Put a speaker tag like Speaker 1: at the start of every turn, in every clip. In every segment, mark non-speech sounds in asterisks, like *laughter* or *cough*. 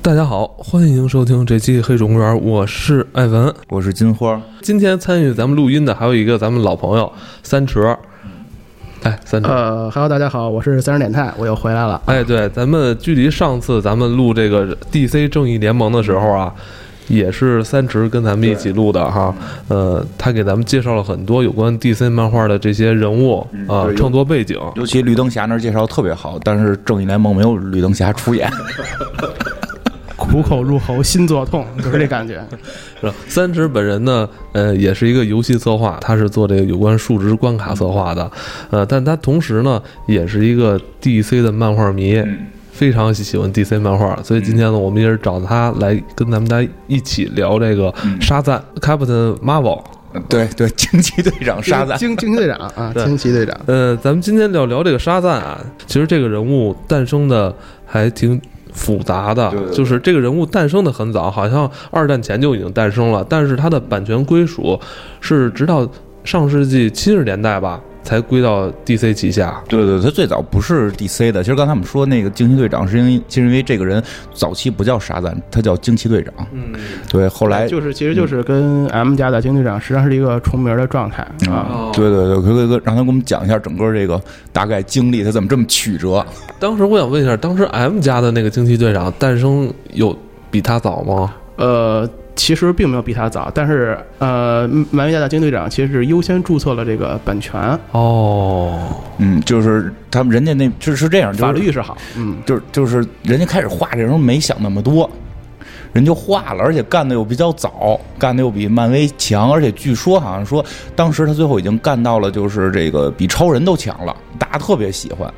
Speaker 1: 大家好，欢迎收听这期《黑水公园》，我是艾文。
Speaker 2: 我是金花，
Speaker 1: 今天参与咱们录音的还有一个咱们老朋友三池，哎，三池，
Speaker 3: 呃哈喽，大家好，我是三十点泰，我又回来了。
Speaker 2: 呃
Speaker 1: 哎，对，咱们距离上次咱们录这个 DC 正义联盟的时候啊，也是三池跟咱们一起录的哈。呃，他给咱们介绍了很多有关 DC 漫画的这些人物啊、
Speaker 2: 嗯对有
Speaker 1: 创作背景。
Speaker 2: 尤其绿灯侠那儿介绍特别好，但是正义联盟没有绿灯侠出
Speaker 3: *laughs*
Speaker 2: 演。
Speaker 3: 苦口入喉，心作 *laughs* 痛，就是这感觉。
Speaker 1: 是吧三池本人呢，呃，也是一个游戏策划，他是做这个有关数值关卡策划的，呃，但他同时呢，也是一个 DC 的漫画迷，非常喜欢 DC 漫画，所以今天呢，我们也是找他来跟咱们大家一起聊这个沙赞 Captain Marvel。
Speaker 2: 对对，惊奇队长沙
Speaker 3: *laughs*
Speaker 2: 赞，
Speaker 3: 惊惊奇队长啊，
Speaker 1: 对
Speaker 3: 惊奇队长，
Speaker 1: 呃，咱们今天要聊这个沙赞啊，其实这个人物诞生的还挺复杂的，
Speaker 2: 对对对
Speaker 1: 就是这个人物诞生的很早，好像二战前就已经诞生了，但是它的版权归属是直到上世纪七十年代吧，才归到 DC 旗下。
Speaker 2: 对对，他最早不是 DC 的。其实刚才我们说那个惊奇队长，是因为是因为这个人早期不叫沙赞，他叫惊奇队长。
Speaker 1: 嗯，
Speaker 2: 对，后来
Speaker 3: 就是其实就是跟 M 家的惊奇队长实际上是一个重名的状态啊。
Speaker 1: 哦
Speaker 2: 对对对，可以可以让他给我们讲一下整个这个大概经历，他怎么这么曲折？
Speaker 1: 当时我想问一下，当时 M 家的那个惊奇队长诞生有比他早吗？
Speaker 3: 呃，其实并没有比他早，但是呃，漫威家的惊奇队长其实是优先注册了这个版权，
Speaker 1: 哦，
Speaker 2: 嗯，就是他们人家那就是这样，就是
Speaker 3: 法律是好，嗯。
Speaker 2: 就是就是人家开始画这时候没想那么多，人就画了，而且干的又比较早，干的又比漫威强，而且据说好像说当时他最后已经干到了就是这个比超人都强了，大家特别喜欢。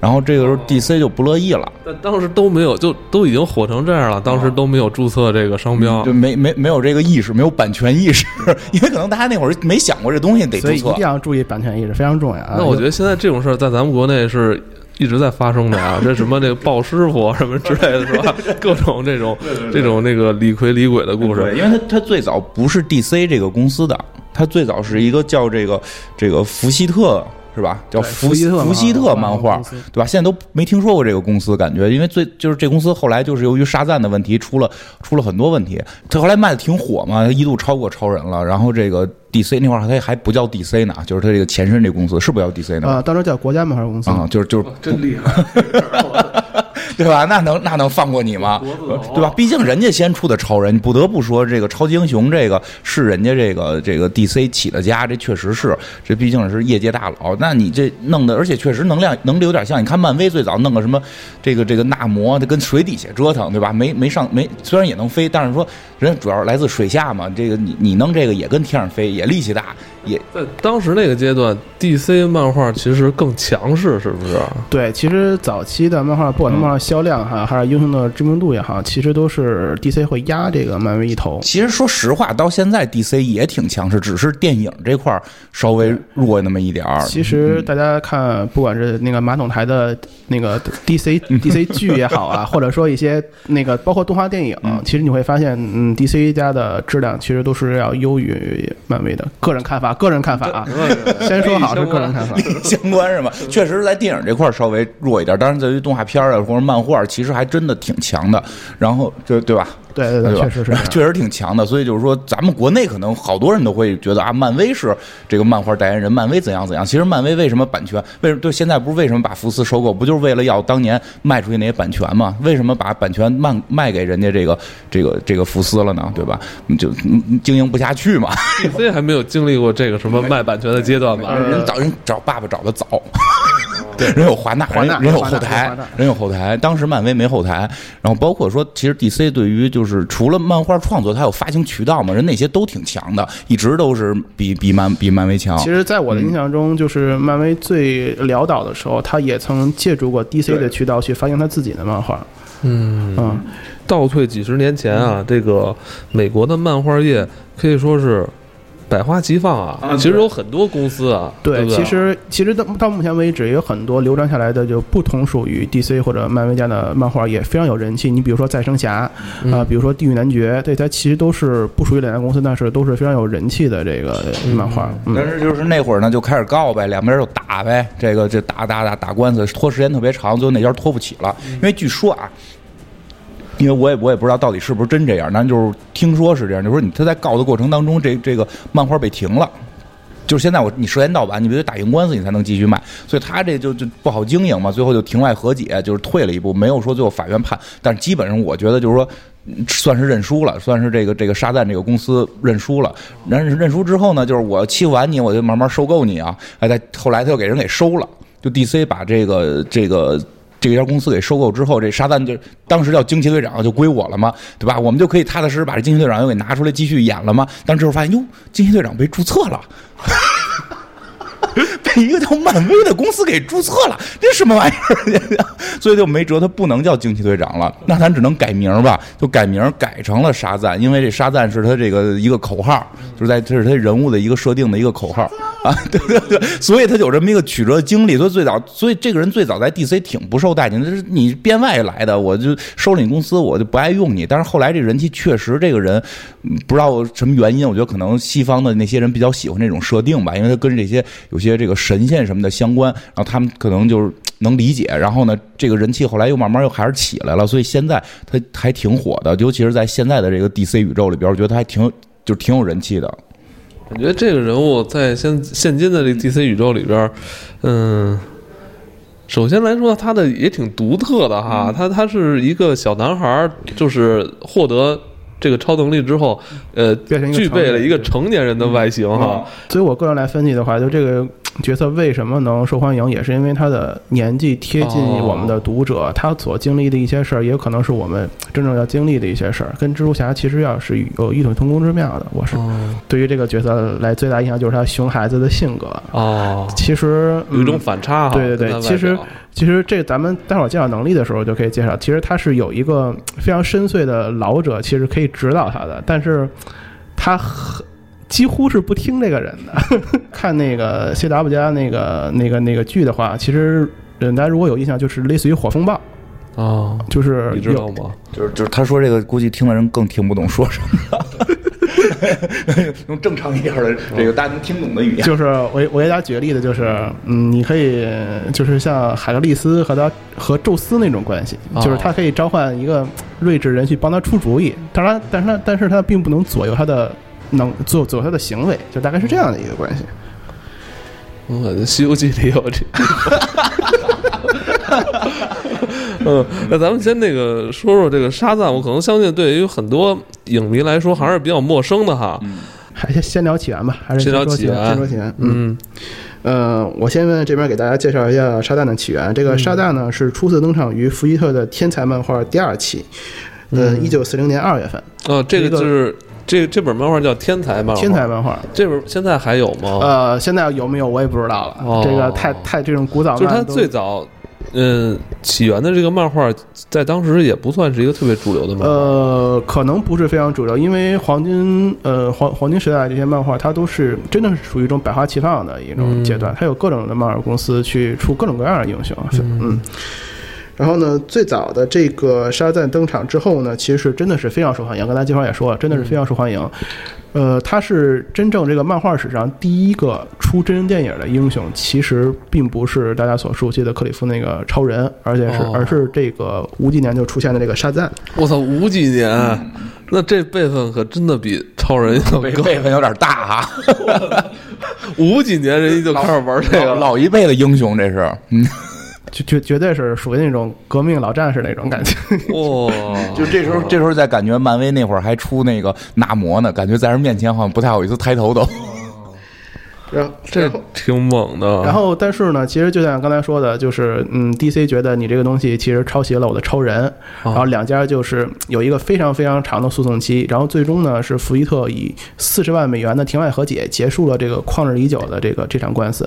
Speaker 2: 然后这个时候 DC 就不乐意了，
Speaker 1: 但当时都没有，就都已经火成这样了，当时都没有注册这个商标。
Speaker 2: 就没没没有这个意识，没有版权意识， *laughs* 因为可能大家那会儿没想过这东西得
Speaker 3: 所
Speaker 2: 注
Speaker 3: 以一
Speaker 2: 册
Speaker 3: 定。要注意版权意识，非常重要啊！
Speaker 1: 那我觉得现在这种事儿在咱们国内是一直在发生的 *laughs* 啊，这什么这个鲍师傅啊什么之类的，是 *laughs* 吧？各种这种这种那个李逵李鬼的故
Speaker 2: 对，
Speaker 1: 事。
Speaker 2: 因为他他最早不是 DC 这个公司的，他最早是一个叫这个这个福希特是吧？叫
Speaker 3: 对
Speaker 2: 福
Speaker 3: 福希特
Speaker 2: 福希特漫画
Speaker 3: 漫画公司，
Speaker 2: 对吧？现在都没听说过这个公司，感觉因为最就是这公司后来就是由于沙赞的问题出了出了很多问题，他后来卖的挺火嘛，一度超过超人了。然后这个 DC 那会儿他还不叫 DC 呢，就是他这个前身这公司是不叫 DC 呢？
Speaker 3: 呃，当时叫国家漫画公司，
Speaker 2: 啊、就是就是
Speaker 1: 真厉害！
Speaker 2: *laughs* 对吧？那能那能放过你吗？呃对吧？毕竟人家先出的超人，你不得不说这个超级英雄这个是人家这个这个 DC 起的家，这确实是，这毕竟是业界大佬。那你这弄的，而且确实能量能力有点像。你看漫威最早弄个什么这个这个纳摩，他跟水底下折腾，对吧？没没上没，虽然也能飞，但是说人家主要是来自水下嘛。这个你你弄这个也跟天上飞，也力气大，也
Speaker 1: 在当时那个阶段，DC 漫画其实更强势，是不 *laughs* 是？
Speaker 3: 对，其实早期的漫画，不管是漫画销量哈，还是英雄的知名度也好，其实都是 DC 会压这个漫威一头。
Speaker 2: 其实说实话，到现在 DC 也挺强势，只是电影这块儿稍微弱那么一点儿。
Speaker 3: 其实大家看，不管是那个马桶台的那个 DC DC 剧也好啊，或者说一些那个包括动画电影，其实你会发现，嗯，DC 家的质量其实都是要优于漫威的。个人看法，个人看法啊，先说好是个人看法。
Speaker 2: *laughs* 相关是吗？
Speaker 3: 嗯
Speaker 2: 确实，在电影这块儿稍微弱一点，当然对于动画片儿啊或者漫画儿，其实还真的挺强的。然后就对吧？
Speaker 3: 对对
Speaker 2: 对吧？
Speaker 3: 确实是这样。
Speaker 2: *laughs* 确实挺强的。所以就是说，咱们国内可能好多人都会觉得啊，漫威是这个漫画代言人，漫威怎样怎样。其实漫威为什么版权？为什么对现在不是为什么把福斯收购？不就是为了要当年卖出去那些版权吗？ *laughs* 为什么把版权卖卖给人家这个这个这个福斯了呢？对吧？就嗯经营不下去嘛。
Speaker 1: DC 还没有经历过这个什么卖版权的阶段吧？
Speaker 3: 嗯
Speaker 2: 人找人找爸爸找
Speaker 3: *laughs*
Speaker 2: 的早，对，人有华纳，
Speaker 3: 华纳
Speaker 2: 人人有
Speaker 3: 华纳
Speaker 2: 后台
Speaker 3: 华纳，
Speaker 2: 人有后台。当时漫威没后台，然后包括说，其实 DC 对于就是除了漫画创作，它有发行渠道嘛，人那些都挺强的，一直都是比比漫比漫威
Speaker 1: 啊
Speaker 2: 强
Speaker 3: 其。实，在我的印象中，就是漫威最潦倒的时候，他也曾借助过 DC 的渠道去发行他自己的漫画。嗯嗯，
Speaker 1: 倒退几十年前啊，这个美国的漫画业可以说是百花齐放啊。其实有很多公司啊，对
Speaker 3: 对，
Speaker 1: 不对，
Speaker 3: 其实其实到到目前为止，也有很多流传下来的，就不同属于 DC 或者漫威家的漫画也非常有人气。你比如说《再生侠》啊、
Speaker 1: 嗯
Speaker 3: 比如说《地狱男爵》，对，它其实都是不属于两家公司，但是都是非常有人气的这个漫画。嗯
Speaker 2: 但是就是那会儿呢，就开始告呗，两边就打呗，这个这打打打打官司，拖时间特别长，最后那家拖不起了。因为据说啊，因为我也我也不知道到底是不是真这样，但就是听说是这样。就是说你他在告的过程当中，这这个漫画被停了。就是现在我你涉嫌盗版，你必须打赢官司，你才能继续卖，所以他这就就不好经营嘛，最后就庭外和解，就是退了一步，没有说最后法院判，但是基本上我觉得就是说。嗯算是认输了，算是这个这个沙赞这个公司认输了。然后认输之后呢，就是我欺负完你，我就慢慢收购你啊。哎，在后来他又给人给收了，就 DC 把这个这个这家公司给收购之后，这沙赞就当时叫惊奇队长就归我了嘛，对吧？我们就可以踏踏实实把这惊奇队长又给拿出来继续演了嘛。但这时候发现，哟，惊奇队长被注册了。被一个叫漫威的公司给注册了，这什么玩意儿？ *laughs* 所以就没辙，他不能叫惊奇队长了，那咱只能改名吧，就改名改成了沙赞，因为这沙赞是他这个一个口号，就是在这是他人物的一个设定的一个口号啊， *laughs* 对对对，所以他有这么一个曲折经历，所以最早，所以这个人最早在 DC 挺不受待见，就是你编外来的，我就收了你公司，我就不爱用你，但是后来这人气确实这个人嗯不知道什么原因，我觉得可能西方的那些人比较喜欢这种设定吧，因为他跟这些有些这个神仙什么的相关，然后他们可能就是能理解。然后呢，这个人气后来又慢慢又还是起来了，所以现在他还挺火的，尤其是在现在的这个 DC 宇宙里边，我觉得他还挺有就挺有人气的。
Speaker 1: 感觉这个人物在现现今的这 DC 宇宙里边儿，嗯，首先来说他的也挺独特的
Speaker 3: 嗯
Speaker 1: 哈，他他是一个小男孩儿，就是获得这个超能力之后，呃，
Speaker 3: 变成一个
Speaker 1: 具备了一个
Speaker 3: 成
Speaker 1: 成
Speaker 3: 年人
Speaker 1: 年人的外形哈，
Speaker 3: 所以我个人来分析的话，就这个角色为什么能受欢迎，也是因为他的年纪贴近我们的读者，他所经历的一些事儿，也有可能是我们真正要经历的一些事儿，跟蜘蛛侠其实要是有异曲同工之妙的。我是
Speaker 1: 哦
Speaker 3: 对于这个角色来最大印象就是他熊孩子的性格，
Speaker 1: 哦，
Speaker 3: 其实
Speaker 1: 有一种
Speaker 3: 嗯
Speaker 1: 反差哈，
Speaker 3: 对对
Speaker 1: 跟
Speaker 3: 对
Speaker 1: 他外
Speaker 3: 其实
Speaker 1: 表
Speaker 3: 其实这咱们待会儿介绍能力的时候就可以介绍。其实他是有一个非常深邃的老者，其实可以指导他的，但是他很几乎是不听这个人的。 *laughs* 看那个 C W 家那个那个那个剧的话，其实嗯，大家如果有印象，就是类似于火风暴，
Speaker 1: 哦，
Speaker 3: 就是
Speaker 1: 你知道
Speaker 3: 有
Speaker 1: 吗？
Speaker 2: 就是就是他说这个，估计听的人更听不懂说什么。 *laughs* 用正常一点的这个大家能听懂的语言。*laughs*
Speaker 3: *laughs* 就是我我给大家举个例子，就是嗯，你可以就是像海格力斯和他和宙斯那种关系，
Speaker 1: 哦
Speaker 3: 就是他可以召唤一个睿智人去帮他出主意，当然，但是他但是他并不能左右他的能左左右他的行为，就大概是这样的一个关系。
Speaker 1: 我感觉《西游记》里有这。
Speaker 3: *laughs*
Speaker 1: 嗯，那咱们先那个说说这个沙赞，我可能相信对于很多影迷来说还是比较陌生的哈。
Speaker 3: 还先先聊起源吧，还是
Speaker 1: 先聊
Speaker 3: 说
Speaker 1: 起
Speaker 3: 起
Speaker 1: 源
Speaker 3: 先说起源，嗯。
Speaker 1: 嗯，
Speaker 3: 呃，我先这边给大家介绍一下沙旦的起源。这个沙旦
Speaker 1: 嗯
Speaker 3: 呢是初次登场于福伊特的《天才漫画》第二期，呃，
Speaker 1: 嗯
Speaker 3: 一九四零年二月份，
Speaker 1: 哦，这个
Speaker 3: 一个
Speaker 1: 就是这这本漫画叫《天才漫画》，
Speaker 3: 天才漫画。
Speaker 1: 这本现在还有吗？
Speaker 3: 呃，现在有没有我也不知道了。
Speaker 1: 哦
Speaker 3: 这个太太这种古早
Speaker 1: 就是
Speaker 3: 漫
Speaker 1: 它
Speaker 3: 都
Speaker 1: 最早，嗯，起源的这个漫画，在当时也不算是一个特别主流的漫画。
Speaker 3: 呃，可能不是非常主流，因为黄金呃黄黄金时代这些漫画，它都是真的是属于一种百花齐放的一种阶
Speaker 1: 嗯
Speaker 3: 段，它有各种的漫画公司去出各种各样的英雄，嗯。然后呢，最早的这个沙赞登场之后呢，其实是真的是非常受欢迎。刚才金花也说了，真的是非常受欢
Speaker 1: 嗯
Speaker 3: 迎。呃，他是真正这个漫画史上第一个出真人电影的英雄，其实并不是大家所熟悉的克里夫那个超人，而且是、
Speaker 1: 哦
Speaker 3: 而是这个五几年就出现的这个沙赞。
Speaker 1: 我操，五几年，
Speaker 3: 嗯
Speaker 1: 那这辈分可真的比超人
Speaker 3: *laughs*
Speaker 1: 要
Speaker 2: 辈
Speaker 1: 高。
Speaker 2: 辈分有点大啊。 *laughs*
Speaker 1: 五几年人家就开始玩这个
Speaker 2: 老
Speaker 1: 了。
Speaker 2: 老一辈的英雄，这是，嗯，
Speaker 3: 绝绝绝对是属于那种革命老战士那种感觉。 *laughs*
Speaker 1: 哇，
Speaker 2: 就这时候，这时候在感觉漫威那会儿还出那个纳摩呢，感觉在人面前好像不太好意思抬头都。
Speaker 3: 然后
Speaker 1: 这
Speaker 3: 然后
Speaker 1: 挺猛的。
Speaker 3: *laughs* 然后但是呢，其实就像刚才说的，就是嗯，DC 觉得你这个东西其实抄袭了我的超人，然后两家就是嗯有一个非常非常长的诉讼期，然后最终呢是福伊特以四十万美元的庭外和解结束了这个旷日已久的这个这场官司。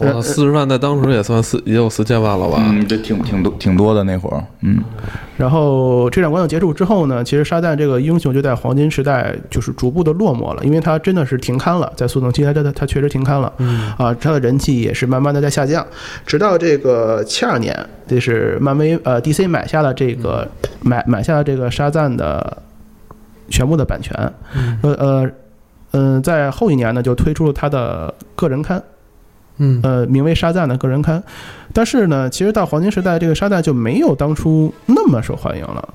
Speaker 1: 哇，四十万在当时也算四也有四千万了吧？
Speaker 2: 嗯，这挺挺多挺多的那会儿，嗯，
Speaker 3: 然后这场官司结束之后呢，其实沙赞这个英雄就在黄金时代就是逐步的落寞了，因为他真的是停刊了，在诉讼期他他他他确实停刊了，啊，他的人气也是慢慢的在下降，直到这个七二年，这是漫威呃 DC 买下了这个买买下了这个沙赞的全部的版权，呃呃嗯、在后一年呢就推出了他的个人刊，
Speaker 1: 嗯，
Speaker 3: 呃，名为沙赞的个人刊。但是呢，其实到黄金时代，这个沙赞就没有当初那么受欢迎了。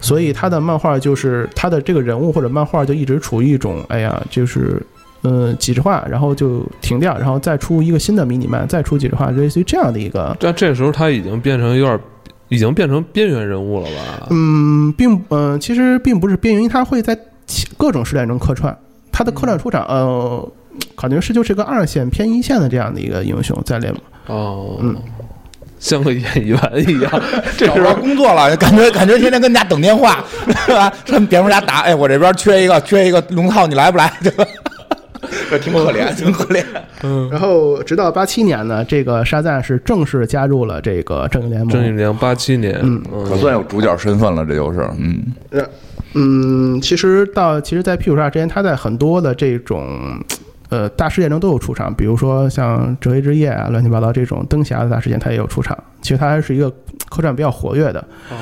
Speaker 3: 所以他的漫画就是他的这个人物或者漫画就一直处于一种哎呀，就是嗯几十话，然后就停掉，然后再出一个新的迷你漫，再出几十话，类似于这样的一个。
Speaker 1: 但这时候他已经变成有点，已经变成边缘人物了吧？
Speaker 3: 嗯，并嗯、呃，其实并不是边缘，因为它会在其各种时代中客串。它的客串出场，呃，感觉是就是个二线偏一线的这样的一个英雄在联盟。
Speaker 1: 哦，
Speaker 3: 嗯，
Speaker 1: 像个演员
Speaker 3: *laughs*
Speaker 1: 一样，这
Speaker 2: 找
Speaker 1: 是
Speaker 2: 着工作了，感觉感觉天天跟人家等电话， *laughs* 对吧？上蝙蝠侠打，哎，我这边缺一个，缺一个龙套，你来不来？ *laughs* 对吧？这挺可怜， *laughs* 挺可怜。
Speaker 3: 然后直到八七年呢，这个沙赞是正式加入了这个正义联
Speaker 1: 郑
Speaker 3: 盟。
Speaker 1: 义良八七年，
Speaker 3: 嗯
Speaker 2: 可
Speaker 1: 嗯，
Speaker 2: 算有主角身份了，这就是，嗯，
Speaker 3: 呃嗯，其实到其实，在屁股鲨之前，他在很多的这种。呃，大事件中都有出场，比如说像《折翼之夜》啊，乱七八糟这种灯侠的大事件，他也有出场。其实他还是一个客串比较活跃的，
Speaker 1: 哦，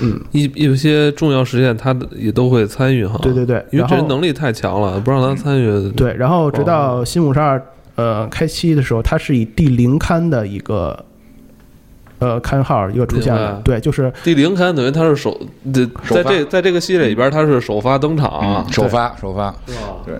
Speaker 3: 嗯，
Speaker 1: 一有些重要事件他也都会参与哈。
Speaker 3: 对对对。
Speaker 1: 因为
Speaker 3: 然
Speaker 1: 这
Speaker 3: 后
Speaker 1: 人能哦力太强了，不让他参与，
Speaker 3: 对，然后直到新五十二呃开期的时候，它是以第零刊的一个呃刊号一个出现
Speaker 1: 明
Speaker 3: 的
Speaker 1: 白，
Speaker 3: 对，就是
Speaker 1: 第零刊等于他是首，这
Speaker 2: 首
Speaker 1: 在
Speaker 2: 发
Speaker 1: 这在这个系列里边他是首发登场啊。
Speaker 2: 首发，首发，对，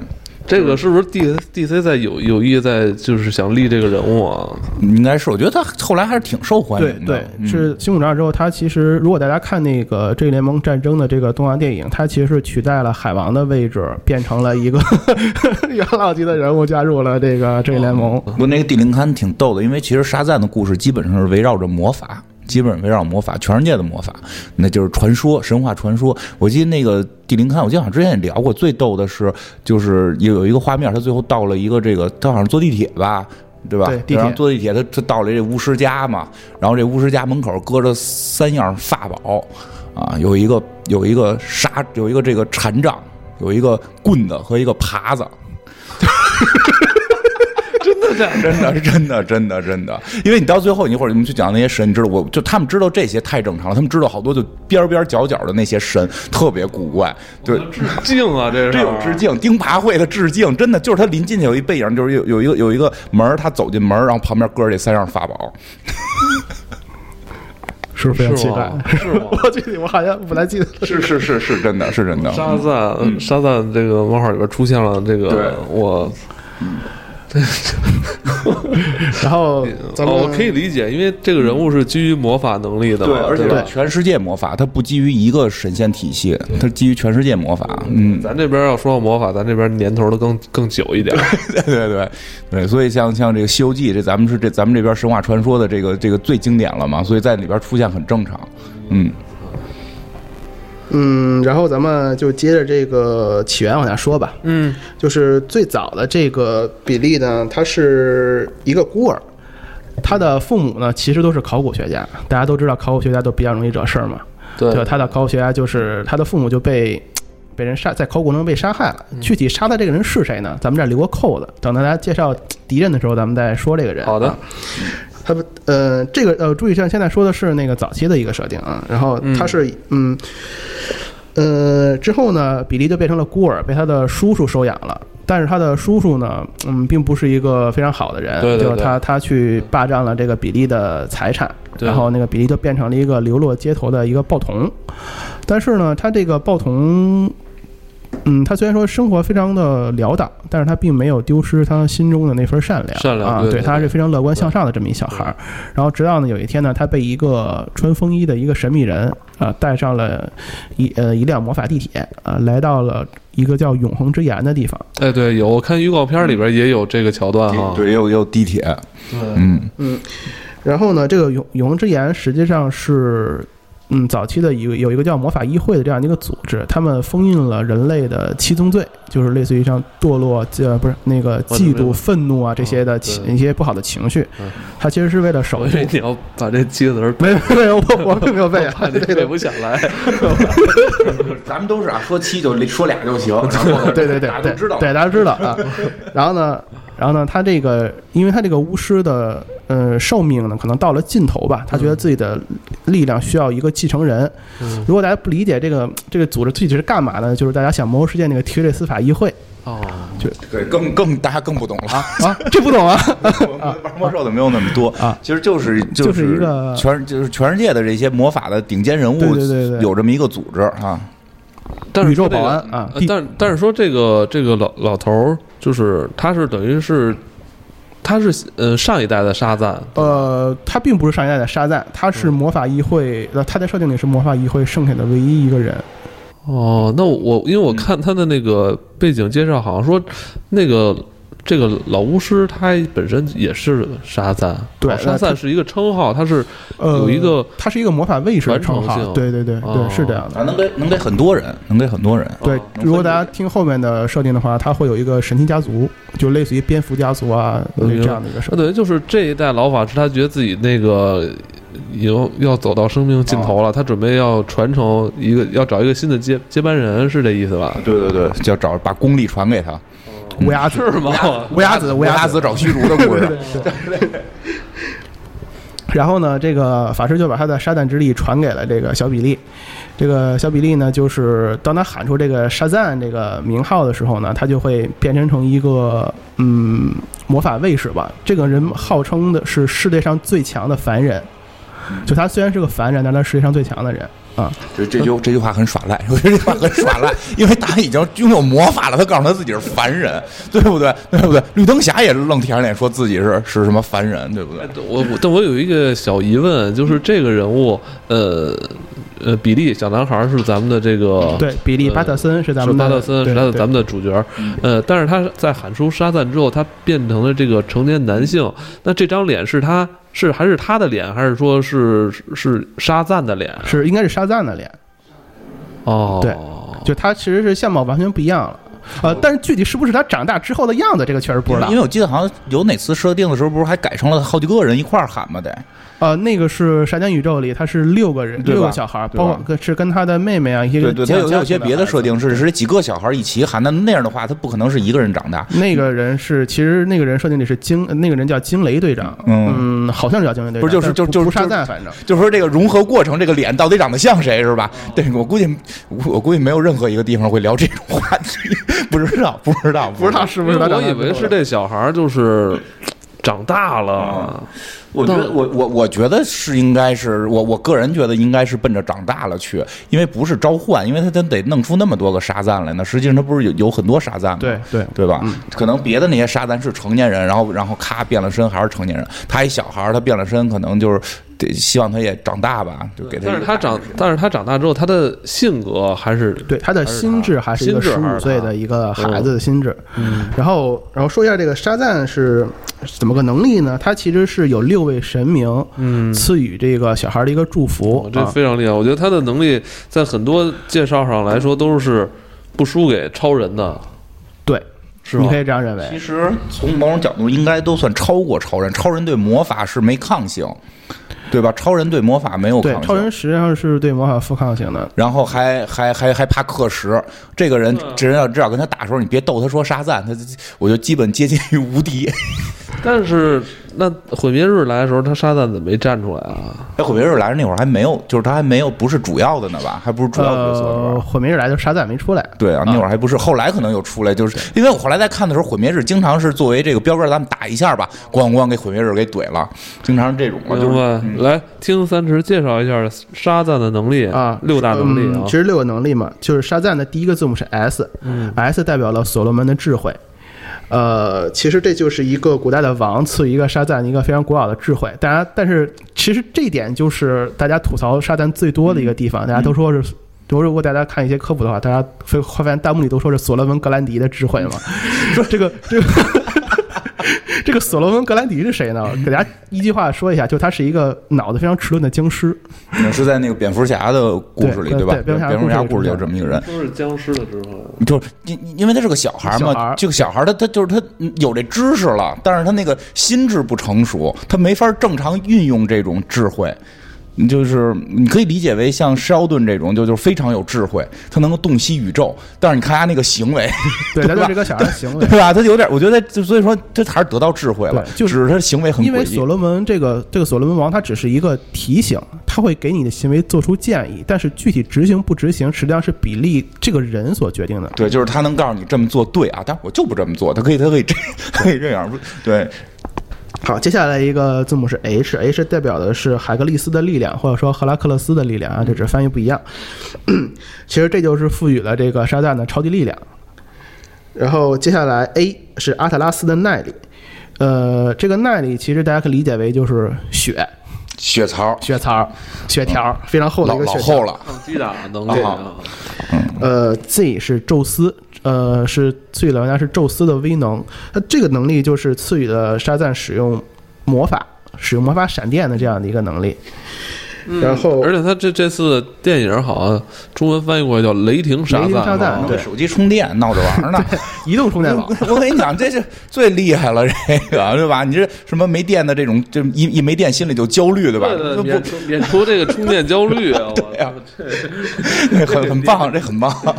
Speaker 1: 这个是不是 D D C 在有有意在就是想立这个人物啊？
Speaker 2: 应该是，我觉得他后来还是挺受欢
Speaker 3: 对
Speaker 2: 迎的嗯
Speaker 3: 对，，是新五十二之后，它其实如果大家看那个《正义联盟战争》的这个动画电影，它其实是取代了海王的位置，变成了一个 *laughs* 元老级的人物加入了这个正义联盟。
Speaker 2: 不，那个第零刊挺逗的，因为其实沙赞的故事基本上是围绕着魔法，基本上围绕魔法，全世界的魔法，那就是传说、神话传说。我记得那个第零刊，我记得好像之前也聊过，最逗的是就是有有一个画面，他最后到了一个这个，他好像坐地铁吧。对吧？
Speaker 3: 对地铁
Speaker 2: 然后坐地铁，他他到了这巫师家嘛，然后这巫师家门口搁着三样法宝，啊，有一个有一个沙，有一个这个禅杖，有一个棍子和一个耙子，真的，真的，真的，真的，因为你到最后，你一会儿你们去讲那些神，你知道，我就他们知道这些太正常了，他们知道好多就边边角角的那些神特别古怪，对，
Speaker 1: 致 *laughs* 敬啊，这是
Speaker 2: 这有致敬，钉耙会的致敬，真的就是他临进去有一背影，就是有有一个有一个门儿，他走进门儿，然后旁边搁着这三样法宝，
Speaker 3: 是不是非嗯常
Speaker 1: 是
Speaker 3: 奇怪
Speaker 1: 吗？？是 *laughs* 吗？
Speaker 3: *laughs* 我具体我好像不太记得了。
Speaker 2: 是是是是真的，是真的，
Speaker 1: 沙赞，沙赞这个漫画里边出现了这个
Speaker 2: 对
Speaker 1: 我，
Speaker 3: 然后咱们、
Speaker 1: 哦，我可以理解，因为这个人物是基于魔法能力的嘛，
Speaker 2: 而且
Speaker 1: 吧
Speaker 2: 是全世界魔法，它不基于一个神仙体系，它基于全世界魔法，嗯。
Speaker 1: 咱这边要说到魔法，咱这边年头都更更久一点。
Speaker 2: *laughs* 对对对对，所以像像这个《西游记》，这咱们是这咱们这边神话传说的这个这个最经典了嘛，所以在里边出现很正常。嗯，
Speaker 3: 嗯，然后咱们就接着这个起源往下说吧。
Speaker 1: 嗯，
Speaker 3: 就是最早的这个比利呢，他是一个孤儿，他的父母呢其实都是考古学家，大家都知道考古学家都比较容易惹事儿嘛，
Speaker 1: 对
Speaker 3: 嗯对吧？他的考古学家就是他的父母就被被人杀，在考古中被杀害了。
Speaker 1: 嗯
Speaker 3: 具体杀的这个人是谁呢？咱们这儿留个扣子，等到大家介绍敌人的时候，咱们再说这个人。
Speaker 1: 好的，
Speaker 3: 他们呃，这个呃，注意像现在说的是那个早期的一个设定啊，然后他是嗯。呃，之后呢，比利就变成了孤儿，被他的叔叔收养了。但是他的叔叔呢，嗯，并不是一个非常好的人，
Speaker 1: 对对
Speaker 3: 就是
Speaker 1: 对
Speaker 3: 他他去霸占了这个比利的财产，
Speaker 1: 对
Speaker 3: 然后那个比利就变成了一个流落街头的一个暴童。但是呢，他这个暴童，嗯，他虽然说生活非常的潦倒，但是他并没有丢失他心中的那份善良，
Speaker 1: 善良
Speaker 3: 啊，
Speaker 1: 对对
Speaker 3: 他
Speaker 1: 对
Speaker 3: 是非常乐观向上的这么一小孩儿。然后直到呢有一天呢，他被一个穿风衣的一个神秘人啊、呃带上了一呃一辆魔法地铁啊、呃来到了一个叫永恒之岩的地方。
Speaker 1: 哎，对，有我看预告片里
Speaker 3: 嗯
Speaker 1: 边也有这个桥段哈。
Speaker 2: 对，也有也有地铁，嗯，
Speaker 3: 然后呢，这个永永恒之岩实际上是。嗯，早期的有有一个叫魔法议会的这样的一个组织，他们封印了人类的七宗罪，就是类似于像堕落、呃不是那个
Speaker 1: 我明
Speaker 3: 嫉
Speaker 1: 白了
Speaker 3: 妒、愤怒啊这些的
Speaker 1: 嗯
Speaker 3: 情、
Speaker 1: 对
Speaker 3: 一些不好的情绪
Speaker 1: 嗯，
Speaker 3: 它其实是为了守
Speaker 1: 我 *laughs*
Speaker 3: 护
Speaker 1: 以为你要把这七个字儿
Speaker 3: 没有没有，我我并没有背啊
Speaker 1: 怕你背不下来。
Speaker 2: 咱们都是啊，说七就说俩就 *laughs* 行，
Speaker 3: 对
Speaker 1: *laughs*
Speaker 3: 对对对，对大家知道啊。然后呢，然后呢，他这个，因为他这个巫师的呃寿命呢，可能到了尽头吧，他觉得自己的力量需要一个继承人。
Speaker 1: 嗯 *laughs*
Speaker 3: 如果大家不理解这个这个组织具体是干嘛的，就是大家想《魔兽世界》那个提瑞斯法议会，
Speaker 1: 哦，
Speaker 2: 对，更更大家更不懂了。
Speaker 3: 啊，这不懂啊？
Speaker 2: *laughs* 我们玩魔兽的没有那么多
Speaker 3: 啊
Speaker 2: 其实就是
Speaker 3: 就是
Speaker 2: 是
Speaker 3: 一个
Speaker 2: 全就是全世界的这些魔法的顶尖人物，
Speaker 3: 对对对对
Speaker 2: 有这么一个组织啊。
Speaker 1: 但是
Speaker 3: 宇宙
Speaker 1: 说这
Speaker 3: 保
Speaker 1: 个
Speaker 3: 安啊
Speaker 1: 呃
Speaker 3: 地
Speaker 1: 但但是说这个这个老老头儿，就是他是等于是他是呃上一代的沙赞，
Speaker 3: 呃，他并不是上一代的沙赞，他
Speaker 1: 嗯
Speaker 3: 是魔法议会，呃，他在设定里是魔法议会剩下的唯一一个人。
Speaker 1: 哦，那我因为
Speaker 3: 嗯
Speaker 1: 我看他的那个背景介绍，好像说那个这个老巫师他本身也是沙赞，
Speaker 3: 对
Speaker 1: 哦沙
Speaker 3: 那他
Speaker 1: 赞是一个称号，他是
Speaker 3: 呃，
Speaker 1: 有一个，
Speaker 3: 他是一个魔法卫士的称
Speaker 1: 传承
Speaker 3: 号，
Speaker 1: 性
Speaker 3: 对对对
Speaker 1: 哦
Speaker 3: 对，是这样
Speaker 2: 啊，
Speaker 3: 的。
Speaker 2: 能给能给很多人，能给很多人。
Speaker 3: 对
Speaker 1: 哦，
Speaker 3: 如果大家听后面的设定的话，它会有一个神奇家族，就类似于蝙蝠家族啊
Speaker 1: 嗯
Speaker 3: 这样的一个设
Speaker 1: 那
Speaker 3: 定。
Speaker 1: 等于就是这一代老法师，他觉得自己那个已经要走到生命尽头了，
Speaker 3: 哦
Speaker 1: 他准备要传承一个，要找一个新的接接班人，是这意思
Speaker 3: *laughs*
Speaker 1: 吧？
Speaker 2: 对对对，就要找把功力传给他。
Speaker 1: 呃
Speaker 3: 乌鸦子，
Speaker 1: 是吗？
Speaker 3: 乌鸦子，乌鸦
Speaker 2: 鸦子找虚竹的 *laughs* 故事。
Speaker 3: 然后呢，这个法师就把他的沙赞之力传给了这个小比利。这个小比利呢，就是当他喊出这个沙赞这个名号的时候呢，他就会变身成一个嗯魔法卫士吧。这个人号称的是世界上最强的凡人，就他虽然是个凡人，但他是世界上最强的人啊。
Speaker 2: 这这句这句话很耍赖， *laughs* 我觉得这句话很耍赖，因为他已经拥有魔法了，他告诉他自己是凡人，对不对？对不对？绿灯侠也愣舔着脸说自己是是什么凡人，对不对？
Speaker 1: 我我但我有一个小疑问，就是这个人物，呃呃，比利小男孩是咱们的这个
Speaker 3: 对，比利·
Speaker 1: 呃
Speaker 3: 巴特森是咱
Speaker 1: 是
Speaker 3: 们的
Speaker 1: 巴特森
Speaker 3: 对
Speaker 1: 是他的
Speaker 3: 对
Speaker 1: 咱们的主角，
Speaker 2: 嗯
Speaker 1: 呃，但是他在喊出沙赞之后，他变成了这个成年男性。那这张脸是他是还是他的脸，还是说是是是沙赞的脸？
Speaker 3: 是应该是沙赞的脸，
Speaker 1: 哦，
Speaker 3: 对就他其实是相貌完全不一样了。呃，但是具体是不是他长大之后的样子，这个确实不知道
Speaker 2: 哦因。为我记得好像有哪次设定的时候，不是还改成了好几个人一块儿喊吗？得，
Speaker 3: 呃，那个是《闪电宇宙》里，他是六个人，
Speaker 2: 对吧
Speaker 3: 六个小孩儿，
Speaker 2: 对吧
Speaker 3: 包括跟是跟他的妹妹啊，一些
Speaker 2: 对对，他
Speaker 3: 家
Speaker 2: 有有些别的设。
Speaker 3: 家庭孩子
Speaker 2: 定是是几个小孩一起喊，那那样的话，他不可能是一个人长大。
Speaker 3: 那个人是，其实那个人设定里是惊，那个人叫惊雷队长，
Speaker 2: 嗯
Speaker 3: 嗯，好像是叫惊雷队长，
Speaker 2: 不是就是
Speaker 3: 但
Speaker 2: 就就是
Speaker 3: 不沙
Speaker 2: 就是
Speaker 3: 赞，反正
Speaker 2: 就是说这个融合过程，这个脸到底长得像谁是吧？对，我估计我估计没有任何一个地方会聊这种话题，不知道不知道
Speaker 3: 不知道。是
Speaker 1: 因
Speaker 3: 不
Speaker 1: 为
Speaker 3: 是他长大
Speaker 1: 我以为是这小孩儿就是长大
Speaker 2: 哦
Speaker 1: 了，
Speaker 2: 我觉得我我我觉得是应该是我我个人觉得应该是奔着长大了去，因为不是召唤，因为他他得弄出那么多个沙赞来呢。实际上他不是有有很多沙赞吗？
Speaker 3: 对对
Speaker 2: 对吧？可能别的那些沙赞是成年人，然后然后咔变了身还是成年人，他一小孩儿他变了身，可能就是得希望他也长大吧，就给他一
Speaker 1: 但
Speaker 2: 个。
Speaker 1: 是他长，但是他长大之后，他的性格还是
Speaker 3: 对他的心智还是一个
Speaker 1: 心智
Speaker 3: 十
Speaker 1: 还是
Speaker 3: 五岁
Speaker 1: 他哦嗯
Speaker 3: 的一个孩子的心智。然后然后说一下这个沙赞是怎么个能力呢？他其实是有六位神明，嗯，赐予这个小孩儿的一个祝福
Speaker 1: 哦，，这
Speaker 3: 啊
Speaker 1: 非常厉害。我觉得他的能力在很多介绍上来说都是不输给超人的，
Speaker 3: 对，
Speaker 1: 是吧
Speaker 3: 你可？以这样认为。
Speaker 2: 其实从某种角度，应该都算超过超人。超人对魔法是没抗性，对吧？超人对魔法没有抗
Speaker 3: 对，
Speaker 2: 性。
Speaker 3: 超人实际上是对魔法负抗性的。
Speaker 2: 然后还还还还怕克时，这个人
Speaker 3: 嗯
Speaker 2: 这人要至少跟他打的时候，你别逗他说沙赞，他我就基本接近于无敌。 *laughs*
Speaker 1: 但是那毁灭日来的时候，他沙赞怎么没站出来啊？
Speaker 2: 哎，毁灭日来的那会儿还没有，就是他还没有不是主要的呢吧，还不是主要角色呢
Speaker 3: 呃，
Speaker 2: 吧？
Speaker 3: 毁灭日来的沙赞没出来，
Speaker 2: 对啊，那会儿还不是，后来可能又出来，就是因为我后来在看的时候，毁灭日经常是作为这个标杆，咱们打一下吧，咣咣给毁灭日给怼了，经常是这种嘛，就
Speaker 1: 明
Speaker 2: 是
Speaker 1: 白？来听三池介绍一下沙赞的能力
Speaker 3: 啊
Speaker 1: 六大能力啊
Speaker 3: 嗯，其。实六个能力嘛，就是沙赞的第一个字母是 S，S、S
Speaker 1: 嗯
Speaker 3: 代表了所罗门的智慧。呃，其实这就是一个古代的王赐予一个沙赞一个非常古老的智慧。大家，但是其实这一点就是大家吐槽沙赞最多的一个地
Speaker 1: 嗯
Speaker 3: 方，大家都说是。如果大家看一些科普的话，大家会会发现弹幕里都说是所罗门格兰迪的智慧嘛。
Speaker 1: *laughs*
Speaker 3: 说这个这个 *laughs* 这个所罗门格兰迪是谁呢？给大家一句话说一下，就他是一个脑子非常迟钝的僵尸。
Speaker 2: 是在那个蝙蝠侠的故事里，
Speaker 3: 对
Speaker 2: 吧？
Speaker 3: 对
Speaker 2: 蝙
Speaker 3: 蝙蝠侠
Speaker 2: 蝠侠
Speaker 3: 故事里
Speaker 2: 故事里有
Speaker 3: 出
Speaker 2: 这
Speaker 3: 现
Speaker 2: 么一个人，
Speaker 1: 都是僵尸的智慧，
Speaker 2: 就是因因因为他是个小孩
Speaker 3: 小孩
Speaker 2: 嘛，
Speaker 3: 儿
Speaker 2: 这个小孩他他就是他有这知识了，但是他那个心智不成熟，他没法正常运用这种智慧。就是你可以理解为像肖顿这种，就就是非常有智慧，他能够洞悉宇宙。但是你看他那个行为，
Speaker 3: 对，
Speaker 2: 对
Speaker 3: 咱就
Speaker 2: 吧
Speaker 3: 是？个小孩的行为。
Speaker 2: 对吧？他有点，我觉得就所以说，这还是得到智慧了，
Speaker 3: *laughs* 对就是
Speaker 2: 只是他行为很
Speaker 3: 因为
Speaker 2: 诡异
Speaker 3: 所。罗门这个这个所罗门王，他只是一个提醒，他会给你的行为做出建议，但是具体执行不执行，实际上是比例这个人所决定的。
Speaker 2: 对，就是他能告诉你这么做对啊，但我就不这么做。他可以，他可以这，可以这样。对，
Speaker 3: 好，接下来一个字母是 H，H 代表的是海格力斯的力量，或者说赫拉克勒斯的力量啊，这只是翻译不一样。 *clears throat* 其实这就是赋予了这个沙赞的超级力量。然后接下来 A 是阿特拉斯的耐力，呃，这个耐力其实大家可以理解为就是血
Speaker 2: 血槽
Speaker 3: 血槽、血条，非常厚的
Speaker 2: 老
Speaker 3: 一个
Speaker 2: 老
Speaker 3: 血条。
Speaker 2: 厚了，
Speaker 1: 抗击打能
Speaker 2: 对
Speaker 1: 力啊，
Speaker 3: 呃，Z 是宙斯，呃，是赐予了玩家是宙斯的威能。那这个能力就是赐予了沙赞使用魔法、使用魔法闪电的这样的一个能力。然后
Speaker 1: 而且他这这次电影好像中文翻译过来叫《雷霆沙
Speaker 3: 雷霆沙
Speaker 1: 赞》
Speaker 3: 赞
Speaker 1: 啊，
Speaker 3: 对
Speaker 2: 手机充电闹着玩
Speaker 3: *laughs*
Speaker 2: 呢。
Speaker 3: 移动充电宝，
Speaker 2: *laughs* 我跟你讲，这是最厉害了，这个对吧？你这什么没电的这种，这一一没电心里就焦虑，对吧？
Speaker 1: 对对，
Speaker 2: 就不
Speaker 1: 免除免除这个充电焦虑啊！我操，
Speaker 2: 对很很棒，这很棒。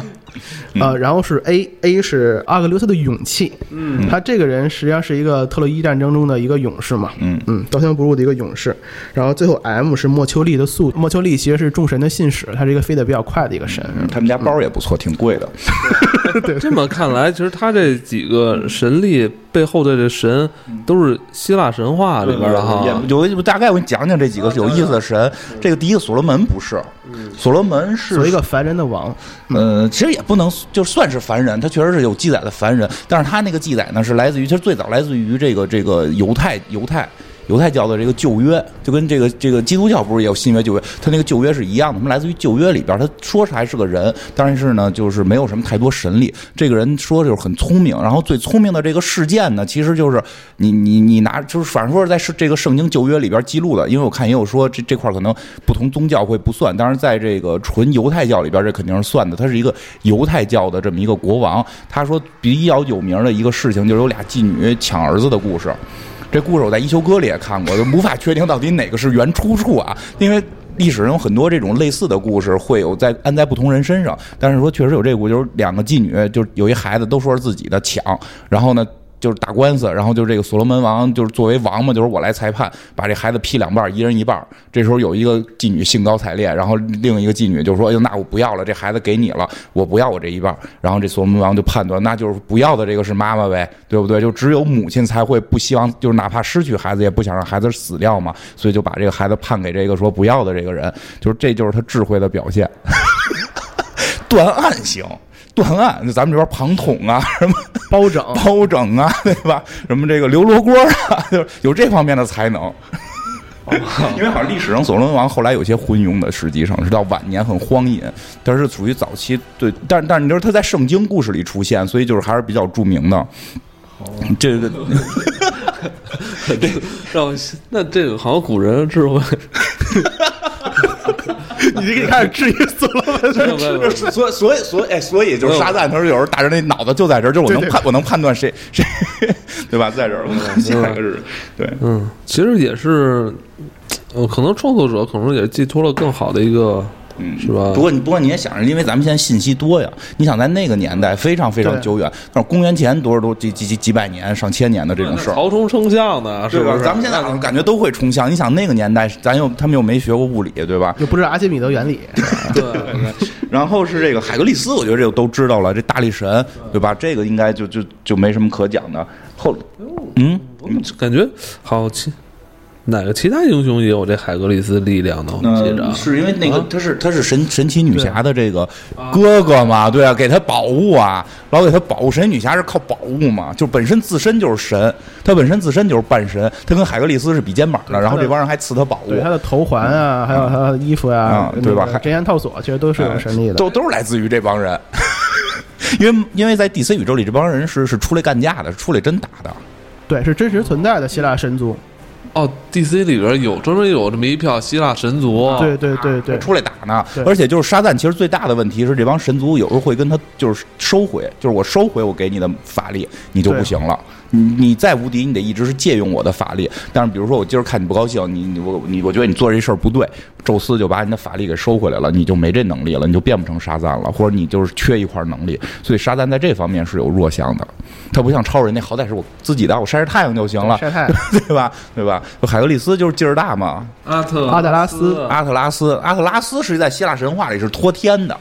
Speaker 3: 呃，然后是 A，A 是阿格琉斯的勇气，嗯，他这个人实际上是一个特洛伊战争中的一个勇士嘛，
Speaker 2: 嗯
Speaker 3: 嗯，刀枪不入的一个勇士。然后最后 M 是莫丘利的速，莫丘利其实是众神的信使，他是一个飞得比较快的一个神，
Speaker 2: *laughs* 他们家包也不错，挺贵的。
Speaker 1: 这么看来，其实他这几个神力背后的这神都是希腊神话里边的哈。
Speaker 2: 有一大概我给你讲讲这几个有意思的神。这个第一个所罗门不是，所罗门是
Speaker 3: 做一个凡人的王，
Speaker 2: 呃，其实也不能就算是凡人，他确实是有记载的凡人，但是他那个记载呢是来自于，其实最早来自于这个这个犹太犹太。犹太教的这个旧约，就跟这个这个基督教不是也有新约旧约，他那个旧约是一样的，他们来自于旧约里边。他说是还是个人，但是呢，就是没有什么太多神力。这个人说就是很聪明，然后最聪明的这个事件呢，其实就是你你你拿，就是反正说是在是这个圣经旧约里边记录的，因为我看也有说这这块可能不同宗教会不算，当然在这个纯犹太教里边，这肯定是算的。他是一个犹太教的这么一个国王，他说比较有名的一个事情就是有俩妓女抢儿子的故事。这故事我在《一休哥》里也看过，就无法确定到底哪个是原出处啊，因为。历史上有很多这种类似的故事，会有在安在不同人身上，但是说确实有这个故事，就是两个妓女，就是有一孩子都说是自己的抢，然后呢就是打官司，然后就是这个所罗门王就是作为王嘛，就是我来裁判，把这孩子劈两半儿，一人一半儿。这时候有一个妓女兴高采烈，然后另一个妓女就说：“哎呦，那我不要了，这孩子给你了，我不要我这一半儿。”然后这所罗门王就判断，那就是不要的这个是妈妈呗，对不对？就只有母亲才会不希望，就是哪怕失去孩子，也不想让孩子死掉嘛，所以就把这个孩子判给这个说不要的这个人，就是这就是他智慧的表现。 *laughs* 断案行，断案，就咱们这边庞统啊什么。
Speaker 3: 包拯，
Speaker 2: 包拯啊，对吧？什么这个刘罗锅啊，就是有这方面的才能。因为好像历史上所罗门王后来有些昏庸的，实际上是到晚年很荒淫，但是属于早期对，但但是你知道他在圣经故事里出现，所以就是还是比较著名的。这个
Speaker 1: 让我那这个好像古人智 *laughs* 慧，
Speaker 3: *laughs* 你这个开始质疑所罗门
Speaker 1: 没有没有没有
Speaker 2: 所所以所以哎，所以就是撒旦，他说有时候大人那脑子就在这儿，就是我能判我能判断谁谁，对吧？在这儿，我能下一个日，对，
Speaker 1: 嗯，其实也是，呃，可能创作者可能也寄托了更好的一个，
Speaker 2: 嗯
Speaker 1: 是吧
Speaker 2: 不？过你不过你也想，因为咱们现在信息多呀，你想在那个年代非常非常
Speaker 3: 对
Speaker 2: 久远，那是公元前多少多几几几几百年、上千年的这种事儿。
Speaker 1: 曹冲称象呢，是
Speaker 2: 对
Speaker 1: 不
Speaker 2: 吧？
Speaker 1: 是？
Speaker 2: 咱们现在好像感觉都会冲向。你想那个年代，咱又他们又没学过物理，对吧？ *laughs*
Speaker 3: 就不是阿基米德原理，
Speaker 1: 对，
Speaker 2: 然后是这个海格力斯，我觉得这个都知道了，这大力神，对吧？这个应该就就就没什么可讲的。后，嗯，
Speaker 1: 感觉好其哪个其他英雄也有这海格力斯力量呢？我记着
Speaker 2: 那
Speaker 1: 啊
Speaker 2: 是因为那个
Speaker 1: 啊
Speaker 2: 他是他是神神奇女侠的这个哥哥嘛，对啊，给他保护啊，老给他保护。神奇女侠是靠保护嘛，就本身自身就是神，他本身自身就是半神，他跟海格力斯是比肩膀的，然后这帮人还赐他保护
Speaker 3: 对，他的头环啊，还有他的衣服呀
Speaker 2: 啊，嗯对吧哎
Speaker 3: 那个针眼套索其实都是有神力的。
Speaker 2: 都都是来自于这帮人。 *laughs* 因为因为在 DC 宇宙里，这帮人是是出来干架的，是出来真打的。
Speaker 3: 对，是真实存在的希腊神族。
Speaker 1: 哦，DC 里边有专门有这么一票希腊神族，
Speaker 3: 对对对对，
Speaker 2: 啊出来打呢
Speaker 3: 对。
Speaker 2: 而且就是沙赞，其实最大的问题是这帮神族有时候会跟他就是收回，就是我收回我给你的法力，你就不行了。你你再无敌，你得一直是借用我的法力。但是比如说我今儿看你不高兴，你你我你我觉得你做这事儿不对，宙斯就把你的法力给收回来了，你就没这能力了，你就变不成沙赞了，或者你就是缺一块能力。所以沙赞在这方面是有弱项的，他不像超人那好歹是我自己的，我晒晒太阳就行了，
Speaker 3: 晒太阳
Speaker 2: 对吧？对吧？海格力斯就是劲儿大嘛，
Speaker 1: 阿特
Speaker 3: 阿特拉斯
Speaker 2: 阿特拉斯，阿特拉斯是在希腊神话里是托天的，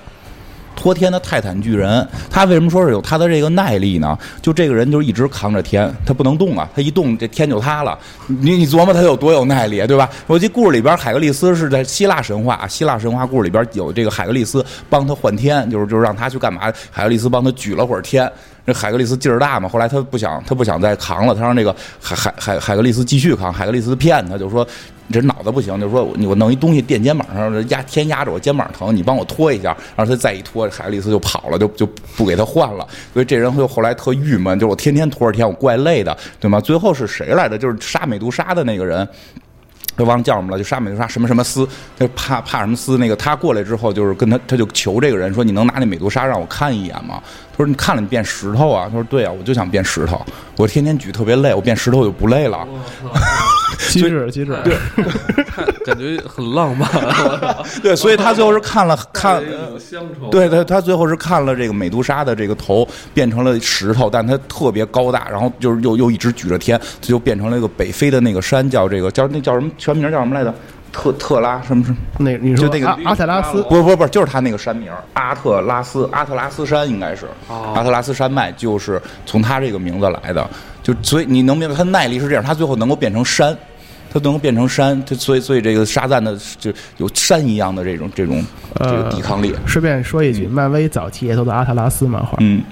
Speaker 2: 托天的泰坦巨人。他为什么说是有他的这个耐力呢？就这个人就是一直扛着天，他不能动啊，他一动这天就塌了。你你琢磨他有多有耐力，对吧？我这故事里边海格力斯是在希腊神话，啊希腊神话故事里边有这个海格力斯帮他换天，就是就是让他去干嘛？海格力斯帮他举了会儿天。这海格力斯劲儿大嘛，后来他不想，他不想再扛了，他让这个海海海海格力斯继续扛。海格力斯骗他，就说你这脑子不行，就说我我弄一东西垫肩膀上，压天压着我肩膀疼，你帮我拖一下。然后他再一拖，海格力斯就跑了，就就不给他换了。所以这人就后来特郁闷，就是我天天拖着天，我怪累的，对吗？最后是谁来着？就是杀美杜莎的那个人。就忘了叫什么了，就杀美杜莎什么什么斯，就怕怕什么斯那个他过来之后，就是跟他他就求这个人说：“你能拿那美杜莎让我看一眼吗？”他说：“你看了你变石头啊？”他说：“对啊，我就想变石头，我天天举特别累，我变石头我就不累了。”
Speaker 3: 机智机智，对，
Speaker 1: 感觉很浪 *laughs* 漫。
Speaker 2: 对，所以他最后是看了
Speaker 1: 哎
Speaker 2: 看，
Speaker 1: 乡愁，
Speaker 2: 对他他最后是看了这个美杜莎的这个头变成了石头，但他特别高大，然后就是又又一直举着天，他就变成了一个北非的那个山，叫这个叫那叫什么全名叫什么来着？特特拉什么什么？
Speaker 3: 那你说
Speaker 2: 就那个嗯
Speaker 3: 阿阿特拉斯，
Speaker 2: 不不不，就是他那个山名儿阿特拉斯，阿特拉斯山应该是、
Speaker 1: 哦
Speaker 2: 阿特拉斯山脉，就是从他这个名字来的。就所以你能明白，他耐力是这样，他最后能够变成山，他能够变成山，他所以所以这个沙赞的就有山一样的这种这种这个
Speaker 3: 呃
Speaker 2: 抵抗力。
Speaker 3: 顺便说一句，漫威早期也叫做阿特拉斯漫画，
Speaker 2: 嗯，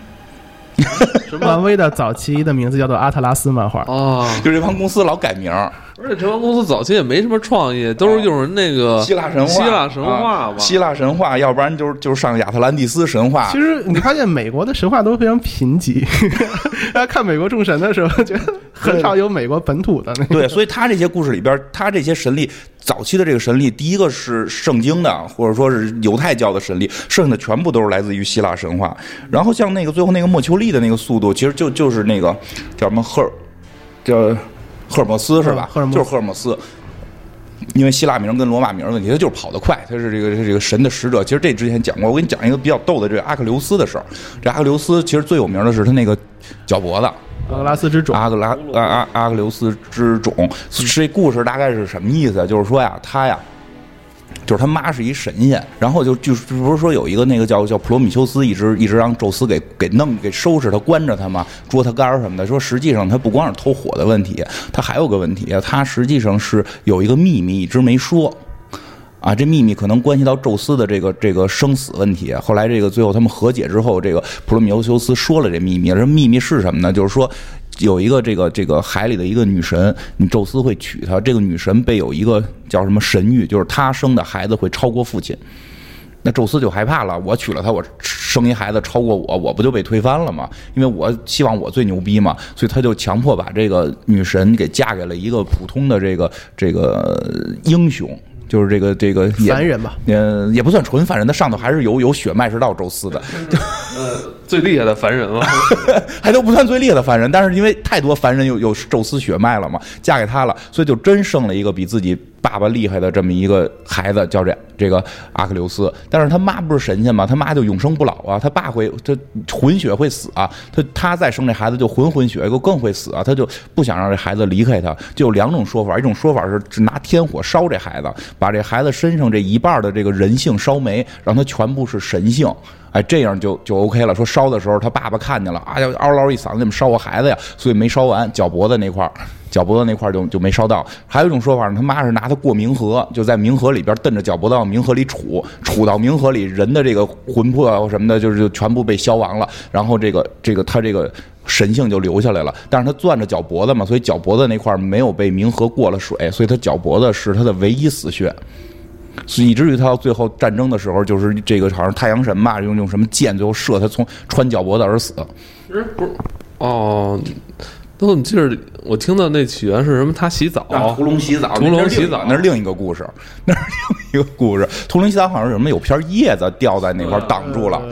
Speaker 3: 漫威的早期的名字叫做阿特拉斯漫画，
Speaker 2: 啊
Speaker 1: 哦，
Speaker 2: 就这帮公司老改名儿，
Speaker 1: 而且这帮公司早期也没什么创意，都是用人那个
Speaker 2: 希腊神话，
Speaker 1: 呃希腊神话
Speaker 2: 啊
Speaker 1: 吧。
Speaker 2: 希腊神话，要不然就是就是上亚特兰蒂斯神话
Speaker 3: 其。实你发现美国的神话都非常
Speaker 2: *laughs*
Speaker 3: 贫瘠，大家看美国众神的时候，觉得很少有美国本土的那个。
Speaker 2: 对，所以他这些故事里边，他这些神力，早期的这个神力，第一个是圣经的，或者说是犹太教的神力，剩下的全部都是来自于希腊神话。然后像那个最后那个莫丘利的那个速度，其实就就是那个叫什么赫尔，叫赫尔墨斯是吧？
Speaker 3: 赫尔墨斯
Speaker 2: 就是赫尔墨斯。因为希腊名跟罗马名的问题，他就是跑得快，他是这个是这个神的使者。其实这之前讲过，我给你讲一个比较逗的这个阿克琉斯的事儿。这阿克琉斯其实最有名的是他那个脚脖子，
Speaker 3: 阿格拉斯之种，嗯
Speaker 2: 阿格拉阿阿阿格琉斯之种，这故事大概是什么意思啊？就是说呀，他呀。就是他妈是一神仙，然后就据不是说有一个那个叫叫普罗米修斯，一直一直让宙斯给给弄给收拾他，关着他嘛，捉他杆儿什么的。说实际上他不光是偷火的问题，他还有个问题，啊他实际上是有一个秘密一直没说。啊，这秘密可能关系到宙斯的这个这个生死问题。啊后来这个最后他们和解之后，这个普罗米修斯说了这秘密。这秘密是什么呢？就是说。有一个这个这个海里的一个女神，你宙斯会娶她。这个女神被有一个叫什么神谕，就是她生的孩子会超过父亲。那宙斯就害怕了，我娶了她，我生一孩子超过我，我不就被推翻了吗？因为我希望我最牛逼嘛，所以他就强迫把这个女神给嫁给了一个普通的这个这个英雄，就是这个这个也
Speaker 3: 凡人吧，
Speaker 2: 嗯，也不算纯凡人，他上头还是有有血脉是到宙斯的，
Speaker 1: 呃，最厉害的凡人了。
Speaker 2: 还都不算最厉害的凡人，但是因为太多凡人有有宙斯血脉了嘛，嫁给他了，所以就真生了一个比自己爸爸厉害的这么一个孩子，叫这这个阿克琉斯。但是他妈不是神仙吗？他妈就永生不老啊，他爸会他混血会死啊，他他再生这孩子就浑浑血，就更会死啊，他就不想让这孩子离开他。就有两种说法，一种说法是只拿天火烧这孩子，把这孩子身上这一半的这个人性烧没，让他全部是神性。哎，这样就就 OK 了。说烧的时候，他爸爸看见了，啊，要嗷嗷一嗓子，你们烧我孩子呀！所以没烧完，脚脖子那块儿，脚脖子那块儿就就没烧到。还有一种说法呢，他妈是拿他过冥河，就在冥河里边蹬着脚脖子往冥河里杵，杵到冥河里，人的这个魂魄啊什么的，就是就全部被消亡了。然后这个这个他这个神性就留下来了，但是他攥着脚脖子嘛，所以脚脖子那块儿没有被冥河过了水，所以他脚脖子是他的唯一死穴。所以以至于他到最后战争的时候，就是这个好像太阳神嘛，用用什么箭最后射他从穿脚脖子而死。
Speaker 1: 不是不是哦，那我怎么记着我听到那起源是什么？他洗澡，
Speaker 2: 龙洗澡
Speaker 1: 屠龙洗澡
Speaker 2: 那是另一个故事，那是另一个故事。屠龙洗澡好像是什么有片叶子掉在那块儿挡住了，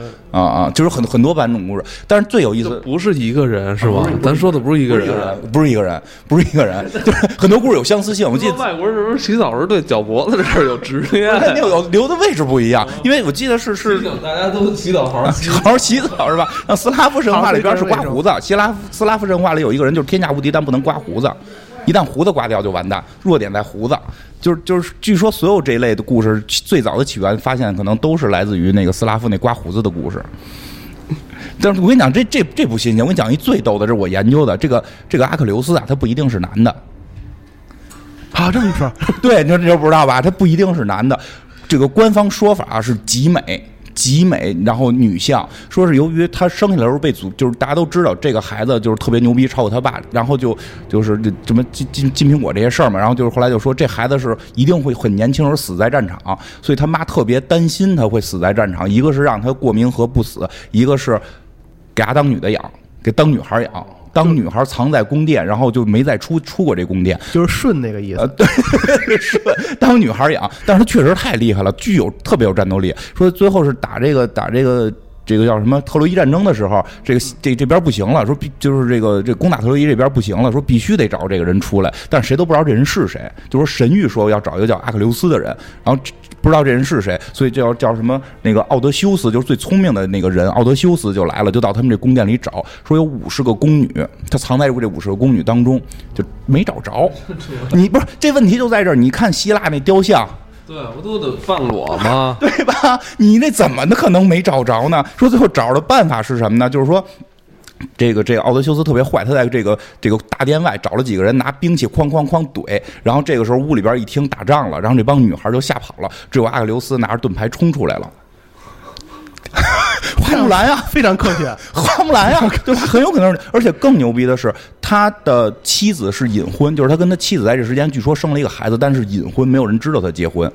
Speaker 2: 啊
Speaker 3: 呃
Speaker 2: 啊，就是很很多版本故事，但是最有意思
Speaker 1: 不是一个啊人是吗？咱说的不是一个
Speaker 2: 不是一
Speaker 1: 人
Speaker 2: 个。人，不是一个人，不是一个人，就是很多故事有相似性。我记
Speaker 1: 说
Speaker 2: 得 *laughs*
Speaker 1: 外国人是不是洗澡时候对脚脖子这事儿有执念？ *laughs*
Speaker 2: 肯定有留的位置不一 *laughs* 样，因为我记得是是
Speaker 1: 大家都洗澡好好洗
Speaker 2: *laughs* 好好洗澡是吧？那斯拉夫神话里边是刮胡子，希拉夫斯拉夫神话里有一个人就是天下无敌，但不能刮胡子，一旦胡子刮掉就完蛋，弱点在胡子。就是就是，据说所有这一类的故事最早的起源发现，可能都是来自于那个斯拉夫那刮胡子的故事。但是我跟你讲，这这这不新鲜。我跟你讲一最逗的，这是我研究的，这个这个阿克琉斯啊，他不一定是男的，
Speaker 3: 啊，这么说，
Speaker 2: *laughs* 对，你说这就不知道吧？他不一定是男的，这个官方说法是极美。极美，然后女相，说是由于他生下来的时候被诅，就是大家都知道这个孩子就是特别牛逼，超过他爸，然后就就是这什么金金金苹果这些事儿嘛，然后就是后来就说这孩子是一定会很年轻时候死在战场，所以他妈特别担心他会死在战场，一个是让他过冥河不死，一个是给她当女的养，给当女孩养，当女孩藏在宫殿，然后就没再出出过这宫殿，
Speaker 3: 就是顺那个意思。
Speaker 2: *laughs* 是呃当女孩养，但是她确实太厉害了，具有特别有战斗力。说最后是打这个打这个这个叫什么特洛伊战争的时候，这个这这边不行了，说必就是这个这攻打特洛伊这边不行了，说必须得找这个人出来，但是谁都不知道这人是谁，就说神谕说要找一个叫阿克琉斯的人，然后这不知道这人是谁，所以就要叫什么那个奥德修斯，就是最聪明的那个人，奥德修斯就来了，就到他们这宫殿里找，说有五十个宫女，他藏在这五十个宫女当中，就没找着。你不是这问题就在这儿，你看希腊那雕像，
Speaker 1: *laughs* 对，不都得放裸吗？
Speaker 2: 对吧？你那怎么的可能没找着呢？说最后找着的办法是什么呢？就是说。这个这个奥德修斯特别坏，他在这个这个大殿外找了几个人拿兵器哐哐哐怼，然后这个时候屋里边一听打仗了，然后这帮女孩就吓跑了，只有阿克琉斯拿着盾牌冲出来了。 *laughs* 花木兰呀，
Speaker 3: 非常科学，
Speaker 2: 花木兰 *laughs* 呀，对吧？很有可能是，而且更牛逼的是，他的妻子是隐婚，就是他跟他妻子在这之间，据说生了一个孩子，但是隐婚，没有人知道他结婚。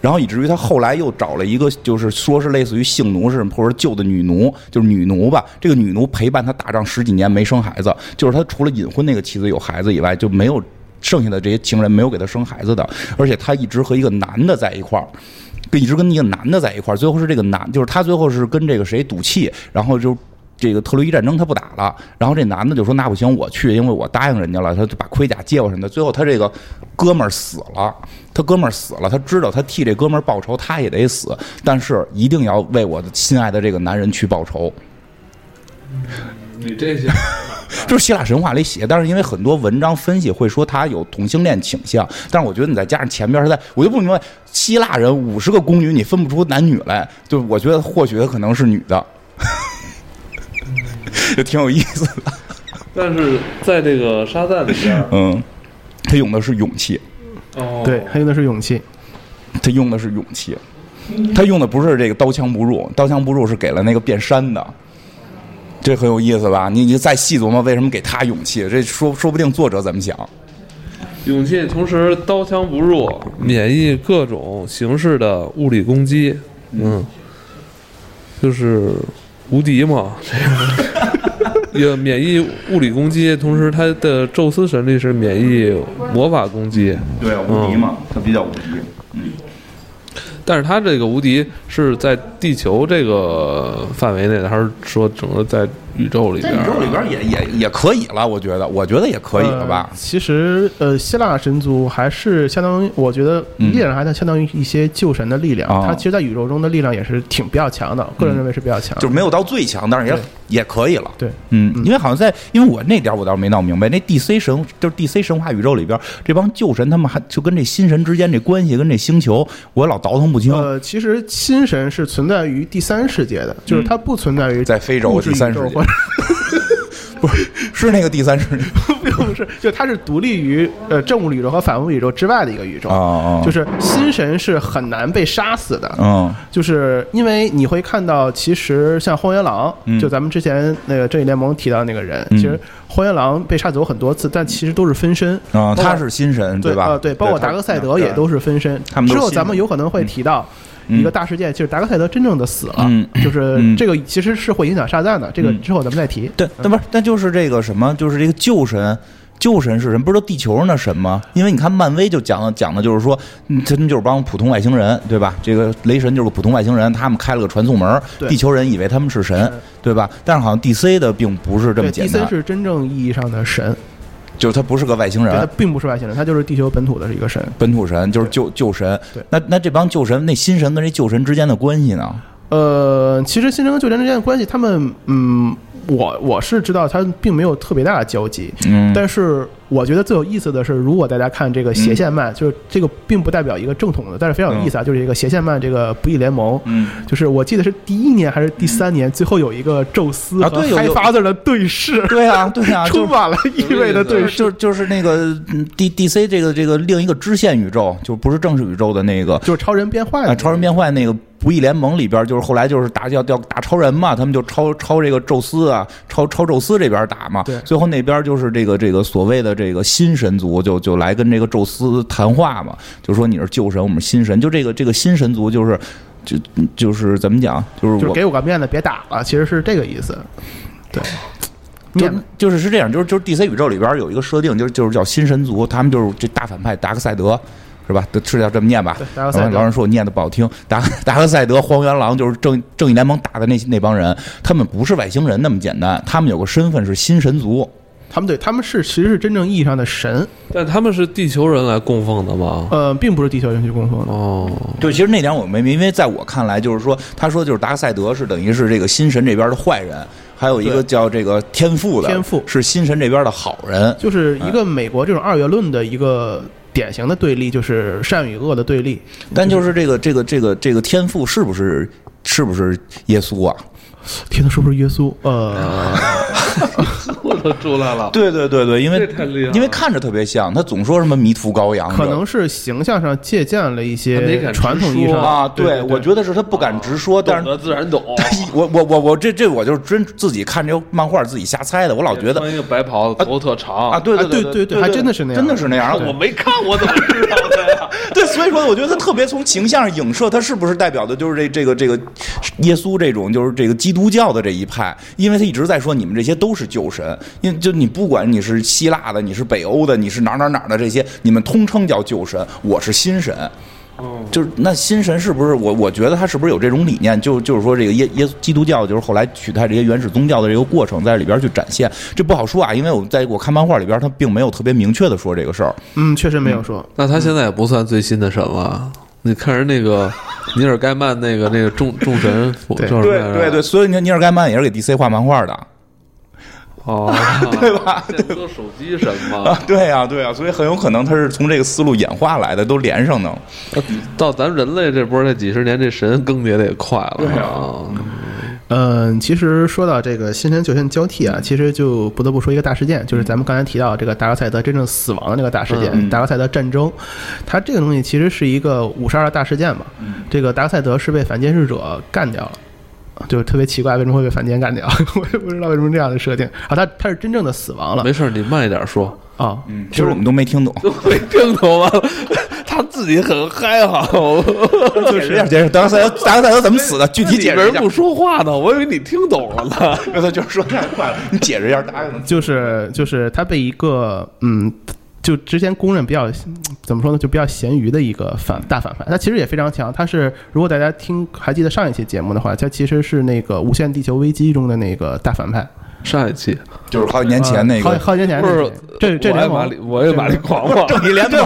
Speaker 2: 然后以至于他后来又找了一个，就是说是类似于性奴是或者旧的女奴，就是女奴吧。这个女奴陪伴他打仗十几年没生孩子，就是他除了隐婚那个妻子有孩子以外，就没有剩下的这些情人没有给他生孩子的。而且他一直和一个男的在一块儿。跟一直跟一个男的在一块儿，最后是这个男，就是他最后是跟这个谁赌气，然后就这个特洛伊战争他不打了，然后这男的就说那不行，我去，因为我答应人家了，他就把盔甲借我什么的。最后他这个哥们儿死了，他哥们儿死了，他知道他替这哥们儿报仇，他也得死，但是一定要为我的心爱的这个男人去报仇。
Speaker 1: 你这些
Speaker 2: 就是希腊神话里写，但是因为很多文章分析会说他有同性恋倾向，但是我觉得你再加上前边他在，我就不明白希腊人五十个宫女你分不出男女来，就我觉得或许他可能是女的，就挺有意思的。
Speaker 1: 但是在这个沙赞里边，
Speaker 2: 嗯，他用的是勇气，
Speaker 1: *laughs* 哦，
Speaker 3: 对，还有的是勇气。
Speaker 2: 他用的是勇气，他用的不是这个刀枪不入，刀枪不入是给了那个变山的。这很有意思吧？你你再细琢磨，为什么给他勇气？这说说不定作者怎么想。
Speaker 1: 勇气同时刀枪不入，免疫各种形式的物理攻击，嗯，就是无敌 *laughs* 嘛，这个也免疫物理攻击，同时他的宙斯神力是免疫魔法攻击，
Speaker 2: 对，无敌嘛，他比较无敌。
Speaker 1: 但是他这个无敌是在地球这个范围内的，还是说整个在宇宙里
Speaker 2: 在
Speaker 1: 边？
Speaker 2: 宇宙里
Speaker 3: 嗯
Speaker 2: 边也也也可以了，我觉得，我觉得也可以了吧
Speaker 3: 呃？其实，呃，希腊神族还是相当于，我觉得依然还在相当于一些旧神的力量。
Speaker 2: 嗯哦
Speaker 3: 它其实，在宇宙中的力量也是挺比较强的，个人认为是比较强的。
Speaker 2: 就是没有到最强，但是也
Speaker 3: 对
Speaker 2: 也可以了。
Speaker 3: 对，
Speaker 2: 嗯，因为好像在，因为我那点儿我倒是没闹明白，那 DC 神就是 DC 神话宇宙里边，这帮旧神他们还就跟这新神之间这关系跟这星球，我老倒腾不清。
Speaker 3: 呃，其实新神是存在于第三世界的，就是它不存在于
Speaker 2: 嗯在非洲
Speaker 3: 物质
Speaker 2: 第三
Speaker 3: 宇宙
Speaker 2: 世界
Speaker 3: 或者
Speaker 2: 不是是那个第三世
Speaker 3: *laughs*
Speaker 2: 界
Speaker 3: 不是，就它是独立于呃正物宇宙和反物宇宙之外的一个宇宙。
Speaker 2: 哦哦
Speaker 3: 就是新神是很难被杀死的。
Speaker 2: 嗯
Speaker 3: 就是因为你会看到，其实像荒原狼，
Speaker 2: 嗯
Speaker 3: 就咱们之前那个正义联盟提到那个人，其实荒原狼被杀走很多次，但其实都是分身
Speaker 2: 啊，
Speaker 3: 包括
Speaker 2: 他是新神
Speaker 3: 对
Speaker 2: 吧？
Speaker 3: 呃对，包括达克赛德也都
Speaker 2: 是
Speaker 3: 是分身。
Speaker 2: 他们都
Speaker 3: 之
Speaker 2: 是
Speaker 3: 后
Speaker 2: 新
Speaker 3: 咱们
Speaker 2: 的
Speaker 3: 有可能会提到一个大事件，就是达克赛德真正的死了
Speaker 2: 嗯，
Speaker 3: 就是
Speaker 2: 嗯
Speaker 3: 这个其实是会影响沙赞的，这个之后咱们再提。
Speaker 2: 对，那不是，那就是这个什么，就是这个旧神。旧神是什么？不是都地球上的神吗？因为你看漫威就讲的讲的就是说，嗯他们就是帮普通外星人，对吧？这个雷神就是个普通外星人，他们开了个传送门，
Speaker 3: 对
Speaker 2: 地球人以为他们是神，对吧？但是好像 DC 的并不是这么
Speaker 3: 对
Speaker 2: 简
Speaker 3: ，DC
Speaker 2: 单，
Speaker 3: 是真正意义上的神，
Speaker 2: 就是啊他不是个外星
Speaker 3: 对，他
Speaker 2: 人。
Speaker 3: 并不是外星人，他就是地球本土的一个神。
Speaker 2: 本土神就是
Speaker 3: 对
Speaker 2: 旧旧神
Speaker 3: 对，
Speaker 2: 那那这帮旧神，那新神跟这旧神之间的关系呢？
Speaker 3: 呃，其实新生跟旧神之间的关系，他们嗯，我我是知道他们并没有特别大的交集，
Speaker 2: 嗯，
Speaker 3: 但是我觉得最有意思的是，如果大家看这个斜线漫，就是这个并不代表一个正统的，但是非常有意思啊，就是一个斜线漫这个不义联盟。
Speaker 2: 嗯， *laughs*
Speaker 3: 就是我记得是第一年还是第三年，最后有一个宙斯
Speaker 2: 啊
Speaker 3: 和
Speaker 2: 对有
Speaker 3: 海
Speaker 2: 有
Speaker 3: 发子的对视，
Speaker 2: 对啊，对
Speaker 3: *laughs*
Speaker 2: 啊，就
Speaker 3: 充
Speaker 2: 是
Speaker 3: 满了意味的对
Speaker 2: 就
Speaker 3: 视。
Speaker 2: 是就是就是那个嗯 D D C 这个这个另一个支线宇宙，就不是正式宇宙的那个
Speaker 3: 就是超人变坏
Speaker 2: 啊，
Speaker 3: 了，
Speaker 2: 超人变坏那个不义联盟里边，就是后来就是打要要打超人嘛，他们就超超这个宙斯啊，超超宙斯这边打嘛。
Speaker 3: 对
Speaker 2: 最后那边就是这个这个所谓的这个新神族就就来跟这个宙斯谈话嘛，就说你是旧神，我们是新神。就这个这个新神族就是就就是怎么讲，就是
Speaker 3: 就是
Speaker 2: 我
Speaker 3: 给我个面子，别打了，其实是这个意思。对，
Speaker 2: 就
Speaker 3: 面子
Speaker 2: 就是是这样，就是就是 DC 宇宙里边有一个设定，就是就是叫新神族，他们就是这大反派达克赛德。是吧？是要这么念吧
Speaker 3: 对？达克赛德
Speaker 2: 然后老人说我念的不好听。达达克赛德、荒原狼就是正正义联盟打的那那帮人，他们不是外星人那么简单，他们有个身份是新神族。
Speaker 3: 他们对他们是其实是真正意义上的神，
Speaker 1: 但他们是地球人来供奉的吗？
Speaker 3: 呃，并不是地球人去供奉的。
Speaker 1: 哦，
Speaker 2: 对，其实那点我没明，因为在我看来，就是说，他说就是达克赛德是等于是这个新神这边的坏人，还有一个
Speaker 3: 对
Speaker 2: 叫这个天赋的，
Speaker 3: 天赋
Speaker 2: 是新神这边的好人。
Speaker 3: 就是一
Speaker 1: 哎
Speaker 3: 个美国这种二元论的一个典型的对立，就是善与恶的对立。
Speaker 2: 但就是这个这个这个这个天赋是不是是不是耶稣啊？
Speaker 3: 天呐，是不是耶稣？
Speaker 1: 哎
Speaker 3: 呃，
Speaker 1: 我都 *laughs* 出来了。
Speaker 2: 对对对对，因为
Speaker 1: 这太厉害了
Speaker 2: 因为看着特别像，他总说什么迷途羔羊，
Speaker 3: 可能是形象上借鉴了一
Speaker 1: 他没
Speaker 3: 些
Speaker 1: 敢直
Speaker 3: 传统意义
Speaker 1: 说
Speaker 3: 上
Speaker 2: 啊，
Speaker 3: 对
Speaker 2: 对，我觉得是他不敢直说，但是
Speaker 1: 得自然懂。
Speaker 2: 我我我我这这我就是真自己看这漫画自己瞎猜的，我老觉得
Speaker 1: 穿一个白袍子，头特长
Speaker 2: 啊，对
Speaker 3: 啊
Speaker 2: 对
Speaker 3: 对对
Speaker 2: 对，
Speaker 3: 还真的是那样
Speaker 2: 真的是那样，
Speaker 1: 我
Speaker 2: 我
Speaker 1: 没看，我怎么知道的
Speaker 2: *laughs*
Speaker 1: 呀？
Speaker 2: 对，所以说我觉得他特别从形象上影射，他是不是代表的就是这这个这个耶稣这种就是这个基督教的这一派，因为他一直在说你们这些都是旧神，因为就你不管你是希腊的，你是北欧的，你是哪儿哪儿哪儿的这些，你们通称叫旧神，我是新神。就是那新神是不是我？我觉得他是不是有这种理念？就就是说，这个耶耶稣基督教就是后来取代这些原始宗教的这个过程，在里边去展现，这不好说啊。因为我在我看漫画里边，他并没有特别明确的说这个事儿。
Speaker 3: 嗯，确实没有说。
Speaker 1: 那他现在也不算最新的神了。你看人那个尼尔盖曼那个那个众众
Speaker 2: *laughs*
Speaker 1: 神，
Speaker 3: 对
Speaker 1: 叫什么来着
Speaker 2: 对对对，，所以尼尼尔盖曼也是给 DC 画漫画的。
Speaker 1: 哦，对 *laughs* 吧？这不都手机神吗？
Speaker 2: 啊， *laughs* 对呀、对呀、所以很有可能他是从这个思路演化来的，都连上呢。
Speaker 1: *laughs* 到咱人类这波这几十年，这神更迭的也快了啊！
Speaker 3: 嗯，其实说到这个新神旧神交替啊，其实就不得不说一个大事件，就是咱们刚才提到这个达克赛德真正死亡的那个大事件，
Speaker 2: 嗯
Speaker 3: 达克赛德战争，它这个东西其实是一个五十二大事件嘛。这个达克赛德是被反监视者干掉了。就是特别奇怪，为什么会被反间干掉？ *laughs* 我也不知道为什么这样的设定啊！他他是真正的死亡了
Speaker 1: 没事儿，你慢一点说，
Speaker 3: 啊！
Speaker 2: 其实我们都没 *laughs* 听懂，
Speaker 1: *laughs* 没听懂啊吗？他自己很嗨啊哈，
Speaker 2: 解释一下，解释当时达克赛德怎么死的，具体解释一
Speaker 1: 人
Speaker 2: 下
Speaker 1: 不。说话呢，我以为你听懂了
Speaker 2: *laughs*
Speaker 1: 呢。
Speaker 2: 那他就是说太快了，你解释一下达克赛德。
Speaker 3: 就是就是他被一个嗯，就之前公认比较怎么说呢，就比较咸鱼的一个反大反派。他其实也非常强，他是如果大家听还记得上一期节目的话，他其实是那个《无限地球危机》中的那个大反派，
Speaker 1: 上一期
Speaker 2: 就是好几年前那
Speaker 3: 好
Speaker 2: 个
Speaker 3: 好几年前
Speaker 1: 不
Speaker 3: 那
Speaker 1: 是
Speaker 3: 个这这
Speaker 1: 我爱
Speaker 3: 联
Speaker 1: 玛
Speaker 3: 盟
Speaker 1: 丽，我也玛丽
Speaker 2: *laughs*
Speaker 1: 狂妄，
Speaker 2: 正义联盟，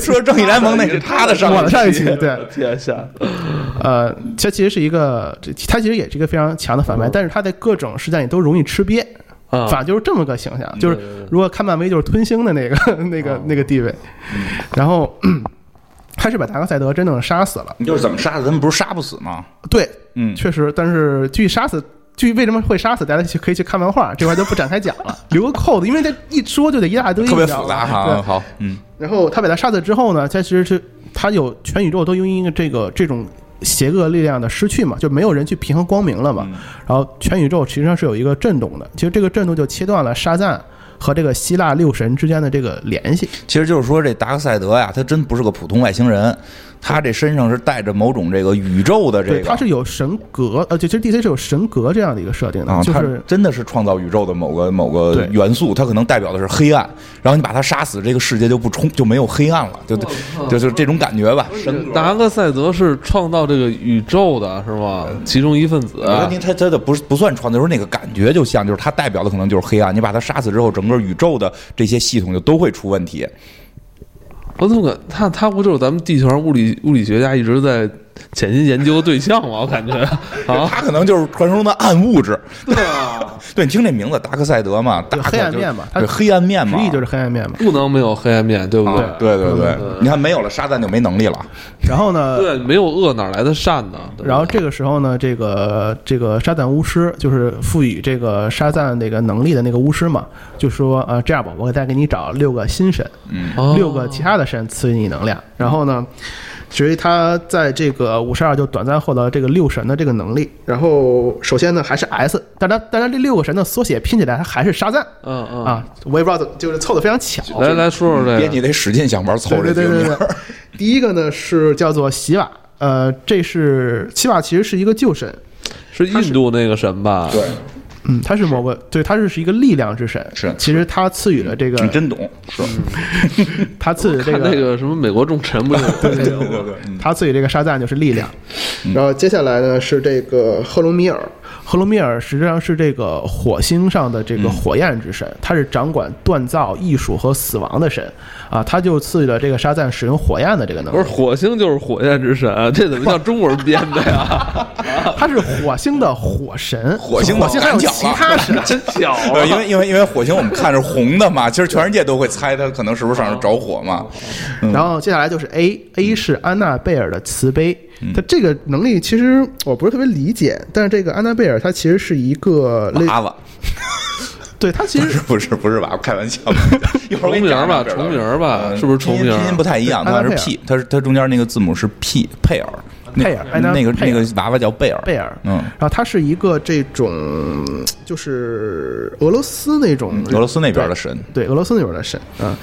Speaker 2: 说正义联盟那是他的上
Speaker 3: 我的
Speaker 2: 面。
Speaker 3: 上一期对，
Speaker 1: 天下
Speaker 3: 呃，他其实是一个，这他其实也是一个非常强的反派，但是他在各种事件里都容易吃瘪，
Speaker 1: 嗯啊！嗯
Speaker 3: 反正就是这么个形象，就是
Speaker 1: 对对对啊
Speaker 3: 如果看漫威就是吞星的那个 *laughs* 那个那个地位，
Speaker 1: 嗯
Speaker 3: 然后。 *clears throat* 他是把达克赛德真正杀死了，
Speaker 2: 你就是怎么杀的？他们不是杀不死吗？
Speaker 3: 对，
Speaker 2: 嗯，
Speaker 3: 确实，但是至于杀死，至于为什么会杀死，大家去可以去看漫画，这块就不展开讲
Speaker 2: *laughs*
Speaker 3: 了，留个扣子，因为这一说就得一大堆，
Speaker 2: 特别
Speaker 3: 你知道
Speaker 2: 复杂
Speaker 3: 吧
Speaker 2: 哈。
Speaker 3: 对，
Speaker 2: 好，嗯，
Speaker 3: 然后他把他杀死之后呢，他其实是他有全宇宙都因为这个这种邪恶力量的失去嘛，就没有人去平衡光明了
Speaker 2: 嗯
Speaker 3: 嘛。然后全宇宙实际上是有一个震动的，其实这个震动就切断了沙赞和这个希腊六神之间的这个联系。
Speaker 2: 其实就是说这达克赛德呀，他真不是个普通外星人，他这身上是带着某种这个宇宙的这
Speaker 3: 对，
Speaker 2: 个，
Speaker 3: 它是有神格，呃，就其实 DC 是有神格这样的一个设定
Speaker 2: 啊
Speaker 3: 的，，就
Speaker 2: 它
Speaker 3: 是
Speaker 2: 真的是创造宇宙的某个某个
Speaker 3: 对
Speaker 2: 元素，它可能代表的是黑暗，然后你把它杀死，这个世界就不充就没有黑暗了，就就就是这种感觉吧。
Speaker 1: 达克赛德是创造这个宇宙的是吗？其中一份子。啊
Speaker 2: 我觉得他他的不是不算创造，就是那个感觉就像，就是它代表的可能就是黑暗，你把它杀死之后，整个宇宙的这些系统就都会出问
Speaker 3: 啊
Speaker 2: 题。
Speaker 1: 我怎么感他他不就是咱们地球上物理物理学家一直在潜心研究的对象吗？我感觉啊，
Speaker 2: 它可能就是传说中的暗物质。
Speaker 1: 对啊，
Speaker 2: 对，你听这名字达克赛德嘛，达
Speaker 3: 对
Speaker 2: 克
Speaker 3: 黑暗
Speaker 2: 就
Speaker 3: 面嘛它
Speaker 2: 对黑暗面嘛
Speaker 3: 直，译就是黑暗面嘛。
Speaker 1: 不能没有黑暗面，对不对？
Speaker 2: 啊对对对
Speaker 1: 嗯，
Speaker 2: 你看没有了沙赞就没能力了。
Speaker 3: 然
Speaker 2: *laughs*
Speaker 3: 后呢，
Speaker 1: 对，没有恶哪来的善呢？对不对
Speaker 3: 然后这个时候呢，这个这个沙赞巫师就是赋予这个沙赞那个能力的那个巫师嘛，就说呃这样吧，我再给你找六个新神，
Speaker 1: 哦
Speaker 3: 六个其他的神赐予你能量。然后呢，所以他在这个五十二就短暂获得这个六神的这个能力。然后首先呢还是 S，但他但他这六个神的缩写拼起来它还是沙赞
Speaker 1: 嗯嗯，
Speaker 3: 啊，我也不知道怎么就是凑的非常巧。
Speaker 1: 来来说说这个
Speaker 2: 编辑得使劲想玩凑这
Speaker 3: 啊对
Speaker 2: 几
Speaker 3: 对
Speaker 2: 个
Speaker 3: 对
Speaker 2: 名
Speaker 3: 对
Speaker 2: 儿
Speaker 3: 对。第一个呢是叫做洗瓦，呃，这是洗瓦其实是一个旧神，
Speaker 1: 是印度那个神吧？
Speaker 2: 对，
Speaker 3: 嗯，它是某个对，它是是一个力量之神，
Speaker 2: 是
Speaker 3: 其实它赐予了这
Speaker 2: 你
Speaker 3: 个，
Speaker 2: 真懂，是
Speaker 3: 它赐予这
Speaker 1: 看
Speaker 3: 个，
Speaker 1: 那个什么美国众神不就对
Speaker 2: *laughs*
Speaker 1: 对
Speaker 2: 对对对，嗯
Speaker 3: 它赐予这个沙赞就是力量。然后接下来呢是这个赫鲁米尔，赫鲁米尔实际上是这个火星上的这个火焰之神，他是掌管锻造、艺术和死亡的神啊，他就赐予了这个沙赞使用火焰的这个能
Speaker 1: 不是
Speaker 3: 力。
Speaker 1: 火星就是火焰之神， *laughs* 这怎么像中国人编的呀？
Speaker 3: 他是火星的火神，
Speaker 2: 火星的
Speaker 3: 火星还有
Speaker 2: 蓝角
Speaker 3: 其他神，
Speaker 1: *laughs* 真巧
Speaker 2: *laughs* 呃，
Speaker 1: 啊！
Speaker 2: 因为因为因为火星我们看是红的嘛，其实全世界都会猜它可能是不是
Speaker 1: 哦
Speaker 2: 上面着火嘛。
Speaker 3: 然后接下来就是 A，A 是安娜贝尔的慈悲。他这个能力其实我不是特别理解，但是这个安娜贝尔她其实是一个类，
Speaker 2: 娃娃
Speaker 3: 啊对她其
Speaker 2: 不
Speaker 3: 实
Speaker 2: 是不是不是娃娃，开玩
Speaker 1: *laughs*
Speaker 2: 笑，一会儿我
Speaker 1: 重
Speaker 2: 给你
Speaker 1: 名儿
Speaker 2: 讲
Speaker 1: 吧，
Speaker 2: 讲这个
Speaker 1: 重名儿吧，
Speaker 2: 呃
Speaker 1: 是不是重
Speaker 2: 拼
Speaker 1: 名
Speaker 2: 音
Speaker 1: 儿？啊
Speaker 2: 拼音不太一样，
Speaker 3: 安娜
Speaker 2: 它是
Speaker 3: 贝尔
Speaker 2: P，它是它中间那个字母是 P，佩尔，那
Speaker 3: 佩尔安娜
Speaker 2: 那个
Speaker 3: 佩
Speaker 2: 那
Speaker 3: 尔
Speaker 2: 个娃娃叫贝尔，
Speaker 3: 贝尔，
Speaker 2: 嗯
Speaker 3: 然后她是一个这种就是俄嗯罗斯那种
Speaker 2: 俄罗斯那边的神，
Speaker 3: 对俄罗斯那边的神啊。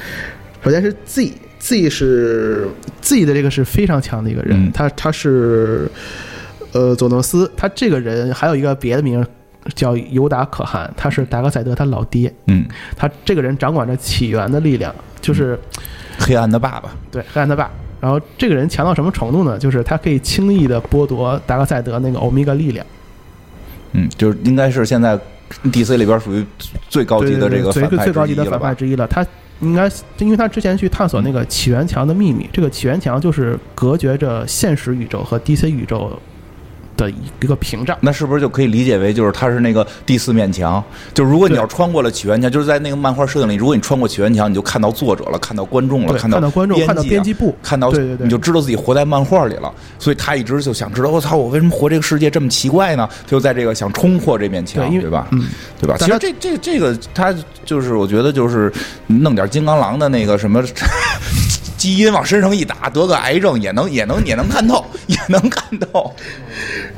Speaker 3: 首先是 Z。Z 是 Z 的这个是非常强的一个人，
Speaker 2: 嗯
Speaker 3: 他他是呃佐诺斯，他这个人还有一个别的名儿叫尤达可汗，他是达克赛德他老爹，
Speaker 2: 嗯，
Speaker 3: 他这个人掌管着起源的力量，就是
Speaker 2: 黑暗的爸爸，
Speaker 3: 对黑暗他爸。然后这个人强到什么程度呢？就是他可以轻易的剥夺达克赛德那个欧米伽力量，
Speaker 2: 嗯，就是应该是现在 DC 里边属于最高级的这个
Speaker 3: 最
Speaker 2: 反派
Speaker 3: 最
Speaker 2: 之
Speaker 3: 高级
Speaker 2: 一
Speaker 3: 的
Speaker 2: 了
Speaker 3: 反派
Speaker 2: 吧？
Speaker 3: 之一了。他应该，因为他之前去探索那个起源墙的秘密，这个起源墙就是隔绝着现实宇宙和 DC 宇宙的一个屏障。
Speaker 2: 那是不是就可以理解为，就是它是那个第四面墙？就是如果你要穿过了起源墙，就是在那个漫画设定里，如果你穿过起源墙，你就看到作者了，看到观众了，
Speaker 3: 对，看
Speaker 2: 到
Speaker 3: 观众，看到编
Speaker 2: 辑
Speaker 3: 辑
Speaker 2: 啊。
Speaker 3: 部，
Speaker 2: 看到
Speaker 3: 对对对
Speaker 2: 你就知道自己活在漫画里了，所以他一直就想知道，我、操，我为什么活这个世界这么奇怪呢？他就在这个想冲破这面墙，
Speaker 3: 对
Speaker 2: 对
Speaker 3: 因为
Speaker 2: 吧？
Speaker 3: 嗯，
Speaker 2: 对吧？其
Speaker 3: 但
Speaker 2: 实
Speaker 3: 他
Speaker 2: 这这这个他就是，我觉得就是弄点金刚狼的那个什么 *laughs* 基因往身上一打，得个癌症也能也能也能看透，也能看透。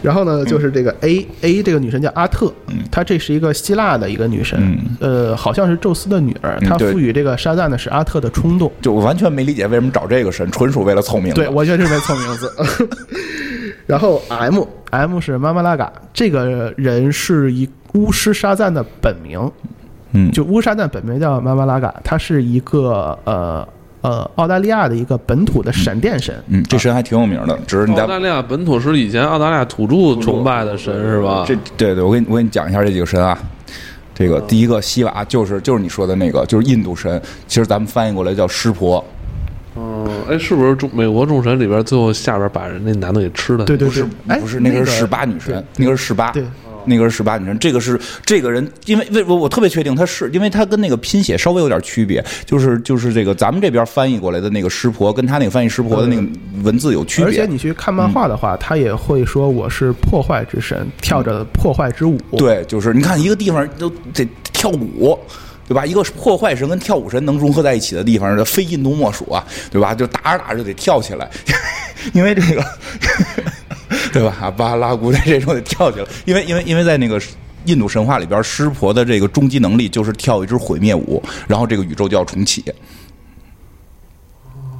Speaker 3: 然后呢，就是这个 A、A 这个女神叫阿特，她这是一个希腊的一个女神，
Speaker 2: 嗯
Speaker 3: 呃，好像是宙斯的女儿，
Speaker 2: 嗯
Speaker 3: 她
Speaker 2: 对
Speaker 3: 赋予这个沙赞的是阿特的冲动。
Speaker 2: 就我完全没理解为什么找这个神，纯属为了凑名字。
Speaker 3: 对，我觉得是没错名字。 *laughs* 然后 M M 是妈妈拉嘎，这个人是一巫师沙赞的本名，
Speaker 2: 嗯，
Speaker 3: 就巫师沙赞本名叫妈妈拉嘎，他是一个呃呃澳大利亚的一个本土的闪电神，
Speaker 2: 嗯，这神还挺有名的，只是你在
Speaker 1: 澳大利亚本土哦是以前澳大利亚土著崇拜的神是吧？
Speaker 2: 这对对，我给你我给你讲一下这几个神啊。这个第一个西瓦就是就是你说的那个，就是印度神，其实咱们翻译过来叫湿婆，
Speaker 1: 嗯，哎，是不是众美国众神里边最后下边把人那男的给吃了？
Speaker 3: 对对
Speaker 2: 不是
Speaker 3: 对，哎，
Speaker 2: 不是，那个是十
Speaker 3: 十
Speaker 2: 八女神，那个是十八
Speaker 3: 对，
Speaker 2: 那个是十八女神。这个是这个人，因为为我我特别确定他是，因为他跟那个拼写稍微有点区别，就是就是这个咱们这边翻译过来的那个湿婆，跟他那个翻译湿婆的那个文字有区别。
Speaker 3: 而且你去看漫画的话，他也会说我是破坏之神，跳着破坏之舞。，
Speaker 2: 嗯对，就是你看一个地方都得跳舞。对吧？一个破坏神跟跳舞神能融合在一起的地方，非印度莫属啊，对吧？就打着打着就得跳起来， *laughs* 因为这个， *laughs* 对吧？啊，巴拉古在这种得跳起来，因为因为因为在那个印度神话里边，湿婆的这个终极能力就是跳一支毁灭舞，然后这个宇宙就要重启。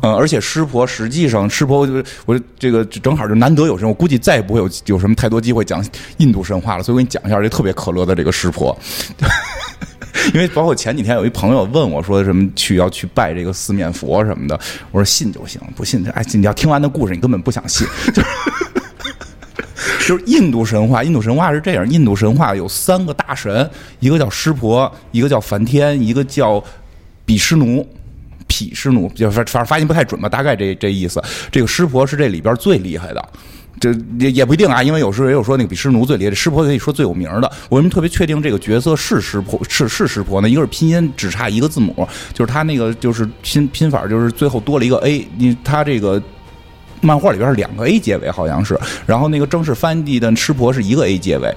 Speaker 2: 嗯，而且湿婆实际上，湿婆就是我这个正好就难得有什么，我估计再也不会有有什么太多机会讲印度神话了，所以我给你讲一下这特别可乐的这个湿婆。 *laughs* 因为包括前几天有一朋友问我说什么去要去拜这个四面佛什么的，我说信就行，不信这哎，你要听完的故事你根本不想信， *laughs* 就是就是印度神话，印度神话是这样，印度神话有三个大神，一个叫湿婆，一个叫梵天，一个叫比湿奴。毗湿奴，就反反正发音不太准吧，大概这这意思。这个湿婆是这里边最厉害的，这也也不一定啊，因为有时候也有说那个比湿奴最厉害，湿婆可以说最有名的。我们特别确定这个角色是湿婆，是是湿婆呢？一个是拼音只差一个字母，就是他那个就是拼拼法就是最后多了一个 a，你他这个。漫画里边是两个 A 结尾，好像是，然后那个正式翻译的湿婆是一个 A 结尾，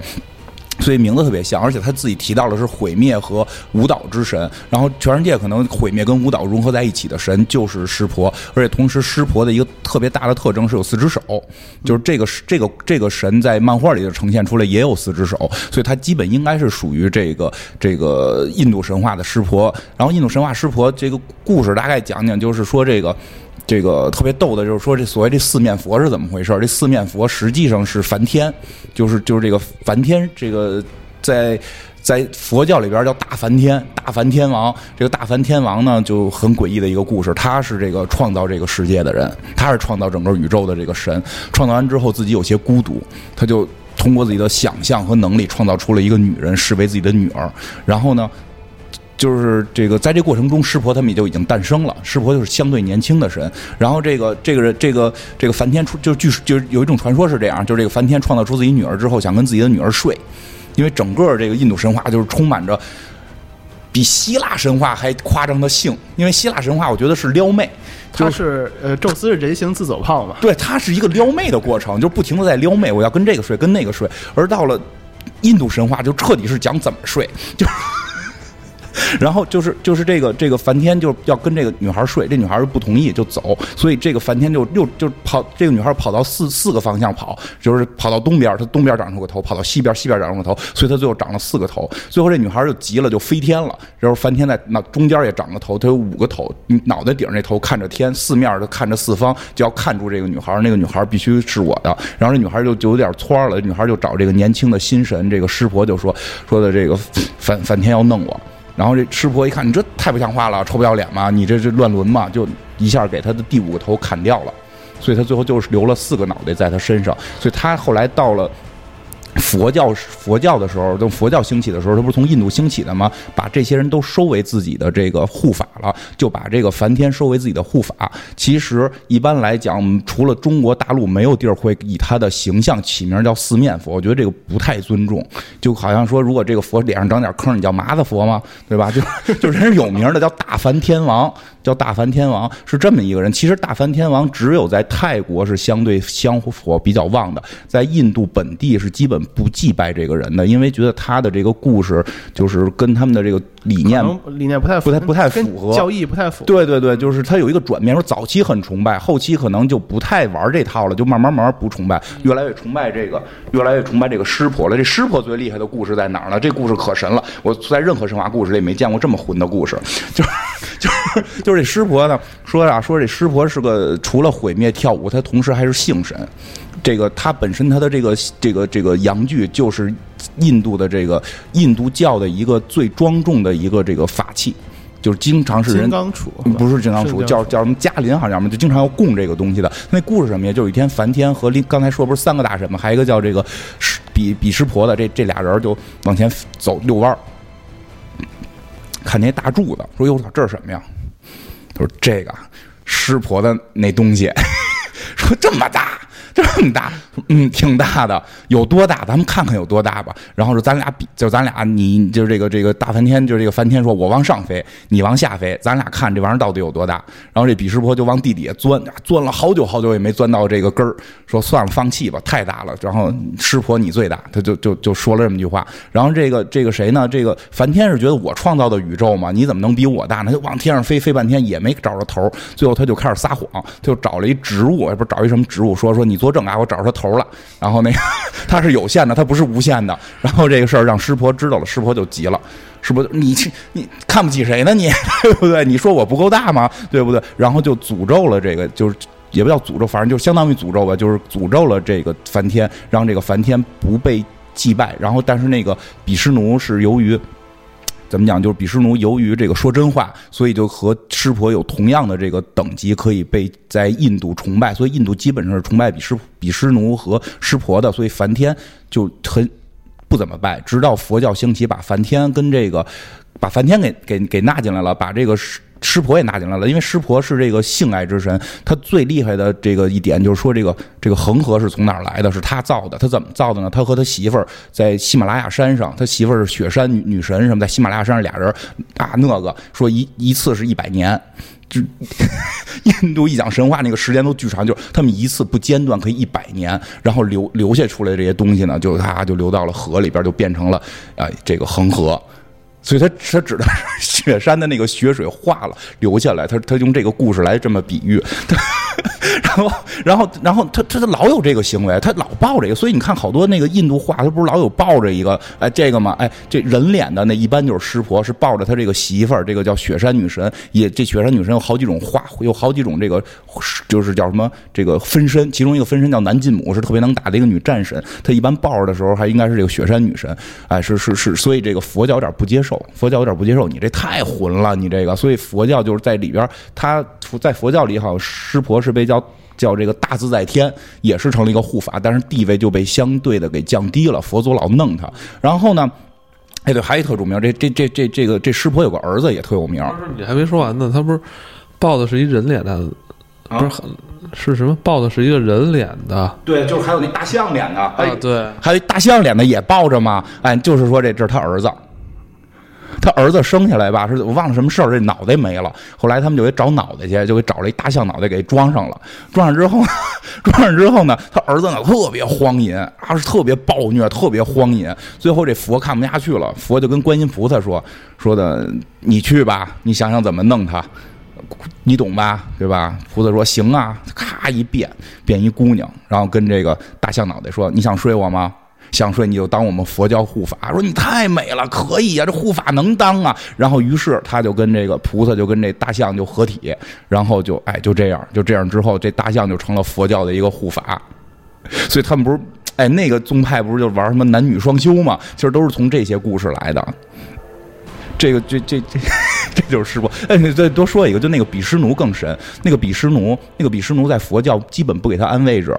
Speaker 2: 所以名字特别像，而且他自己提到了是毁灭和舞蹈之神，然后全世界可能毁灭跟舞蹈融合在一起的神就是湿婆，而且同时湿婆的一个特别大的特征是有四只手，就是这个这个这个神在漫画里就呈现出来也有四只手，所以它基本应该是属于这个这个印度神话的湿婆，然后印度神话湿婆这个故事大概讲讲就是说这个。这个特别逗的，就是说这所谓这四面佛是怎么回事？这四面佛实际上是梵天，就是就是这个梵天，这个在在佛教里边叫大梵天，大梵天王。这个大梵天王呢，就很诡异的一个故事，他是这个创造这个世界的人，他是创造整个宇宙的这个神。创造完之后，自己有些孤独，他就通过自己的想象和能力，创造出了一个女人，视为自己的女儿。然后呢？就是这个，在这过程中，湿婆他们也就已经诞生了。湿婆就是相对年轻的神，然后这个这个人这个这个梵天出，就据就是有一种传说是这样，就是这个梵天创造出自己女儿之后，想跟自己的女儿睡，因为整个这个印度神话就是充满着比希腊神话还夸张的性，因为希腊神话我觉得是撩妹，就
Speaker 3: 他是呃，宙斯是人形自走炮嘛？
Speaker 2: 对，它是一个撩妹的过程，就不停的在撩妹，我要跟这个睡，跟那个睡，而到了印度神话就彻底是讲怎么睡，就是然后就是就是这个这个梵天就要跟这个女孩睡，这女孩不同意就走，所以这个梵天就又就跑，这个女孩跑到四四个方向跑，就是跑到东边，她东边长出个头，跑到西边，西边长出个头，所以她最后长了四个头。最后这女孩就急了，就飞天了。然后梵天在那中间也长个头，她有五个头，脑袋顶上那头看着天，四面的看着四方，就要看住这个女孩，那个女孩必须是我的。然后这女孩就就有点窜了，女孩就找这个年轻的新神，这个湿婆就说说的这个梵梵天要弄我。然后这师婆一看，你这太不像话了，臭不要脸嘛！你这这乱伦嘛，就一下给他的第五个头砍掉了，所以他最后就是留了四个脑袋在他身上。所以他后来到了佛教佛教的时候，等佛教兴起的时候，他不是从印度兴起的吗？把这些人都收为自己的这个护法了，就把这个梵天收为自己的护法。其实一般来讲，除了中国大陆，没有地儿会以他的形象起名叫四面佛。我觉得这个不太尊重，就好像说，如果这个佛脸上长点坑，你叫麻子佛吗？对吧？就 *laughs* 就人是有名的，叫大梵天王，叫大梵天王是这么一个人。其实大梵天王只有在泰国是相对香火比较旺的，在印度本地是基本不祭拜这个人的，因为觉得他的这个故事就是跟他们的这个理念
Speaker 3: 可能理念不太符
Speaker 2: 嗯不太不太符
Speaker 3: 跟
Speaker 2: 合
Speaker 3: 教义不太符。
Speaker 2: 对对对，就是他有一个转变，说早期很崇拜，后期可能就不太玩这套了，就慢慢慢慢不崇拜，越来越崇拜这个，越来越崇拜这个湿婆了。这湿婆最厉害的故事在哪儿呢？这故事可神了，我在任何神话故事里没见过这么混的故事。 *laughs* 就是就是就是这湿婆呢，说啊说这湿婆是个除了毁灭跳舞，他同时还是性神。这个他本身他的这个这个这个阳具就是印度的这个印度教的一个最庄重的一个这个法器。就是经常是人
Speaker 3: 金刚杵
Speaker 2: 嗯不是金刚
Speaker 3: 是
Speaker 2: 杵，
Speaker 3: 金刚
Speaker 2: 叫
Speaker 3: 杵
Speaker 2: 叫什么嘉林好像什么，就经常要供这个东西的。那故事什么呀？就有一天梵天和另刚才说不是三个大神吗？还有一个叫这个湿比比湿婆的，这这俩人就往前走遛弯儿，看那大柱子，说哟，我操这是什么呀？他说这个湿婆的那东西，说这么大。 *laughs* 这么大，嗯，挺大的，有多大？咱们看看有多大吧。然后说咱俩比，就咱俩，你就是这个这个大梵天，就是这个梵天说，我往上飞，你往下飞，咱俩看这玩意儿到底有多大。然后这比湿婆就往地底下钻，啊钻了好久好久也没钻到这个根儿，说算了，放弃吧，太大了。然后湿婆你最大，他就就就说了这么一句话。然后这个这个谁呢？这个梵天是觉得我创造的宇宙嘛，你怎么能比我大呢？他就往天上飞，飞半天也没找着头儿。最后他就开始撒谎，他就找了一植物，也不是找找一什么职务，说说你作证啊，我找着他头了。然后那个 *laughs* 他是有限的，他不是无限的。然后这个事儿让师婆知道了，师婆就急了。师婆就，你去你看不起谁呢？你 *laughs* 对不对？你说我不够大吗？对不对？然后就诅咒了这个，就是也不叫诅咒，反正就相当于诅咒吧，就是诅咒了这个梵天，让这个梵天不被祭拜。然后，但是那个比湿奴是由于。怎么讲？就是比湿奴由于这个说真话，所以就和湿婆有同样的这个等级，可以被在印度崇拜。所以印度基本上是崇拜比湿比湿奴和湿婆的，所以梵天就很不怎么拜。直到佛教兴起，把梵天跟这个把梵天给给给纳进来了，把这个湿湿婆也纳进来了。因为湿婆是这个性爱之神，他最厉害的这个一点就是说这个这个恒河是从哪儿来的，是他造的。他怎么造的呢？他和他媳妇儿在喜马拉雅山上，他媳妇儿是雪山女女神什么，在喜马拉雅山上俩人啊那个说一一次是一百年。就 *laughs* 印度一讲神话，那个时间都巨长，就是他们一次不间断可以一百年，然后留留下出来这些东西呢，就它就流到了河里边，就变成了哎、这个恒河。所以它它指的是雪山的那个雪水化了流下来，它它用这个故事来这么比喻，它 *laughs* 然后然后然后它它它老有这个行为，它老抱这个，所以你看好多那个印度画，它不是老有抱着一个哎这个吗？哎这人脸的那一般就是湿婆，是抱着他这个媳妇儿，这个叫雪山女神，也这雪山女神有好几种画，有好几种这个就是叫什么这个分身，其中一个分身叫南劲母，是特别能打的一个女战神，她一般抱着的时候还应该是这个雪山女神，哎是是是，所以这个佛教有点不接受，佛教有点不接受，你这太混了，你这个，所以佛教就是在里边，它在佛教里好，湿婆是被叫。叫这个大自在天，也是成了一个护法，但是地位就被相对的给降低了。佛祖老弄他，然后呢，哎对，还有一特著名，这这这这这个这湿婆有个儿子也特有名，
Speaker 1: 不是你还没说完呢，他不是抱的是一人脸的，
Speaker 2: 啊
Speaker 1: 不是很是什么抱的是一个人脸的
Speaker 2: 对，就是还有那大象脸的，哎
Speaker 1: 啊？对，
Speaker 2: 还有一大象脸的也抱着嘛，哎，就是说这这是他儿子，他儿子生下来吧，是我忘了什么事儿，这脑袋没了。后来他们就给找脑袋去，就给找了一大象脑袋给装上了。装上之后呢， *laughs* 装上之后呢，他儿子呢特别荒淫，啊是特别暴虐，特别荒淫。最后这佛看不下去了，佛就跟观音菩萨说说的，你去吧，你想想怎么弄他。你懂吧，对吧？菩萨说行啊，咔一变变一姑娘，然后跟这个大象脑袋说：“你想睡我吗？想睡你就当我们佛教护法。”说你太美了，可以啊呀、这护法能当啊。然后于是他就跟这个菩萨就跟这大象就合体，然后就哎就这样就这样之后，这大象就成了佛教的一个护法。所以他们不是哎那个宗派不是就玩什么男女双修嘛？其实都是从这些故事来的。这个这这这 *laughs* 这就是师傅。哎，你再多说一个，就那个比湿奴更神。那个比湿奴，那个比湿奴在佛教基本不给他安位置，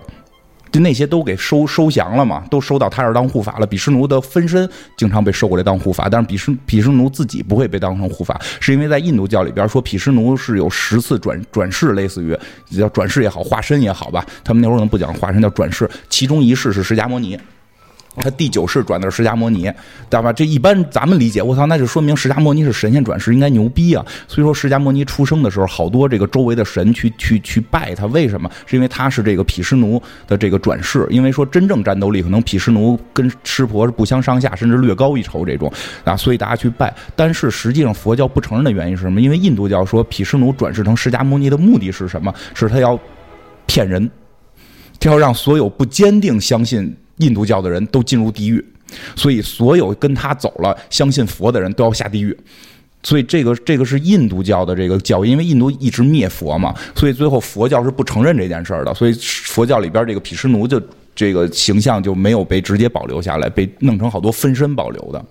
Speaker 2: 就那些都给收收降了嘛，都收到他这儿当护法了。比湿奴的分身经常被收过来当护法，但是比湿比湿奴自己不会被当成护法，是因为在印度教里边说比湿奴是有十次转转世，类似于叫转世也好，化身也好吧。他们那会儿可能不讲化身，叫转世。其中一世是释迦摩尼。他第九世转的是释迦摩尼，知道吧？这一般咱们理解，我操，那就说明释迦摩尼是神仙转世，应该牛逼啊！所以说释迦摩尼出生的时候，好多这个周围的神去去去拜他，为什么？是因为他是这个毗湿奴的这个转世。因为说真正战斗力，可能毗湿奴跟湿婆是不相上下，甚至略高一筹这种啊，所以大家去拜。但是实际上佛教不承认的原因是什么？因为印度教说毗湿奴转世成释迦摩尼的目的是什么？是他要骗人。他要让所有不坚定相信印度教的人都进入地狱，所以所有跟他走了相信佛的人都要下地狱。所以这个这个是印度教的这个教义，因为印度一直灭佛嘛，所以最后佛教是不承认这件事儿的。所以佛教里边这个毗湿奴就这个形象就没有被直接保留下来，被弄成好多分身保留的。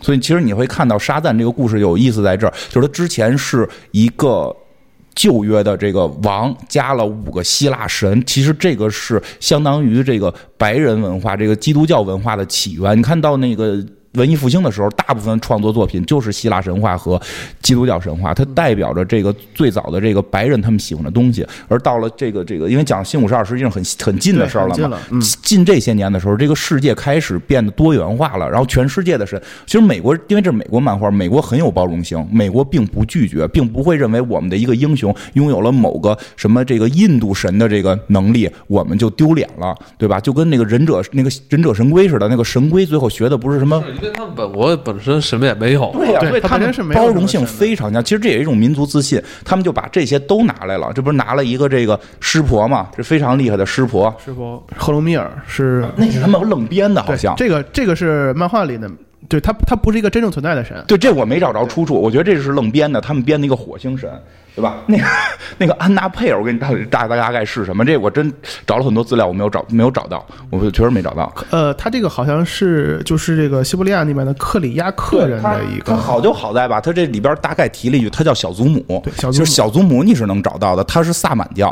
Speaker 2: 所以其实你会看到沙赞这个故事有意思在这儿，就是他之前是一个。旧约的这个王加了五个希腊神，其实这个是相当于这个白人文化、这个基督教文化的起源。你看到那个文艺复兴的时候，大部分创作作品就是希腊神话和基督教神话，它代表着这个最早的这个白人他们喜欢的东西。而到了这个这个，因为讲新五十二实际上很很近的事儿了
Speaker 3: 对很近
Speaker 2: 嘛
Speaker 3: 了，嗯
Speaker 2: 近这些年的时候，这个世界开始变得多元化了，然后全世界的神，其实美国因为这是美国漫画，美国很有包容性，美国并不拒绝，并不会认为我们的一个英雄拥有了某个什么这个印度神的这个能力，我们就丢脸了，对吧？就跟那个忍者那个忍者神龟似的，那个神龟最后学的不是什么
Speaker 1: 一为他们本国本身什么也没有，
Speaker 2: 对呀、
Speaker 3: 对
Speaker 2: 所以
Speaker 3: 他
Speaker 2: 他们
Speaker 3: 本身是没有
Speaker 2: 包
Speaker 3: 什么
Speaker 2: 容性
Speaker 3: 审美
Speaker 2: 非常强。其实这也是一种民族自信，他们就把这些都拿来了。这不是拿了一个这个湿婆嘛，这非常厉害的湿婆，
Speaker 3: 是不？赫鲁米尔是
Speaker 2: 啊那是他们愣编的，好
Speaker 3: 对
Speaker 2: 像。
Speaker 3: 这个这个是漫画里的，对他他不是一个真正存在的神，
Speaker 2: 对，这我没找着出处，我觉得这是愣编的，他们编的一个火星神，对吧？ *laughs* 那个那个安娜佩尔，我跟你大大大大概是什么？这我真找了很多资料，我没有找没有找到，我确实没找到。
Speaker 3: 呃，他这个好像是就是这个西伯利亚那边的克里亚克人的一
Speaker 2: 他
Speaker 3: 个，
Speaker 2: 好就好在吧，他这里边大概提了一句，他叫小祖母，
Speaker 3: 对小祖母
Speaker 2: 就是小祖母你是能找到的，他是萨满教，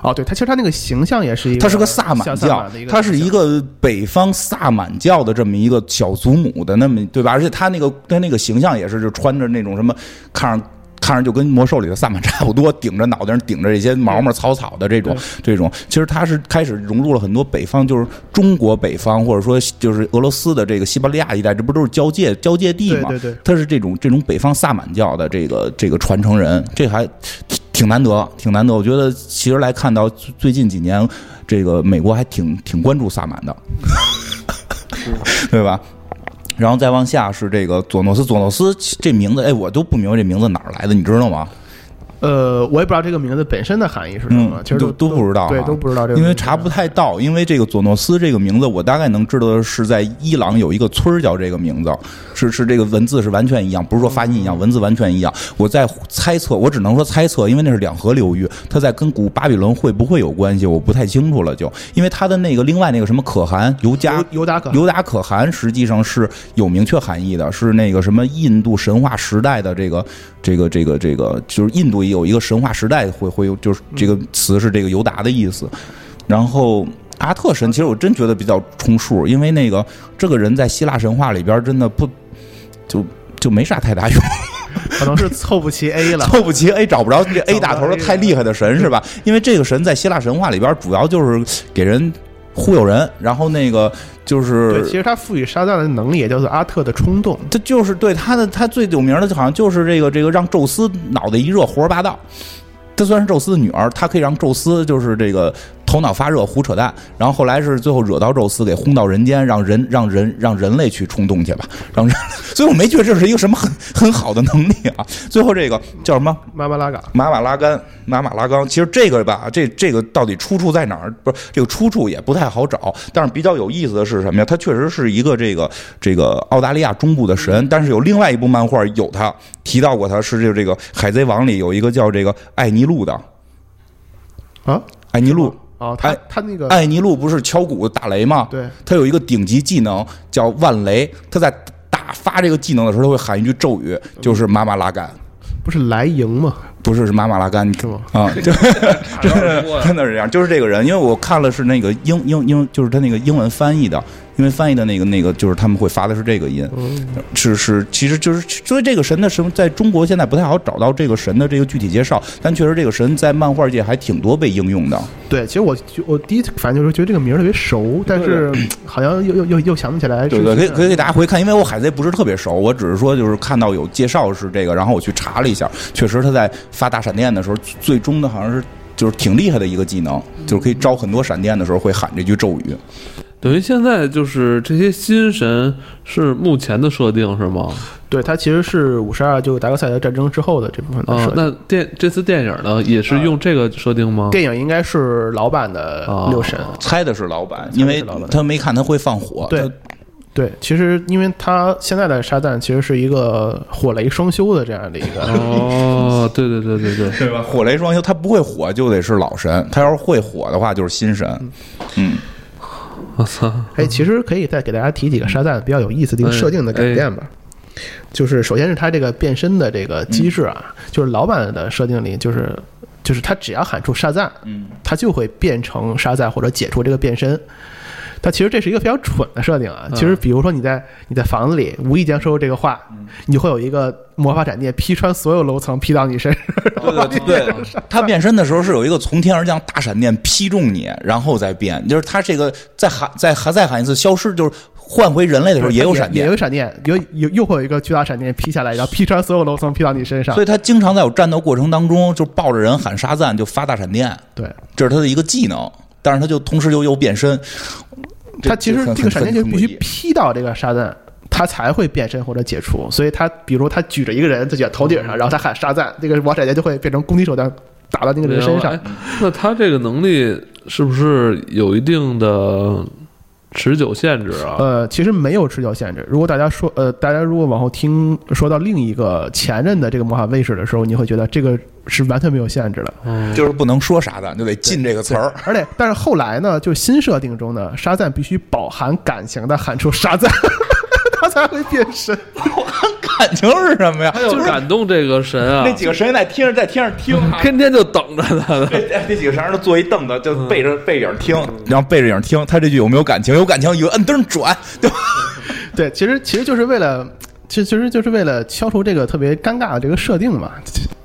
Speaker 3: 哦，对他其实他那个形象也是一个，
Speaker 2: 他是个萨满
Speaker 3: 像
Speaker 2: 教
Speaker 3: 的一，个
Speaker 2: 他是一
Speaker 3: 形
Speaker 2: 个北方萨满教的这么一个小祖母的那么对吧？而且他那个他那个形象也是，就穿着那种什么，看着看着就跟魔兽里的萨满差不多，顶着脑袋上顶着这些毛毛草草的这种这种。其实他是开始融入了很多北方，就是中国北方或者说就是俄罗斯的这个西伯利亚一带，这不都是交界交界地嘛？
Speaker 3: 对对对
Speaker 2: 他是这种这种北方萨满教的这个这个传承人，这还挺挺难得，挺难得。我觉得其实来看到最最近几年，这个美国还挺挺关注萨满
Speaker 3: *laughs*
Speaker 2: 的，对吧？然后再往下是这个佐诺斯，佐诺斯这名字，哎，我都不明白这名字哪儿来的，你知道吗？
Speaker 3: 象呃，我也不知道这个名字本身的含义是什么，
Speaker 2: 嗯
Speaker 3: 啊其实
Speaker 2: 都
Speaker 3: 都
Speaker 2: 都不知道
Speaker 3: 对
Speaker 2: 哈，
Speaker 3: 都不知道这个名字，
Speaker 2: 因为查不太到，因为这个佐诺斯这个名字，我大概能知道的是在伊朗有一个村儿叫这个名字，是是这个文字是完全一样，不是说发音一样，文字完全一样。我在猜测，我只能说猜测，因为那是两河流域，它在跟古巴比伦会不会有关系，我不太清楚了就。因为它的那个另外那个什么可汗尤加
Speaker 3: 尤尤达可汗
Speaker 2: 尤达可汗实际上是有明确含义的，是那个什么印度神话时代的这个这个这个这个，就是印度也有一个神话时代会会有，就是这个词是这个尤达的意思。然后阿特神，其实我真觉得比较充数，因为那个这个人在希腊神话里边真的不就就没啥太大用。*laughs*
Speaker 3: 可能是凑不齐 A 了。
Speaker 2: 凑不齐 A 找不着这 A 打头的
Speaker 3: 找不着
Speaker 2: 太厉害的神是吧？因为这个神在希腊神话里边主要就是给人忽悠人，然后那个就
Speaker 3: 对，
Speaker 2: 是
Speaker 3: 其实他赋予撒旦的能力也叫做阿特的冲动，
Speaker 2: 他就是对他的他最有名的，就好像就是这个这个让宙斯脑袋一热胡说八道。他虽然是宙斯的女儿，他可以让宙斯就是这个头脑发热胡扯淡，然后后来是最后惹到宙斯给轰到人间，让人让人让人类去冲动去吧，让人，所以我没觉得这是一个什么很很好的能力啊。最后这个叫什么？ *laughs*
Speaker 3: 妈妈拉嘎。
Speaker 2: 马马拉甘，马马拉冈，其实这个吧，这这个到底出处在哪儿？不是这个出处也不太好找，但是比较有意思的是什么呀？它确实是一个这个这个澳大利亚中部的神，但是有另外一部漫画有他提到过他，是这个这个《海贼王》里有一个叫这个艾尼路的，
Speaker 3: 啊，
Speaker 2: 艾尼路，
Speaker 3: 哦，他
Speaker 2: 哎
Speaker 3: 他那个
Speaker 2: 艾尼路不是敲鼓打雷吗？
Speaker 3: 对，
Speaker 2: 他有一个顶级技能叫万雷，他在打发这个技能的时候，他会喊一句咒语，就是马马拉甘。
Speaker 3: 不是莱营吗？
Speaker 2: 不是是马马拉甘，你
Speaker 3: 是吗
Speaker 2: 啊，
Speaker 1: *laughs*
Speaker 2: 就真的 *laughs* 真的是这样，就是这个人，因为我看了是那个英英英，就是他那个英文翻译的，因为翻译的那个那个就是他们会发的是这个音，
Speaker 3: 嗯
Speaker 2: 是是，其实就是所以这个神的什么，在中国现在不太好找到这个神的这个具体介绍，但确实这个神在漫画界还挺多被应用的。
Speaker 3: 对，其实我就我第一反应就是觉得这个名儿特别熟，但是 *clears throat* 好像又又又又想不起来是
Speaker 2: 对对，
Speaker 3: 谁的。
Speaker 2: 可以可以给大家回看，因为我海贼不是特别熟，我只是说就是看到有介绍是这个，然后我去查了一下，确实他在发大闪电的时候，最终的好像是就是挺厉害的一个技能，就是可以招很多闪电的时候会喊这句咒语。
Speaker 1: 等于现在就是这些新神是目前的设定是吗？
Speaker 3: 对，它其实是五十二就达克赛德战争之后的这部分的
Speaker 1: 啊
Speaker 3: 呃设，定。
Speaker 1: 那电这次电影呢也是用这个设定吗？
Speaker 3: 电影应该是老版的
Speaker 1: 哦
Speaker 3: 六神，
Speaker 2: 猜的是老板，
Speaker 3: 猜的是
Speaker 2: 因为
Speaker 3: 老板
Speaker 2: 他没看他会放火。
Speaker 3: 对对，其实因为它现在的沙旦其实是一个火雷双修的这样的一
Speaker 1: *laughs*
Speaker 3: 个，
Speaker 1: 哦，对对对对对，
Speaker 2: 对吧？火雷双修，他不会火就得是老神，他要是会火的话就是新神。嗯，
Speaker 1: 我操，
Speaker 3: 哎，其实可以再给大家提几个沙赞比较有意思的一个
Speaker 1: 嗯
Speaker 3: 设定的改变吧。
Speaker 1: 哎
Speaker 3: 就是首先是它这个变身的这个机制啊，
Speaker 1: 嗯
Speaker 3: 就是老版的设定里，就是就是它只要喊出沙赞，
Speaker 2: 嗯，
Speaker 3: 它就会变成沙赞或者解除这个变身。它其实这是一个非常蠢的设定啊。其实比如说你在你在房子里无意间说出这个话，你会有一个魔法闪电劈穿所有楼层，劈到你身上。
Speaker 2: 对对对， *laughs* 他变身的时候是有一个从天而降大闪电劈中你，然后再变，就是他这个再喊再喊再喊一次消失，就是换回人类的时候也有闪
Speaker 3: *laughs* 也
Speaker 2: 电
Speaker 3: 有，闪电，有有又会有一个巨大闪电劈下来，然后劈穿所有楼层，劈到你身上
Speaker 2: 所。以他经常在有战斗过程当中就抱着人喊沙赞，就发大闪电，
Speaker 3: 对，
Speaker 2: 这是他的一个技能。但是他就同时又又变身，这
Speaker 3: 它其实
Speaker 2: 很
Speaker 3: 这个闪电就必须
Speaker 2: 很诡异
Speaker 3: 劈到这个沙赞，它才会变身或者解除。所以它比如它举着一个人自己的头顶上，然后他喊沙赞，这个王闪电就会变成攻击手段打到那个人身上
Speaker 1: 哎。那他这个能力是不是有一定的持久限制啊？
Speaker 3: 呃，其实没有持久限制。如果大家说，呃，大家如果往后听说到另一个前任的这个魔法卫士的时候，你会觉得这个是完全没有限制的。
Speaker 1: 嗯，
Speaker 2: 就是不能说啥的，就得进这个词儿。
Speaker 3: 而且，但是后来呢，就新设定中呢，沙赞必须饱含感情的喊出沙赞， *laughs* 他才会变身。
Speaker 2: 感情是什么呀？
Speaker 1: 就
Speaker 2: *laughs* 就是
Speaker 1: 感动这个神啊
Speaker 2: 那，几个神仙在天上，在天上听啊。
Speaker 1: 天天就等着他呢。
Speaker 2: 这这几个神仙都坐一凳子，就背着背影听，然后背着影听。他这句有没有感情？有感情，有摁灯转，对吧？
Speaker 3: 对，其实其实就是为了，其实其实就是为了消除这个特别尴尬的这个设定嘛。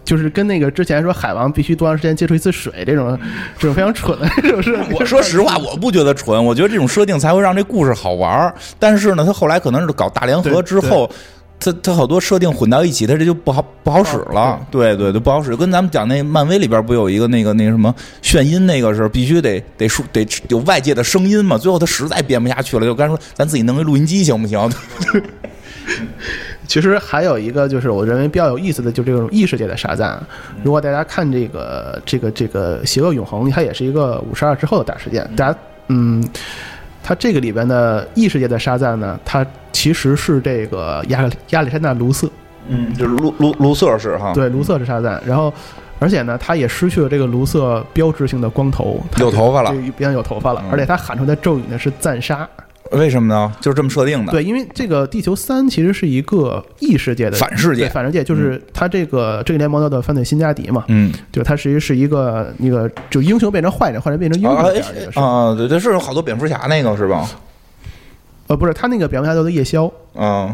Speaker 3: 就是跟那个之前说海王必须多长时间接触一次水这种，这种非常蠢的这种设定。
Speaker 2: *laughs* 我说实话，我不觉得蠢，我觉得这种设定才会让这故事好玩儿。但是呢，他后来可能是搞大联合
Speaker 3: 对
Speaker 2: 之后。他他好多设定混到一起，他这就不好不好使了。哦对对对，不好使。跟咱们讲那漫威里边不有一个那个那个什么眩晕那个是必须得得说得有外界的声音嘛。最后他实在编不下去了，就干说咱自己弄一录音机行不行？
Speaker 3: 其实还有一个就是我认为比较有意思的，就是这种异世界的沙赞。啊
Speaker 2: 嗯
Speaker 3: 如果大家看这个这个这个《邪恶永恒》，它也是一个五十二之后的大事件。大家嗯，它这个里边的异世界的沙赞呢，它其实是这个亚历亚历山大卢瑟，
Speaker 2: 嗯，就是卢卢卢瑟是哈，
Speaker 3: 对，卢瑟是沙赞。然后而且呢，他也失去了这个卢瑟标志性的光头，它
Speaker 2: 有头发了
Speaker 3: 对，变成有头发了
Speaker 2: 嗯。
Speaker 3: 而且他喊出的咒语呢是赞杀。
Speaker 2: 为什么呢？就是这么设定的。
Speaker 3: 对，因为这个地球三其实是一个异世界的
Speaker 2: 反世界
Speaker 3: 对反世界就是它这个这个联盟叫做犯罪新加迪嘛，
Speaker 2: 嗯，
Speaker 3: 就它其实是一个那个就英雄变成坏人，坏人变成英雄
Speaker 2: 啊
Speaker 3: 这样的一个事
Speaker 2: 啊。啊，对对，是有好多蝙蝠侠那个是吧？
Speaker 3: 呃，不是，他那个表面下叫做夜宵，
Speaker 2: 嗯，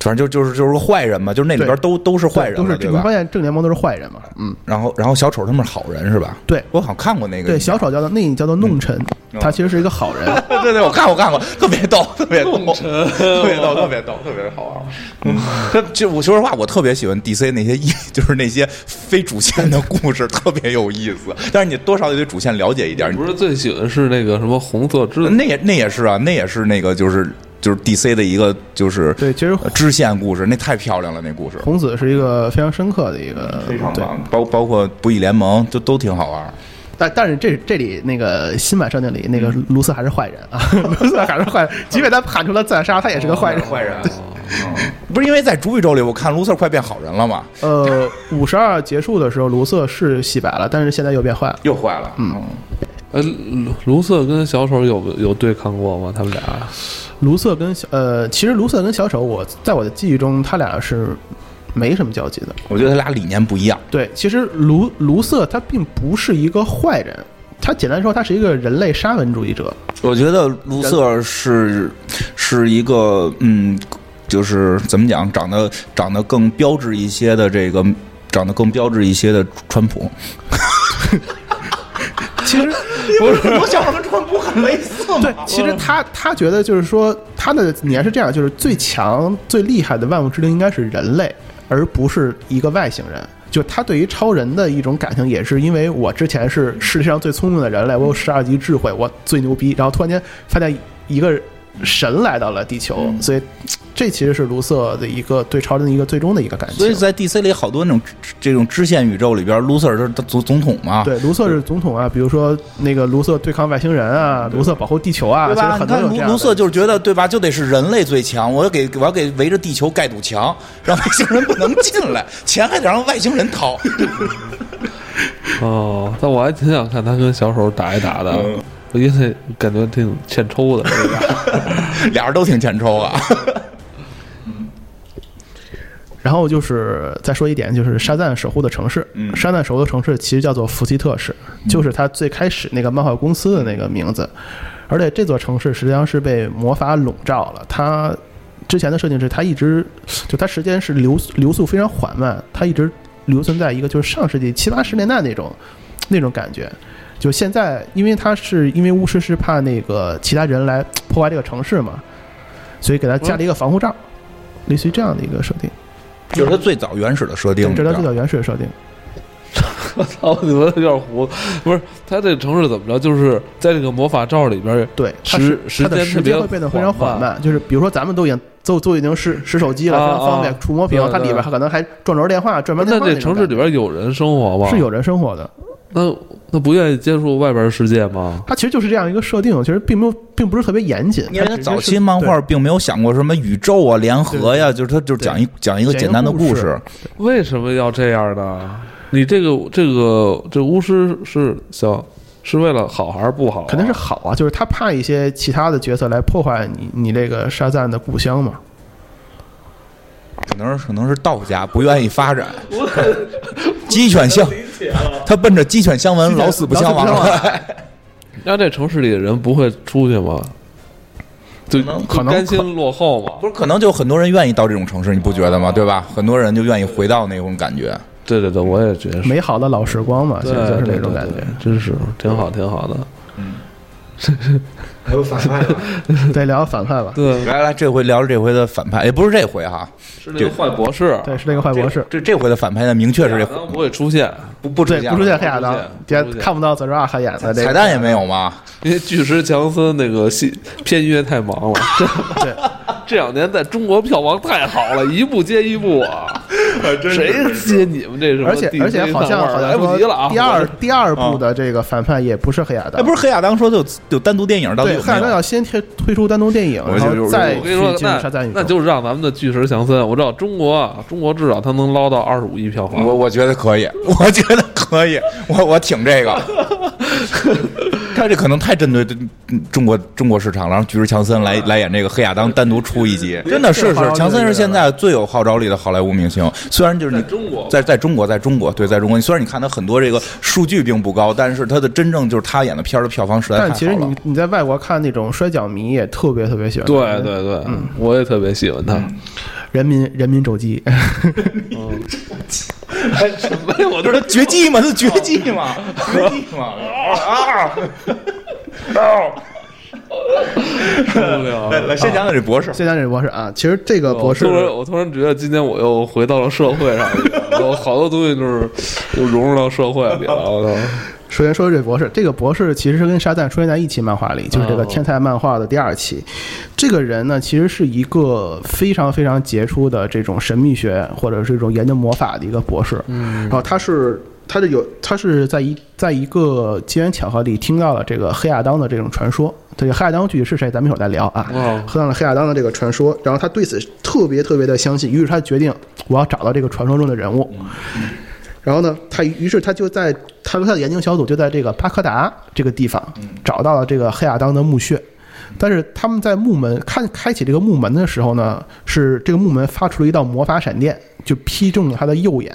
Speaker 2: 反正就就是就是个坏人嘛，就是那里边
Speaker 3: 对
Speaker 2: 都都是坏人
Speaker 3: 对都
Speaker 2: 了，
Speaker 3: 是
Speaker 2: 对
Speaker 3: 你
Speaker 2: 吧
Speaker 3: 发？现正联盟都是坏人嘛，嗯，
Speaker 2: 然后然后小丑他们是好人是吧？
Speaker 3: 对
Speaker 2: 我好像看过那个。
Speaker 3: 对，小丑叫做那你叫做弄臣，
Speaker 2: 嗯
Speaker 3: 他其实是一个好人，
Speaker 2: *laughs* 对对对，我看我看过，特别逗，特别逗，特别逗，特别逗，特别好玩。 *laughs* 嗯，他就我说实话，我特别喜欢 DC 那些一， *laughs* 就是那些非主线的故事，特别有意思。但是你多少也对主线了解一点，你
Speaker 1: 不是最喜欢是那个什么红色之
Speaker 2: 那也那也是啊，那也是那个就是就是 DC 的一个就是
Speaker 3: 对，其实
Speaker 2: 呃支线故事，那太漂亮了，那故事
Speaker 3: 孔子是一个非常深刻的一个，
Speaker 2: 非常
Speaker 3: 对，
Speaker 2: 棒，包包括不义联盟就都挺好玩儿。
Speaker 3: 但但是这这里那个新版设定里，那个
Speaker 2: 嗯
Speaker 3: 卢瑟还是坏人啊， *laughs* 卢瑟还是坏人，即便他喊出了自杀，他也是
Speaker 2: 哦
Speaker 3: 个坏人。
Speaker 2: 坏人，啊不是因为在主宇宙里，我看卢瑟快变好人了嘛，
Speaker 3: 呃，五十二结束的时候，卢瑟是洗白了，但是现在又变坏了。
Speaker 2: 又坏了。嗯，
Speaker 1: 呃卢卢瑟跟小丑有有对抗过吗？他们俩
Speaker 3: 卢瑟跟小呃，其实卢瑟跟小丑，我在我的记忆中，他俩是没什么交集的。
Speaker 2: 我觉得他俩理念不一样。
Speaker 3: 对，其实卢卢瑟他并不是一个坏人，他简单说，他是一个人类沙文主义者。
Speaker 2: 我觉得卢瑟是是一个嗯，就是怎么讲，长得长得更标志一些的这个，长得更标志一些的川普。
Speaker 3: 其实
Speaker 2: 不是，我想跟川普很类似嘛。
Speaker 3: 对，其实他他觉得就是说，他的理念是这样，就是最强最厉害的万物之灵应该是人类，而不是一个外星人。就他对于超人的一种感情，也是因为我之前是世界上最聪明的
Speaker 2: 嗯
Speaker 3: 人类，我有十二级智慧，我最牛逼，然后突然间发现一个神来到了地球，所以这其实是卢瑟的一个对超人的一个最终的一个感
Speaker 2: 所以
Speaker 3: 情。
Speaker 2: 在 DC 里好多那种这种支线宇宙里边，卢瑟是总总统嘛，
Speaker 3: 对，卢瑟是总统啊，比如说那个卢瑟对抗外星人啊，卢瑟保护地球啊，
Speaker 2: 对
Speaker 3: 其实
Speaker 2: 吧？你
Speaker 3: 很多
Speaker 2: 看
Speaker 3: 有
Speaker 2: 卢
Speaker 3: 这样
Speaker 2: 卢
Speaker 3: 的
Speaker 2: 瑟就是觉得对吧，就得是人类最强，我要给我要给围着地球盖堵墙，让外星人不能进来，钱还得让外星人掏。 *laughs*
Speaker 1: 哦，但我还挺想看他跟小丑打一打的，因为感觉挺欠抽的。这个
Speaker 2: 俩人都挺欠抽啊。 *laughs*
Speaker 3: 然后就是再说一点，就是沙赞守护的城市。
Speaker 2: 嗯
Speaker 3: 沙赞守护的城市其实叫做福奇特市，就是他最开始那个漫画公司的那个名字。而且这座城市实际上是被魔法笼罩了。它之前的设定是，它一直就它时间是流流速非常缓慢，它一直留存在一个就是上世纪七八十年代那种那种感觉。就现在，因为它是因为巫师是怕那个其他人来破坏这个城市嘛，所以给它加了一个防护罩，类似于这样的一个设定。
Speaker 2: 就是他最早原始的设定，
Speaker 3: 对这是它最早原始的设定。
Speaker 1: 我操，你们有点糊。不是，他这城市怎么着？就是在这个魔法罩里边，
Speaker 3: 对，它
Speaker 1: 时
Speaker 3: 是它的
Speaker 1: 时
Speaker 3: 时
Speaker 1: 间
Speaker 3: 间
Speaker 1: 特别
Speaker 3: 会变得非常
Speaker 1: 缓
Speaker 3: 缓慢。就是比如说，咱们都已经都都已经使使手机了，
Speaker 1: 啊
Speaker 3: 非常方
Speaker 1: 啊
Speaker 3: 便，触摸屏
Speaker 1: 对，
Speaker 3: 它里
Speaker 1: 对
Speaker 3: 边还可能还转轴电话、转盘
Speaker 1: 那
Speaker 3: 电话
Speaker 1: 这
Speaker 3: 种
Speaker 1: 城市
Speaker 3: 感
Speaker 1: 里
Speaker 3: 觉
Speaker 1: 边有人生活吗？
Speaker 3: 是有人生活的。
Speaker 1: 那那不愿意接触外边世界吗？
Speaker 3: 它其实就是这样一个设定，其实并没有，并不是特别严谨。
Speaker 2: 因为
Speaker 3: 它
Speaker 2: 他
Speaker 3: 只是
Speaker 2: 早期漫画并没有想过什么宇宙啊、联合呀，就是他就是讲一讲一个简单的故
Speaker 3: 讲一
Speaker 2: 事
Speaker 3: 个，
Speaker 1: 为什么要这样呢？你这个这个这巫师是想是为了好还是不好啊、
Speaker 3: 肯定是好啊，就是他怕一些其他的角色来破坏你你这个沙赞的故乡嘛。
Speaker 2: 可能是可能是道家不愿意发展，鸡犬相，他奔着鸡犬相闻、老死不相往来。
Speaker 1: 那这城市里的人不会出去吗？就
Speaker 2: *laughs* 能
Speaker 3: 可能
Speaker 1: 甘心落后吗？
Speaker 2: 不是，可能就很多人愿意到这种城市，你不觉得吗？对吧？很多人就愿意回到那种感觉。
Speaker 1: 对对对，我也觉得是，
Speaker 3: 美好的老时光嘛，其
Speaker 1: 对
Speaker 3: 实就是那种
Speaker 1: 对
Speaker 3: 感
Speaker 1: 对
Speaker 3: 觉。
Speaker 1: 对真是挺好，挺好的。
Speaker 4: 还有反派吧？
Speaker 3: 再聊反派吧，
Speaker 1: 对，
Speaker 2: *laughs* 来来，这回聊聊这回的反派，哎也不是这回哈，
Speaker 1: 是那个坏博士，
Speaker 3: 对，是那个坏博士，
Speaker 2: 这这回的反派呢，明确是这
Speaker 1: 亚当不会出现，
Speaker 2: 不不
Speaker 3: 对，不出现黑亚当
Speaker 1: 不出现，
Speaker 3: 别
Speaker 1: 不出现
Speaker 3: 看不到 Zara 他演的这个
Speaker 2: 彩蛋也没有吗？
Speaker 1: 因为巨石强森那个戏片约太忙了。
Speaker 3: *laughs* 对，
Speaker 1: 这两年在中国票房太好了，一部接一部 *laughs* 啊！谁接你们这什么 DC 漫画？
Speaker 3: 而且而且好像好
Speaker 1: 来
Speaker 3: 像
Speaker 1: 不及了啊！
Speaker 3: 说第二
Speaker 1: 我啊
Speaker 3: 第二部的这个反派也不是黑亚
Speaker 2: 哎，
Speaker 3: 当，
Speaker 2: 不是黑亚当说有有单独电影，到底
Speaker 3: 对，
Speaker 2: 有啊
Speaker 3: 黑
Speaker 2: 没
Speaker 3: 亚当
Speaker 2: 有
Speaker 3: 要？先推推出单独电影，
Speaker 2: 我
Speaker 3: 然
Speaker 2: 就
Speaker 3: 后再
Speaker 1: 我
Speaker 3: 去
Speaker 1: 跟你
Speaker 3: 进
Speaker 1: 说
Speaker 3: 入，沙赞
Speaker 1: 那
Speaker 3: 宇宙
Speaker 1: 那。就是让咱们的巨石强森。我知道中国啊，中国至少他能捞到二十五亿票
Speaker 2: 我
Speaker 3: 嗯
Speaker 1: 房。
Speaker 2: 我觉得可以，我觉得可以，我我挺这个。他这可能太针对嗯中国中国市场了，让巨石强森来来演这个黑亚当，单独出一集，真的是是，强森是现在最有号召力的好莱坞明星。虽然就是你
Speaker 1: 在中国
Speaker 2: 在在中国，在中国，对，在中国，虽然你看他很多这个数据并不高，但是他的真正就是他演的片儿的票房实在太好
Speaker 3: 但
Speaker 2: 了。
Speaker 3: 哎其实你你在外国看那种摔跤迷也特别特别喜欢，
Speaker 1: 对对对，我也特别喜欢他。
Speaker 3: 人民人民肘击， *laughs* 嗯
Speaker 1: *laughs* 没有，我都
Speaker 2: 不是他绝技吗？他绝技吗？绝技 *laughs* 吗？啊！
Speaker 1: 受不了
Speaker 2: 来
Speaker 1: 了。
Speaker 2: 来，先讲讲这博士。
Speaker 3: 先讲这博士啊，其实这个博士
Speaker 1: 我突然，我突然觉得今天我又回到了社会上，有好多东西就是又融入到社会里了。我操！
Speaker 3: 首先说这博士，这个博士其实是跟沙赞出现在一期漫画里，就是这个
Speaker 1: 哦
Speaker 3: 天才漫画的第二期。这个人呢，其实是一个非常非常杰出的这种神秘学或者是这种研究魔法的一个博士。 *laughs* 嗯，然后他是他的有他是在一在一个机缘巧合里听到了这个黑亚当的这种传说。这个黑亚当具体是谁，咱们一会儿再聊啊。
Speaker 1: 哦
Speaker 3: 喝到了黑亚当的这个传说，然后他对此特别特别的相信，于是他决定我要找到这个传说中的人物。然后呢，他于是他就在他和他的研究小组就在这个巴克达这个地方找到了这个黑亚当的墓穴。但是他们在木门看开启这个木门的时候呢，是这个木门发出了一道魔法闪电，就劈中了他的右眼。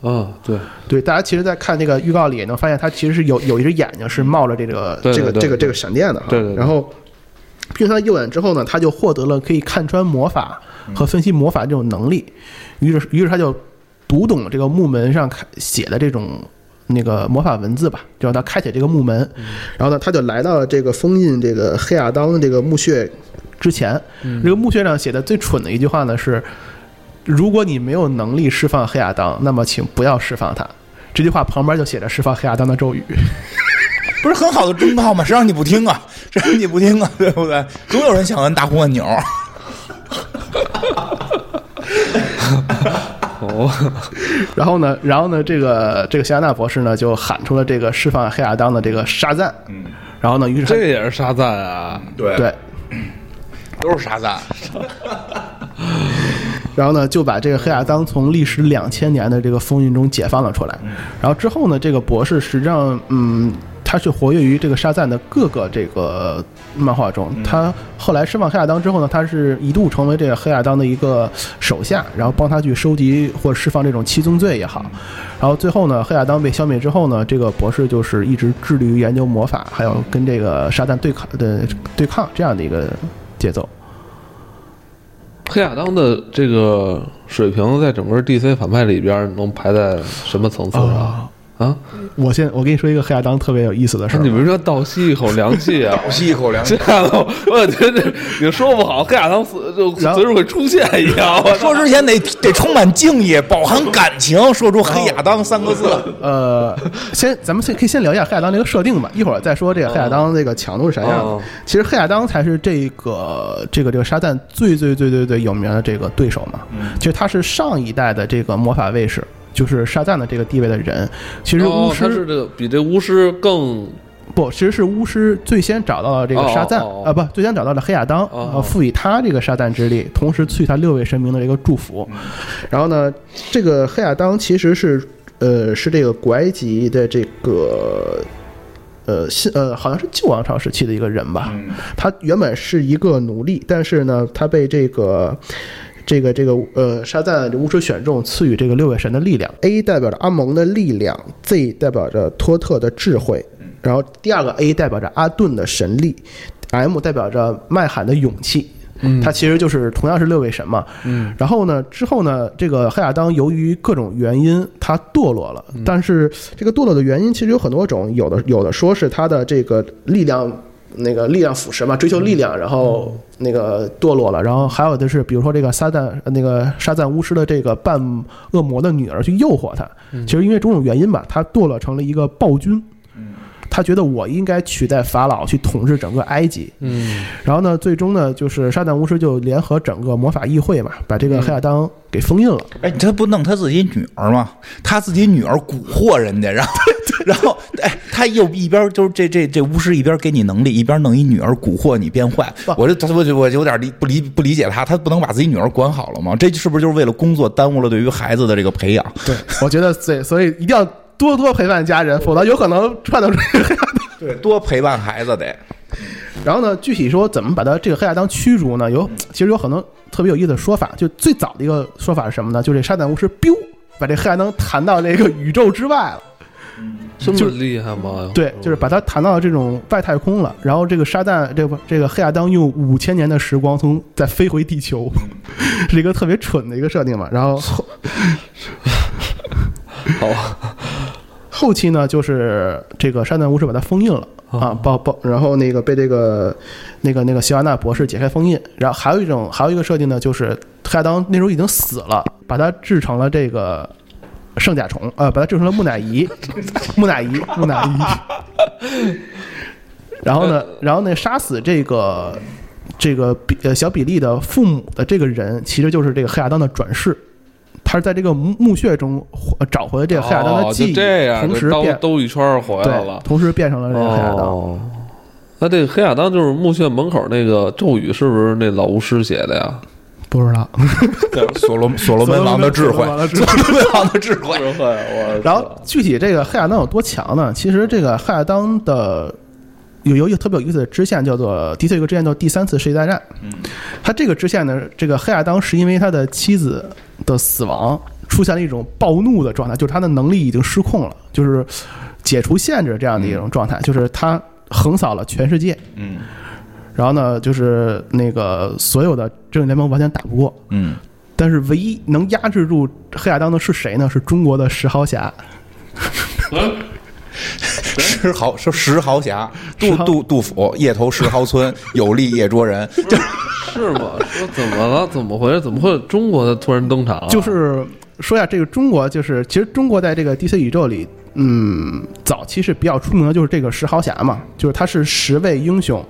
Speaker 1: 啊，对，
Speaker 3: 对，大家其实，在看这个预告里也能发现，他其实是有有一只眼睛是冒着这个
Speaker 1: 对对
Speaker 3: 这个
Speaker 1: 对
Speaker 3: 这个
Speaker 1: 对
Speaker 3: 这个闪电的哈。
Speaker 1: 对对对
Speaker 3: 然后劈中他的右眼之后呢，他就获得了可以看穿魔法和分析魔法这种能力，于是于是他就读懂了这个木门上开写的这种。那个魔法文字吧，就让他开启这个木门，
Speaker 1: 嗯
Speaker 3: 然后呢，他就来到了这个封印这个黑亚当的这个墓穴之前。
Speaker 1: 嗯
Speaker 3: 这个墓穴上写的最蠢的一句话呢是：如果你没有能力释放黑亚当，那么请不要释放他。这句话旁边就写着释放黑亚当的咒语。
Speaker 2: 不是很好的忠告吗？谁让你不听啊？谁让你不听啊？ *laughs* 对不对？总有人想摁大红按钮。
Speaker 1: 哦，
Speaker 3: 然后呢，然后呢，这个这个希亚纳博士呢就喊出了这个释放黑亚当的这个沙赞。嗯。然后呢，于是他
Speaker 1: 这也是沙赞啊。
Speaker 2: 对
Speaker 3: 对，
Speaker 2: 都是沙啊赞。
Speaker 3: 然后呢就把这个黑亚当从历时两千年的这个封印中解放了出来。然后之后呢，这个博士实际上嗯。他是活跃于这个沙赞的各个这个漫画中。他后来释放黑亚当之后呢，他是一度成为这个黑亚当的一个手下，然后帮他去收集或释放这种七宗罪也好。然后最后呢，黑亚当被消灭之后呢，这个博士就是一直致力于研究魔法，还有跟这个沙赞对抗的对抗这样的一个节奏。
Speaker 1: 黑亚当的这个水平在整个 DC 反派里边能排在什么层次上？
Speaker 3: 啊，
Speaker 1: 啊，
Speaker 3: 我先我跟你说一个黑亚当特别有意思的事儿
Speaker 1: 你，比如说倒吸一口凉气啊，
Speaker 2: 吸一口凉
Speaker 1: 这样的，我觉得这你说不好，黑亚当死就
Speaker 3: 然后
Speaker 1: 随时会出现一样。我
Speaker 2: 说之前得得充满敬意，饱含感情，说出“黑亚当”三个字。
Speaker 1: *laughs*
Speaker 3: 呃，先咱们先可以先聊一下黑亚当这个设定吧，一会儿再说这个黑亚当这个强度是啥样的。
Speaker 1: 哦
Speaker 3: 其实黑亚当才是这个这个这个沙赞最最最最最有名的这个对手嘛。
Speaker 1: 嗯
Speaker 3: 其实他是上一代的这个魔法卫士，就是沙赞的这个地位的人。其实巫
Speaker 1: 哦，
Speaker 3: 师、
Speaker 1: 他是这个比这巫师更
Speaker 3: 不，其实是巫师最先找到了这个沙赞，啊，
Speaker 1: 哦哦哦
Speaker 3: 不，最先找到了黑亚当，
Speaker 1: 哦
Speaker 3: 呃，赋予他这个沙赞之力，同时赐予他六位神明的一个祝福。
Speaker 1: 嗯
Speaker 3: 然后呢，这个黑亚当其实是，呃，是这个古埃及的这个。呃，新呃，好像是旧王朝时期的一个人吧。他原本是一个奴隶，但是呢，他被这个这个这个呃沙赞巫师选中，赐予这个六位神的力量。A 代表着阿蒙的力量，Z 代表着托特的智慧，然后第二个 A 代表着阿顿的神力，M 代表着麦罕的勇气。它其实就是同样是六位神嘛，嗯，然后呢，之后呢，这个黑亚当由于各种原因，他堕落了。但是这个堕落的原因其实有很多种，有的有的说是他的这个力量那个力量腐蚀嘛，追求力量，然后那个堕落了。然后还有的是，比如说这个撒旦呃那个沙赞巫师的这个半恶魔的女儿去诱惑他，其实因为种种原因吧，他堕落成了一个暴君。他觉得我应该取代法老去统治整个埃及，
Speaker 1: 嗯
Speaker 3: 然后呢，最终呢，就是沙旦巫师就联合整个魔法议会嘛，把这个黑亚当给封印了。
Speaker 2: 哎，他不弄他自己女儿吗？他自己女儿蛊惑人家，然后 *laughs* 然后哎，他又一边就是这这这巫师一边给你能力，一边弄一女儿蛊惑你变坏。我这我就我就有点理不理不理解他，他不能把自己女儿管好了吗？这是不是就是为了工作耽误了对于孩子的这个培养？
Speaker 3: 对， *laughs* 我觉得对，所以一定要多多陪伴家人，否则有可能串到这个黑亚当。 *laughs*
Speaker 2: 对，多陪伴孩子得。
Speaker 3: 然后呢，具体说怎么把他这个黑亚当驱逐呢？有其实有很多特别有意思的说法，就最早的一个说法是什么呢？就这沙旦巫师 biu 把这黑亚当弹到这个宇宙之外了。
Speaker 1: 这
Speaker 3: 就
Speaker 1: 么厉害吗？
Speaker 3: 对，就是把它弹到这种外太空了。然后这个沙旦，这不，这个黑亚当用五千年的时光从再飞回地球，
Speaker 1: 嗯
Speaker 3: *laughs* 是一个特别蠢的一个设定嘛。然后 *laughs* 后
Speaker 1: 好吧，
Speaker 3: 后期呢，就是这个沙旦巫师把它封印了。
Speaker 1: 哦
Speaker 3: 啊，包包，然后那个被这个那个那个希瓦纳博士解开封印，然后还有一种还有一个设定呢，就是黑亚当那时候已经死了，把它制成了这个圣甲虫，呃，把它制成了木
Speaker 1: *laughs*
Speaker 3: 乃伊，木乃伊，木乃伊。然后呢，然后呢，杀死这个这个比呃小比利的父母的这个人，其实就是这个黑亚当的转世。他是在这个墓墓穴中呃找回了这个黑亚当的
Speaker 1: 哦
Speaker 3: 记忆，
Speaker 1: 就这样，
Speaker 3: 同时
Speaker 1: 就兜
Speaker 3: 变
Speaker 1: 兜一圈儿回来
Speaker 3: 对
Speaker 1: 了，。
Speaker 3: 同时变成了这个黑亚当。
Speaker 1: 哦，那这个黑亚当就是墓穴门口那个咒语，是不是那老巫师写的
Speaker 2: *laughs*
Speaker 1: 呀？
Speaker 3: 不知道，
Speaker 2: *laughs* 所罗所罗门王的智慧，所罗门王的智慧。
Speaker 1: 会，我
Speaker 3: 然后具体这个黑亚当有多强呢？其实这个黑亚当的有有一个特别有意思的支线，叫做的确有个支线叫第三次世界大战。嗯，他这个支线呢，这个黑亚当是因为他的妻子的死亡出现了一种暴怒的状态，就是他的能力已经失控了，就是解除限制这样的一种状态，就是他横扫了全世界。
Speaker 2: 嗯
Speaker 3: 然后呢，就是那个所有的正义联盟完全打不过，
Speaker 2: 嗯，
Speaker 3: 但是唯一能压制住黑亚当的是谁呢？是中国的石豪侠。
Speaker 2: 石豪是石豪侠， *laughs* 杜
Speaker 3: 石豪
Speaker 2: 杜杜甫，夜投石豪 *laughs* 村，有力夜捉人。
Speaker 1: 是吗？说怎么了？怎么回事？怎么会中国的突然登场啊？
Speaker 3: 就是说一下这个中国，就是其实中国在这个 DC 宇宙里，嗯，早期是比较出名的，就是这个石豪侠嘛，就是他是十位英雄。